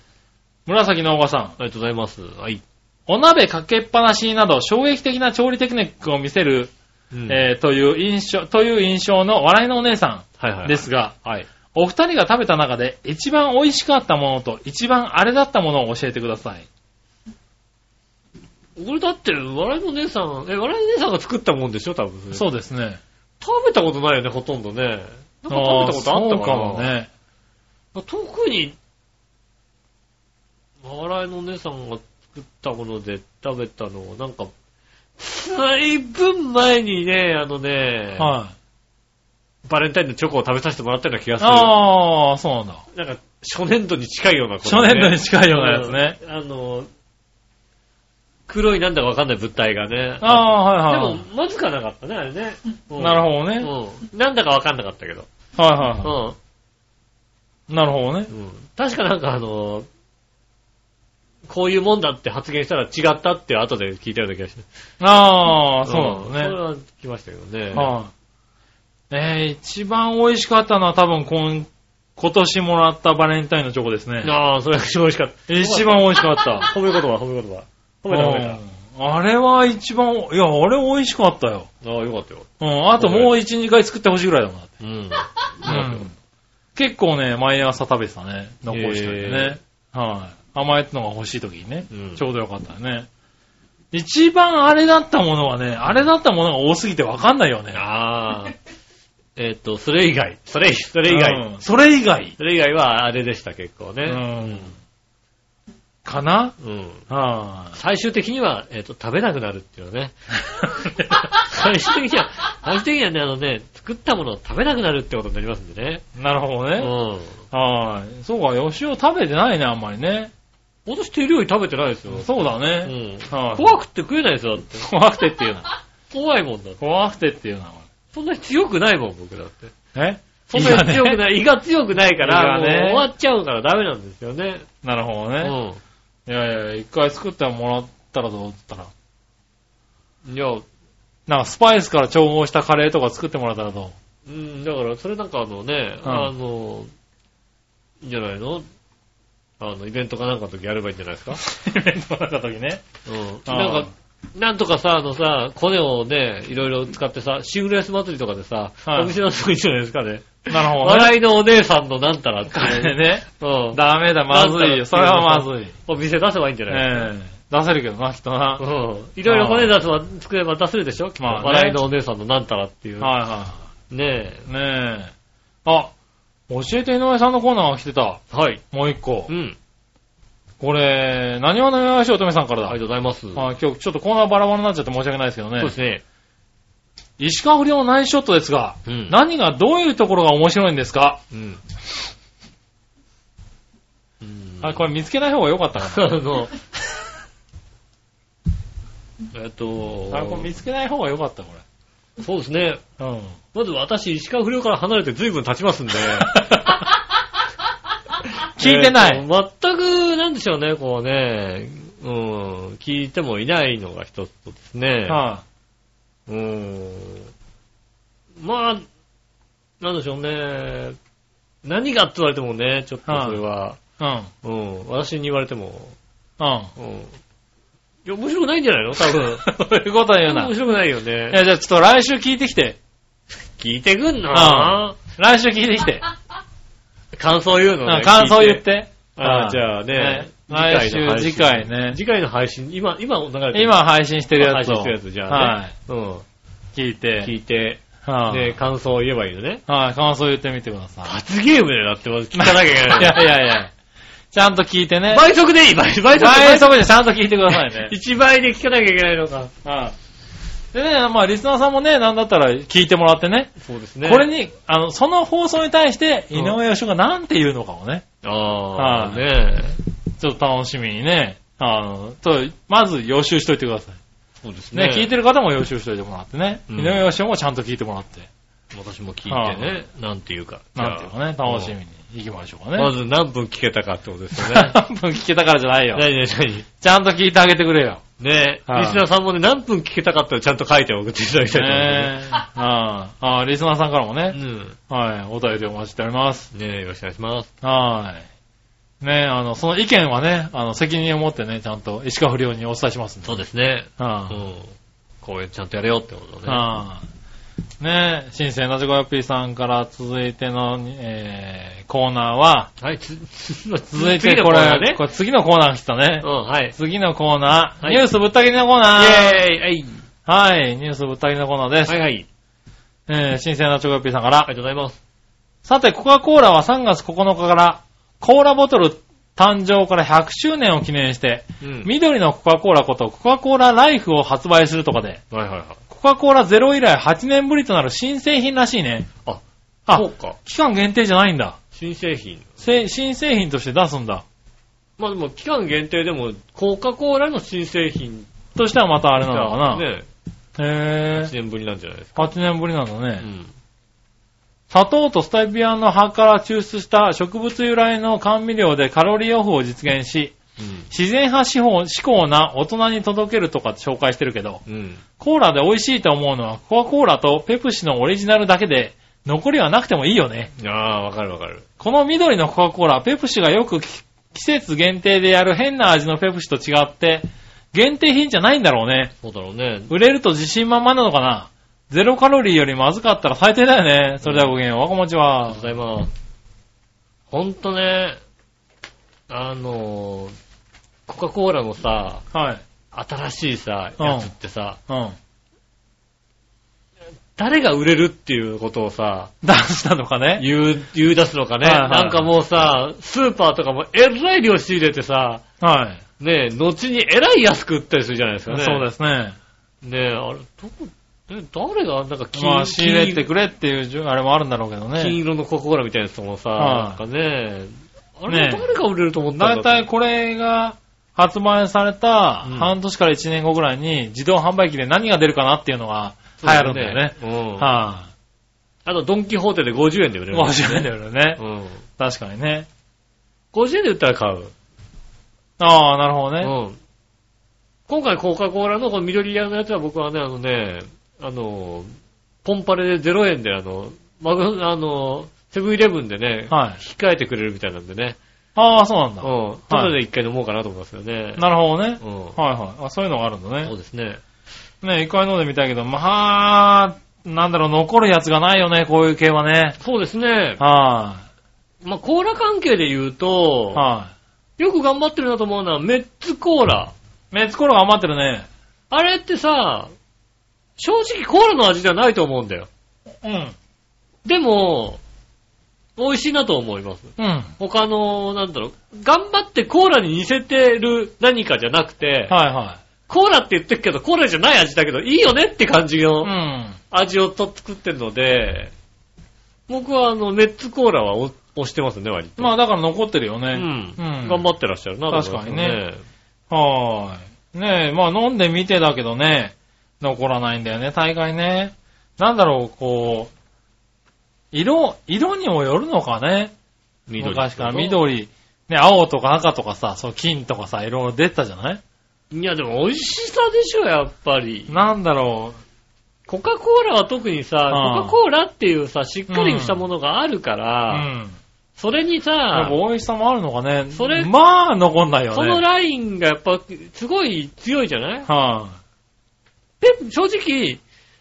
Speaker 3: 紫のおばさん。
Speaker 4: ありがとうございます。はい。
Speaker 3: お鍋かけっぱなしなど衝撃的な調理テクニックを見せる、
Speaker 4: うん
Speaker 3: えーという印象、という印象の笑いのお姉さ
Speaker 4: はいはいは
Speaker 3: ん
Speaker 4: い。
Speaker 3: ですが、
Speaker 4: はい。
Speaker 3: お二人が食べた中で一番美味しかったものと一番あれだったものを教えてください。
Speaker 4: 俺だって、笑いの姉さん、え、笑いの姉さんが作ったもんでしょ多分。。
Speaker 3: そううですね。
Speaker 4: 食べたことないよね、ほとんどね。なんか食べたことあったかな
Speaker 3: あーそうかもね。
Speaker 4: 特に、笑いのお姉さんが作ったもので食べたのは、なんか、随分前にね、あのね、
Speaker 3: はい。
Speaker 4: バレンタインのチョコを食べさせてもらったような気がする。
Speaker 3: ああ、そうなんだ。
Speaker 4: なんか、初年度に近いようなこと、
Speaker 3: 初年度に近いようなやつね。
Speaker 4: うん。あの、黒いなんだかわかんない物体がね。
Speaker 3: ああ、
Speaker 4: で
Speaker 3: はいはい
Speaker 4: も。、まずかなかったね、あれね。
Speaker 3: なる
Speaker 4: ほ
Speaker 3: ほどね。
Speaker 4: うん。なんだかわかんなかったけど。
Speaker 3: はいはいは
Speaker 4: うん。
Speaker 3: い。なるほどね。
Speaker 4: 確かなんかあの、こういうもんだって発言したら違ったって後で聞いたような気がして。
Speaker 3: ああ、そうなんだね。
Speaker 4: それは来ましたけどね。
Speaker 3: はい、えー一番美味しかったのは多分今、今年もらったバレンタインのチョコですね。
Speaker 4: ああ、それは美味しかった。
Speaker 3: 一番美味しかった。
Speaker 4: 褒め言葉、褒め言葉。褒めた褒めた。
Speaker 3: うんあれは一番、いや、あれ美味しかったよ。
Speaker 4: ああ、よかったよ。
Speaker 3: うん、あともう一、二回作ってほしいぐらいだもんだって。
Speaker 4: うん。
Speaker 3: うん結構ね、毎朝食べてたね。残りしてね。はい、甘えたのが欲しい時にね、
Speaker 4: うん
Speaker 3: ちょうどよかったよね。一番あれだったものはね、あれだったものが多すぎてわかんないよね。
Speaker 4: ああ。えっと、それ以外。それ、それ以
Speaker 3: う
Speaker 4: 外
Speaker 3: ん。それ以外。
Speaker 4: それ以外はあれでした、結構
Speaker 3: う
Speaker 4: ね。
Speaker 3: ん。かな
Speaker 4: うん。
Speaker 3: は
Speaker 4: 最終的には、えっと、食べなくなるってい うね。最終的には、最終的にはね、あのね、作ったものを食べなくなるってことになりますんでね。
Speaker 3: い。なるほど
Speaker 4: う
Speaker 3: ね。
Speaker 4: ん。
Speaker 3: はい。そうか、吉尾食べてないね、あんまりね。
Speaker 4: 私手料理食べてないですよ。
Speaker 3: そうだ
Speaker 4: う
Speaker 3: ね。
Speaker 4: ん。
Speaker 3: はい
Speaker 4: 怖くて食えないですよ、だって。
Speaker 3: 怖くてっていうな。
Speaker 4: 怖いもんだって。
Speaker 3: 怖くてっていうな。
Speaker 4: そんなに強くないもん、僕だって。
Speaker 3: え
Speaker 4: そんなに
Speaker 3: ね
Speaker 4: 強くない。胃が強くないか
Speaker 3: 胃
Speaker 4: ら、
Speaker 3: がね
Speaker 4: もう終わっちゃうからダメなんですよね。
Speaker 3: なるほど
Speaker 4: う
Speaker 3: ね。
Speaker 4: ん。
Speaker 3: いやいや、一回作ってもらったらどうだったら。
Speaker 4: いや、
Speaker 3: なんかスパイスから調合したカレーとか作ってもらったら ど
Speaker 4: うん、だから、それなんかあのね、
Speaker 3: うん
Speaker 4: あの、いいんじゃないのあの、イベントかなんかの時やればいいんじゃないですか
Speaker 3: うイベントの中の時ね。
Speaker 4: うん。
Speaker 3: あー
Speaker 4: なんか、なんとかさ、あのさ、コネをね、いろいろ使ってさ、シングルエス祭りとかでさ、
Speaker 3: はい
Speaker 4: お店のすごいいんじゃないですかね。
Speaker 3: なるほどね。
Speaker 4: 笑いのお姉さんのなんたらって
Speaker 3: カ
Speaker 4: いう。
Speaker 3: レーね。
Speaker 4: うん。
Speaker 3: ダメだ、まずいよ。それはまずい。
Speaker 4: お店出せばいいんじゃない、
Speaker 3: ええ出せるけどな、きっとな。
Speaker 4: う
Speaker 3: はい
Speaker 4: ん。いろいろ骨出せば、作れば出せるでしょ、きっと
Speaker 3: まあね
Speaker 4: 笑いのお姉さんのなんたらっていう。
Speaker 3: は
Speaker 4: ねえ。
Speaker 3: い。ねえ。あ、教えて井上さんのコーナーが来てた。
Speaker 4: はい。
Speaker 3: もう一個
Speaker 4: う。ん。
Speaker 3: これ、何話のよしおとめさんからだ。
Speaker 4: ありがとうございます。
Speaker 3: あ今日ちょっとコーナーバラバラになっちゃって申し訳ないですけどね
Speaker 4: そう。ですね。
Speaker 3: 石川不良のナイスショットですが、
Speaker 4: うん
Speaker 3: 何がどういうところが面白いんですか、
Speaker 4: うん。うん
Speaker 3: あ、これ見つけない方が良かったか
Speaker 4: あの、えっと、
Speaker 3: な。あ、これ見つけない方が良かった、これ。
Speaker 4: そうですね。
Speaker 3: うん。
Speaker 4: まず私、石川不良から離れて随分経ち ますんで。
Speaker 3: 聞いてない
Speaker 4: えーと全く、なんでしょうね、こうね、うん、聞いてもいないのが一つとですね。
Speaker 3: は
Speaker 4: うん。まあ、なんでしょうね。何がって言われてもね、ちょっとそれは、
Speaker 3: い。うん。
Speaker 4: うん、私に言われても、
Speaker 3: うん。
Speaker 4: うん。いや、面白くないんじゃないの 多分。
Speaker 3: そういうこと言うな。
Speaker 4: 面
Speaker 3: い
Speaker 4: 白くないよね。
Speaker 3: や、じゃあちょっと来週聞いてきて。
Speaker 4: 聞いてくん
Speaker 3: う
Speaker 4: な
Speaker 3: 来週聞いてき て。
Speaker 4: 感想言うの
Speaker 3: う
Speaker 4: ね
Speaker 3: ん。感想言っ
Speaker 4: 聞い
Speaker 3: て。う
Speaker 4: ああ、
Speaker 3: ん
Speaker 4: じゃあね。
Speaker 3: 来週
Speaker 4: の配信
Speaker 3: 次回ね
Speaker 4: 次回の配信、今、今流れてる。
Speaker 3: 今配信してるやつを。
Speaker 4: 配信してるやつじゃあね
Speaker 3: はい。
Speaker 4: うん。
Speaker 3: 聞い
Speaker 4: 聞
Speaker 3: て。
Speaker 4: いて、
Speaker 3: はい
Speaker 4: で、感想を言えばいいよね。
Speaker 3: はい、感想言ってみてください。
Speaker 4: 罰ゲームだよ、だって、まず聞かなきゃいけない
Speaker 3: いやいやいや。ちゃんと聞いてね。
Speaker 4: 倍速でいい倍倍速。
Speaker 3: 倍速でちゃんと聞いてくださいね
Speaker 4: 1倍 で聞かなきゃいけないのか。
Speaker 3: はい。でね、まあ、リスナーさんもね、なんだったら聞いてもらってね。
Speaker 4: そうですね。
Speaker 3: これに、あの、その放送に対して、井上義雄がなんて言うのかをね、
Speaker 4: あ
Speaker 3: は
Speaker 4: あ、
Speaker 3: い
Speaker 4: ね
Speaker 3: ちょっと楽しみにね、あの、と、まず予習しといてください。
Speaker 4: そうですね
Speaker 3: ね、。聞いてる方も予習しといてもらってね。
Speaker 4: うん
Speaker 3: 井上義雄もちゃんと聞いてもらって、
Speaker 4: 私も聞いてね、なんていうか。
Speaker 3: なんていうかね、
Speaker 4: じゃあ
Speaker 3: 楽しみに行きましょうかね。
Speaker 4: まず何分聞けたかってことです よね。
Speaker 3: 何分聞けたからじゃないよ。
Speaker 4: 何々何々
Speaker 3: ちゃんと聞いてあげてくれよ。
Speaker 4: ねえ、
Speaker 3: はい
Speaker 4: リスナーさんもね、何分聞けたかったらちゃんと書いて送っていただきたいと思いま
Speaker 3: ねえ。ああ、リスナーさんからもね、
Speaker 4: すね。
Speaker 3: はい、お便りお待ちしております。
Speaker 4: うん。ねえ、よろしくお願いします。
Speaker 3: はい。ねえ、あの、その意見はね、あの、責任を持ってね、ちゃんと石川不良にお伝えしますんで。
Speaker 4: そうですね。う
Speaker 3: は
Speaker 4: ん。こういうちゃんとやれよってこと
Speaker 3: い。
Speaker 4: ね。あ
Speaker 3: はい。ねえ、新鮮なジョコヨッピーさんから続いての、えー、コーナーは、
Speaker 4: はい、つ、 つ、
Speaker 3: 続いて
Speaker 4: 次の
Speaker 3: こ
Speaker 4: コー
Speaker 3: れ、
Speaker 4: ナーね
Speaker 3: こ。れ次のコーナーが来たね
Speaker 4: う。ん、はい。
Speaker 3: 次のコーナー、
Speaker 4: はい
Speaker 3: ニュースぶった切りのコー
Speaker 4: イェ
Speaker 3: ナー。
Speaker 4: ーイは
Speaker 3: は
Speaker 4: い
Speaker 3: い、ニュースぶった切りのコーナーです。
Speaker 4: はいはい。
Speaker 3: えー、新鮮なチョコヨッピーさんから
Speaker 4: あ、りがとうございます。
Speaker 3: さて、コカ・コーラは3月9日から、コーラボトル誕生から100周年を記念して、
Speaker 4: うん
Speaker 3: 緑のコカ・コーラことコカ・コーラライフを発売するとかで、
Speaker 4: はいはいはい。
Speaker 3: コカ・コーラゼロ以来8年ぶりとなる新製品らしいね。
Speaker 4: あ、
Speaker 3: あ
Speaker 4: そう、か。
Speaker 3: 期間限定じゃないんだ。
Speaker 4: 新製品。
Speaker 3: せ新製品として出すんだ。
Speaker 4: まあでも、期間限定でも、コカ・コーラの新製品
Speaker 3: としてはまたあれなのかな。
Speaker 4: ね、
Speaker 3: へ
Speaker 4: 1
Speaker 3: ぇ
Speaker 4: 年ぶりなんじゃないですか。
Speaker 3: 8年ぶりなんだ
Speaker 4: う
Speaker 3: ね。
Speaker 4: ん。
Speaker 3: 砂糖とスタビアの葉から抽出した植物由来の甘味料でカロリーオフを実現し、
Speaker 4: うん。
Speaker 3: 自然派志向志向な大人に届けるとかって紹介してるけど、
Speaker 4: うん。
Speaker 3: コーラで美味しいと思うのはコカ・コーラとペプシのオリジナルだけで、残りはなくてもいいよね。
Speaker 4: ああ、わかるわかる。
Speaker 3: この緑のコカ・コーラ、ペプシがよくき季節限定でやる変な味のペプシと違って、限定品じゃないんだろうね。
Speaker 4: そうだろうね。
Speaker 3: 売れると自信満々なのかなゼロカロリーよりまずかったら最低だよね。それではごきげんよう、わこもち
Speaker 4: ありが
Speaker 3: は
Speaker 4: とう。ございます。ほんとね、あのー、コカ・コーラのさ、
Speaker 3: はい。
Speaker 4: 新しいさ、
Speaker 3: うん
Speaker 4: やつってさ、
Speaker 3: うん。
Speaker 4: 誰が売れるっていうことをさ、
Speaker 3: 出したのかね。
Speaker 4: 言う、言い出すのかね。
Speaker 3: はいはい
Speaker 4: なんかもうさ、スーパーとかもえらい量仕入れてさ、
Speaker 3: はい。
Speaker 4: ねえ、後にえらい安く売ったりするじゃないです
Speaker 3: そ
Speaker 4: かね。
Speaker 3: うですね。
Speaker 4: す。ねえ、あれ、どこ、え誰がなんか金,、
Speaker 3: まあ、仕入れて
Speaker 4: 金
Speaker 3: くれっていうじゅ、あれもあるんだろうけど
Speaker 4: 金
Speaker 3: ね。
Speaker 4: 色のコカ・コーラみたいなやつもさ、
Speaker 3: は
Speaker 4: なん
Speaker 3: い
Speaker 4: かね、あ
Speaker 3: ね
Speaker 4: れ
Speaker 3: え
Speaker 4: 誰が売れると思ったんだ
Speaker 3: だ
Speaker 4: ろ
Speaker 3: いうたいこれが発売された
Speaker 4: うん
Speaker 3: 半年から1年後ぐらいに自動販売機で何が出るかなっていうのが流行るんだよね。。
Speaker 4: そうだようん。
Speaker 3: は
Speaker 4: あと、ドンキホーテで50円で売れ
Speaker 3: い。
Speaker 4: る。
Speaker 3: 50円だよね
Speaker 4: う。ん。
Speaker 3: 確かにね。
Speaker 4: 50円で売ったら買う。
Speaker 3: ああ、なるほど
Speaker 4: う
Speaker 3: ね。
Speaker 4: ん。今回コカ・コーラのこの緑色のやつは僕はね、あのね、あの、ポンパレで0円であの、マグ、あの、セブンイレブンでね、
Speaker 3: はい。
Speaker 4: 引き換えてくれるみたいなんでね。
Speaker 3: ああ、そうなん
Speaker 4: う
Speaker 3: だ。
Speaker 4: ん。ただで一回飲もうかなと思いますよね。
Speaker 3: なるほどね。
Speaker 4: うん。
Speaker 3: はいはい。あ、そういうのがあるんだ
Speaker 4: そう
Speaker 3: ね。
Speaker 4: ですね。
Speaker 3: ね、一回飲んでみたいけど、まあ、なんだろう、残るやつがないよね、こういう系はね。
Speaker 4: そうですね。
Speaker 3: は
Speaker 4: まあ、コーラ関係で言う
Speaker 3: い。
Speaker 4: と、
Speaker 3: は
Speaker 4: よく頑張ってるなと思うのは、メッツコーラ。
Speaker 3: い。メッツコーラが余ってるね。
Speaker 4: あれってさ、正直コーラの味じゃないと思うんだよ。
Speaker 3: うん。
Speaker 4: でも、美味しいなと思います。
Speaker 3: うん。
Speaker 4: 他の、なんだろう、頑張ってコーラに似せてる何かじゃなくて、
Speaker 3: はいはい。
Speaker 4: コーラって言ってるけど、コーラじゃない味だけど、いいよねって感じ
Speaker 3: う
Speaker 4: の
Speaker 3: ん。
Speaker 4: 味をと作ってるので、僕はあの、メッツコーラはお推してますね、割と。
Speaker 3: まあだから残ってるよね。
Speaker 4: うん。
Speaker 3: うん。
Speaker 4: 頑張ってらっしゃるな、
Speaker 3: 確かにね。はーい。ねえ、まあ飲んでみてだけどね、残らないんだよね、大概ね。なんだろう、こう、色、色にもよるのかね。
Speaker 4: 緑。
Speaker 3: 昔から。緑、ね、青とか赤とかさ、そう金とかさ、いろいろ出てたじゃない
Speaker 4: いや、でも美味しさでしょ、やっぱり。
Speaker 3: なんだろ
Speaker 4: コカ・コーラは特にさ、
Speaker 3: うん
Speaker 4: コカ・コーラっていうさ、しっかりしたものがあるか
Speaker 3: う、う
Speaker 4: ら、
Speaker 3: ん。
Speaker 4: それに
Speaker 3: やっ
Speaker 4: さ
Speaker 3: ぱ、美味しさもあるのかね。
Speaker 4: それ
Speaker 3: まあ、残んないよね。
Speaker 4: そのラインがやっぱ、すごい強いじゃない
Speaker 3: は
Speaker 4: ペプ正直、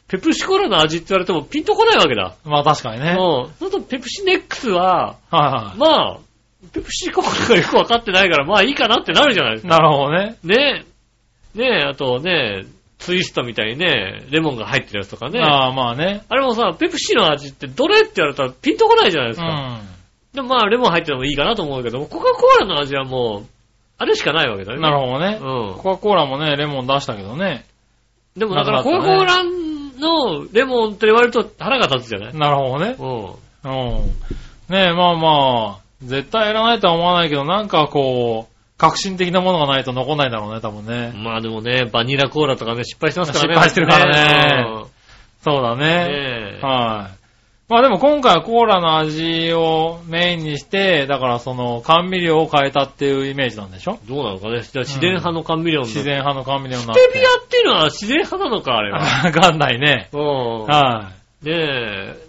Speaker 4: ペプシコーラの味って言われてもピンとこないわけだ。
Speaker 3: い。まあ確かにね。はい
Speaker 4: うん。そうするとペプシネックスは、
Speaker 3: は
Speaker 4: まあ、ペプシコーラがよくわかってないから、まあいいかなってなるじゃないです
Speaker 3: い。
Speaker 4: か。
Speaker 3: なるほどね。
Speaker 4: ねえ。ねえ、あとね、ツイストみたいにね、レモンが入ってるやつとかね。あ
Speaker 3: ああ、まあね。
Speaker 4: れもさ、ペプシの味ってどれって言われたらピンとこないじゃないで
Speaker 3: う
Speaker 4: すか。
Speaker 3: ん。
Speaker 4: でもまあ、レモン入ってるのもいいかなと思うけども、コカ・コーラの味はもう、あれしかないわけだね。
Speaker 3: なるほどね。
Speaker 4: ほ
Speaker 3: コカ・コーラもね、レモン出したけどね。
Speaker 4: うん。でもだから、
Speaker 3: なか
Speaker 4: コカ・
Speaker 3: な
Speaker 4: コ
Speaker 3: かね
Speaker 4: ーラのレモンって言われると腹が立つじゃない
Speaker 3: なるほどね。
Speaker 4: うん。
Speaker 3: うん。ねえ、まあまあ、絶対いらないとは思わないけど、なんかこう、革新的なものがないと残んないだろうね、多分ね。
Speaker 4: まあでもね、バニラコーラとかね、失敗してますからね。
Speaker 3: 失敗してるからね
Speaker 4: うん
Speaker 3: そうだね。
Speaker 4: ねえ。
Speaker 3: はい。まあでも今回はコーラの味をメインにして、だからその甘味料を変えたっていうイメージなんでしょ
Speaker 4: どうなのかね。じゃあ自然派の甘味料の。
Speaker 3: 自然派の甘味料になって。
Speaker 4: ステビアっていうのは自然派なのか、あれは。
Speaker 3: わかんないね。
Speaker 4: うん。
Speaker 3: は
Speaker 4: ねえ。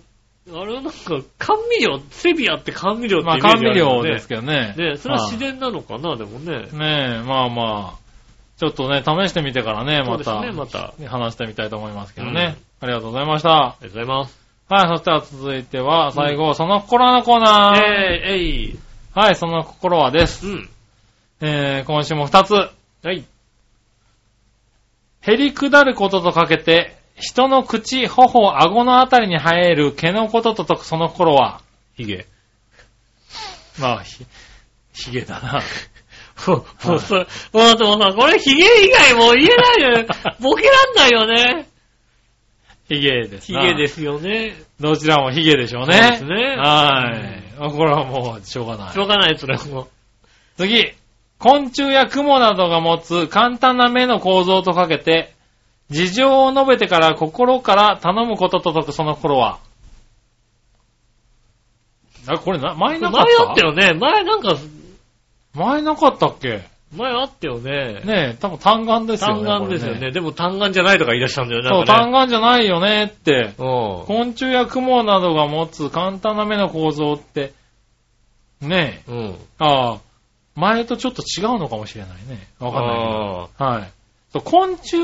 Speaker 4: あれはなんか、甘味料、セビアって甘味料
Speaker 3: い。
Speaker 4: って
Speaker 3: ま
Speaker 4: イ
Speaker 3: あ
Speaker 4: メージあ
Speaker 3: 甘
Speaker 4: る
Speaker 3: 味
Speaker 4: よ
Speaker 3: 料
Speaker 4: ね
Speaker 3: ですけどね。
Speaker 4: ねえ、それは自然なのかな、でもね。
Speaker 3: はい。ねえ、まあまあ、ちょっとね、試してみてからね、
Speaker 4: そう
Speaker 3: ま
Speaker 4: です
Speaker 3: た
Speaker 4: ね、また。あ
Speaker 3: 話してみたいと思いますけどね。ありがとうございました。
Speaker 4: りがとうございます。
Speaker 3: はい、そしたら続いては、最後、その心のコーナー。
Speaker 4: えー、えい、
Speaker 3: はい、その心はです。
Speaker 4: うん。
Speaker 3: えー、今週も2つ。
Speaker 4: はい。
Speaker 3: へりくだることとかけて、人の口、頬、顎のあたりに生える毛のことと解くその心は、
Speaker 4: ヒゲ。
Speaker 3: まあ、ひ、ひげだな。
Speaker 4: もうそれ、もうでもさ、これヒゲ以外もう言えない よね。ボケらんないよね。
Speaker 3: ひげです
Speaker 4: ヒ
Speaker 3: な。
Speaker 4: ゲですよね。
Speaker 3: どちらもヒゲでしょうね。
Speaker 4: そうです
Speaker 3: はい。
Speaker 4: ね
Speaker 3: あこれはもう、しょうがない
Speaker 4: し。ょうがない、それはもう。
Speaker 3: 次。昆虫や雲などが持つ簡単な目の構造とかけて、事情を述べてから心から頼むことと解くその頃は。あ、これな、前
Speaker 4: 前
Speaker 3: な
Speaker 4: あ
Speaker 3: かった
Speaker 4: ったよね。前なんか、
Speaker 3: 前なかったっけ
Speaker 4: 前あったよね。
Speaker 3: ねえ、多分単眼ですよね。
Speaker 4: 単眼ですよ
Speaker 3: こ
Speaker 4: ね
Speaker 3: れ
Speaker 4: でも単眼じゃないとか言い出したんだよね。
Speaker 3: そう、
Speaker 4: なん
Speaker 3: 単眼じゃないよねって。
Speaker 4: かね
Speaker 3: 昆虫や雲などが持つ簡単な目の構造って、ねえ、
Speaker 4: うん。うん。
Speaker 3: ああ、前とちょっと違うのかもしれないね。わかんないけど。
Speaker 4: あ
Speaker 3: はい。そう、昆虫、う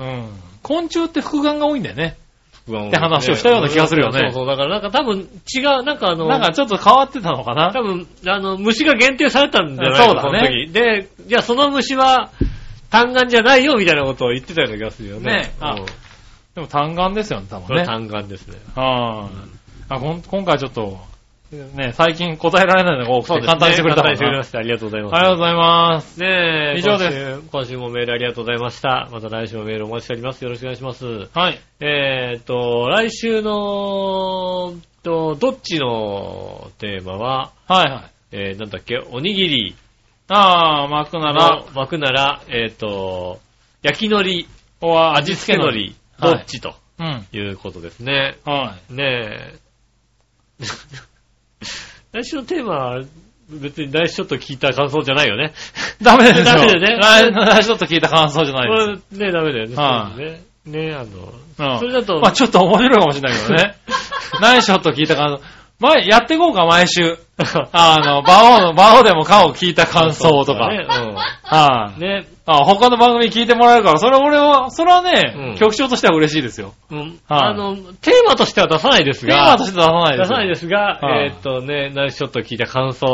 Speaker 3: ん。昆虫って複眼が多いんだよね。
Speaker 4: ー
Speaker 3: って話をしたような気がするよね
Speaker 4: そうそう、だからなんか多分違う、なんかあの、
Speaker 3: なんかちょっと変わってたのかな
Speaker 4: 多分、あの、虫が限定されたんじゃない
Speaker 3: そうだね
Speaker 4: この時。で、じゃあその虫は単眼じゃないよみたいなことを言ってたような気がするよね。
Speaker 3: ねあ
Speaker 4: うん
Speaker 3: でも単眼ですよね、多
Speaker 4: こ
Speaker 3: 分
Speaker 4: れ
Speaker 3: ね。
Speaker 4: 単眼ですね。
Speaker 3: はあ、あこん今回ちょっと、ね、最近答えられないのが多くて、簡単にしてくれた
Speaker 4: 簡単
Speaker 3: から
Speaker 4: にして
Speaker 3: な。
Speaker 4: くれました。ありがとうございます。
Speaker 3: ありがとうございます。
Speaker 4: ねえ、
Speaker 3: 以上です
Speaker 4: 今週。今週もメールありがとうございました。また来週もメールお待ちしております。よろしくお願いします。
Speaker 3: はい。
Speaker 4: えーっと、来週の、と、どっちのテーマは、
Speaker 3: はいはい。
Speaker 4: えーなんだっけ、おにぎり
Speaker 3: ああ、巻くなら
Speaker 4: の、枠なら、えーっと、焼き海苔、
Speaker 3: おは
Speaker 4: 味付け海苔、
Speaker 3: はい
Speaker 4: どっちと
Speaker 3: うん。
Speaker 4: いうことですね。
Speaker 3: は
Speaker 4: ねえ。 来週のテーマは、別に来週ちょっと聞いた感想じゃないよね。
Speaker 3: い。ダメですよ。
Speaker 4: ダメだよね
Speaker 3: 来 来ちょっと聞いた感想じゃ
Speaker 4: こ
Speaker 3: ない
Speaker 4: れ
Speaker 3: です。
Speaker 4: ね、ダメだよね。
Speaker 3: は
Speaker 4: そうですね。ねえ、あの、
Speaker 3: うん
Speaker 4: それだと、
Speaker 3: まあちょっと面白いかもしれないけど ね。何しょっと聞いた感想。前、やっていこうか、毎週。あの、馬王の、馬王でもかを聞いた感想と か。はい、
Speaker 4: ね。うんね、
Speaker 3: あ。他の番組聞いてもらえるから、それ俺は、それはね、
Speaker 4: うん
Speaker 3: 局長としては嬉しいですよ。
Speaker 4: うん
Speaker 3: はい
Speaker 4: あの、テーマとしては出さないです
Speaker 3: テーマ
Speaker 4: が、
Speaker 3: として出さないで
Speaker 4: 出
Speaker 3: す
Speaker 4: さ
Speaker 3: よ。
Speaker 4: ないですが、
Speaker 3: はい
Speaker 4: えーっとね、ナイスショット聞いた感想、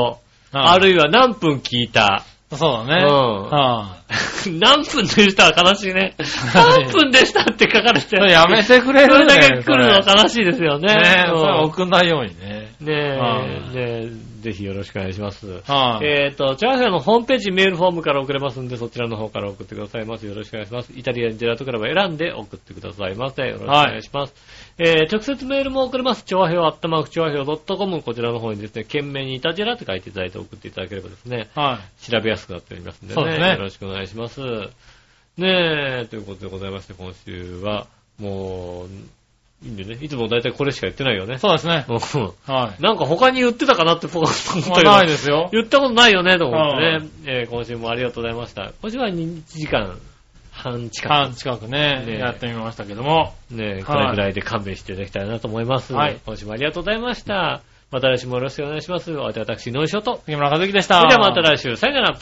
Speaker 3: はい
Speaker 4: あるいは何分聞いた、
Speaker 3: そうだね。
Speaker 4: うん
Speaker 3: は
Speaker 4: 何分でした悲しいね。
Speaker 3: はい
Speaker 4: 何分でしたって書かれて
Speaker 3: い。そ、れやめてくれ
Speaker 4: そ
Speaker 3: るね
Speaker 4: れだけ来るの
Speaker 3: そ
Speaker 4: は悲しいですよね。
Speaker 3: れねそれは
Speaker 4: うん
Speaker 3: 送んないようにね。
Speaker 4: ね
Speaker 3: はい
Speaker 4: え、ねえ、ぜひよろしくお願いします。
Speaker 3: はい
Speaker 4: えっ、と、チャーハンのホームページメールフォームから送れますんで、そちらの方から送ってくださいます。よろしくお願いします。イタリアンジェラートクラブを選んで送ってくださいませ。よろしくお願いします。えー、直接メールも送れます。調和表、あったまく調和表 .com、こちらの方にですね、懸命にイタジェラって書いていただいて送っていただければですね、
Speaker 3: はい。
Speaker 4: 調べやすくなっておりますんで
Speaker 3: そう
Speaker 4: ね。
Speaker 3: ですね
Speaker 4: よろしくお願いします。ねえ、ということでございまして、今週は、もう、いいんでね。いつも大体これしか言ってないよね。
Speaker 3: そうですね。
Speaker 4: うん
Speaker 3: は
Speaker 4: なんか他に言ってたかなってポカッと
Speaker 3: い。
Speaker 4: 思っ
Speaker 3: ま
Speaker 4: た
Speaker 3: あな
Speaker 4: けど
Speaker 3: いですよ。
Speaker 4: 言ったことないよね、と思って
Speaker 3: う
Speaker 4: ね。えー今週もありがとうございました。今週は1時間半近く。
Speaker 3: 半近くね
Speaker 4: ね
Speaker 3: やってみましたけども。
Speaker 4: ねえ、
Speaker 3: はい
Speaker 4: これぐらいで勘弁していただきたいなと思います。
Speaker 3: はい
Speaker 4: 今週もありがとうございました。また来週もよろしくお願いします。お相手は私、井上翔と。
Speaker 3: 杉村和樹でした。
Speaker 4: それではまた来週、さよなら。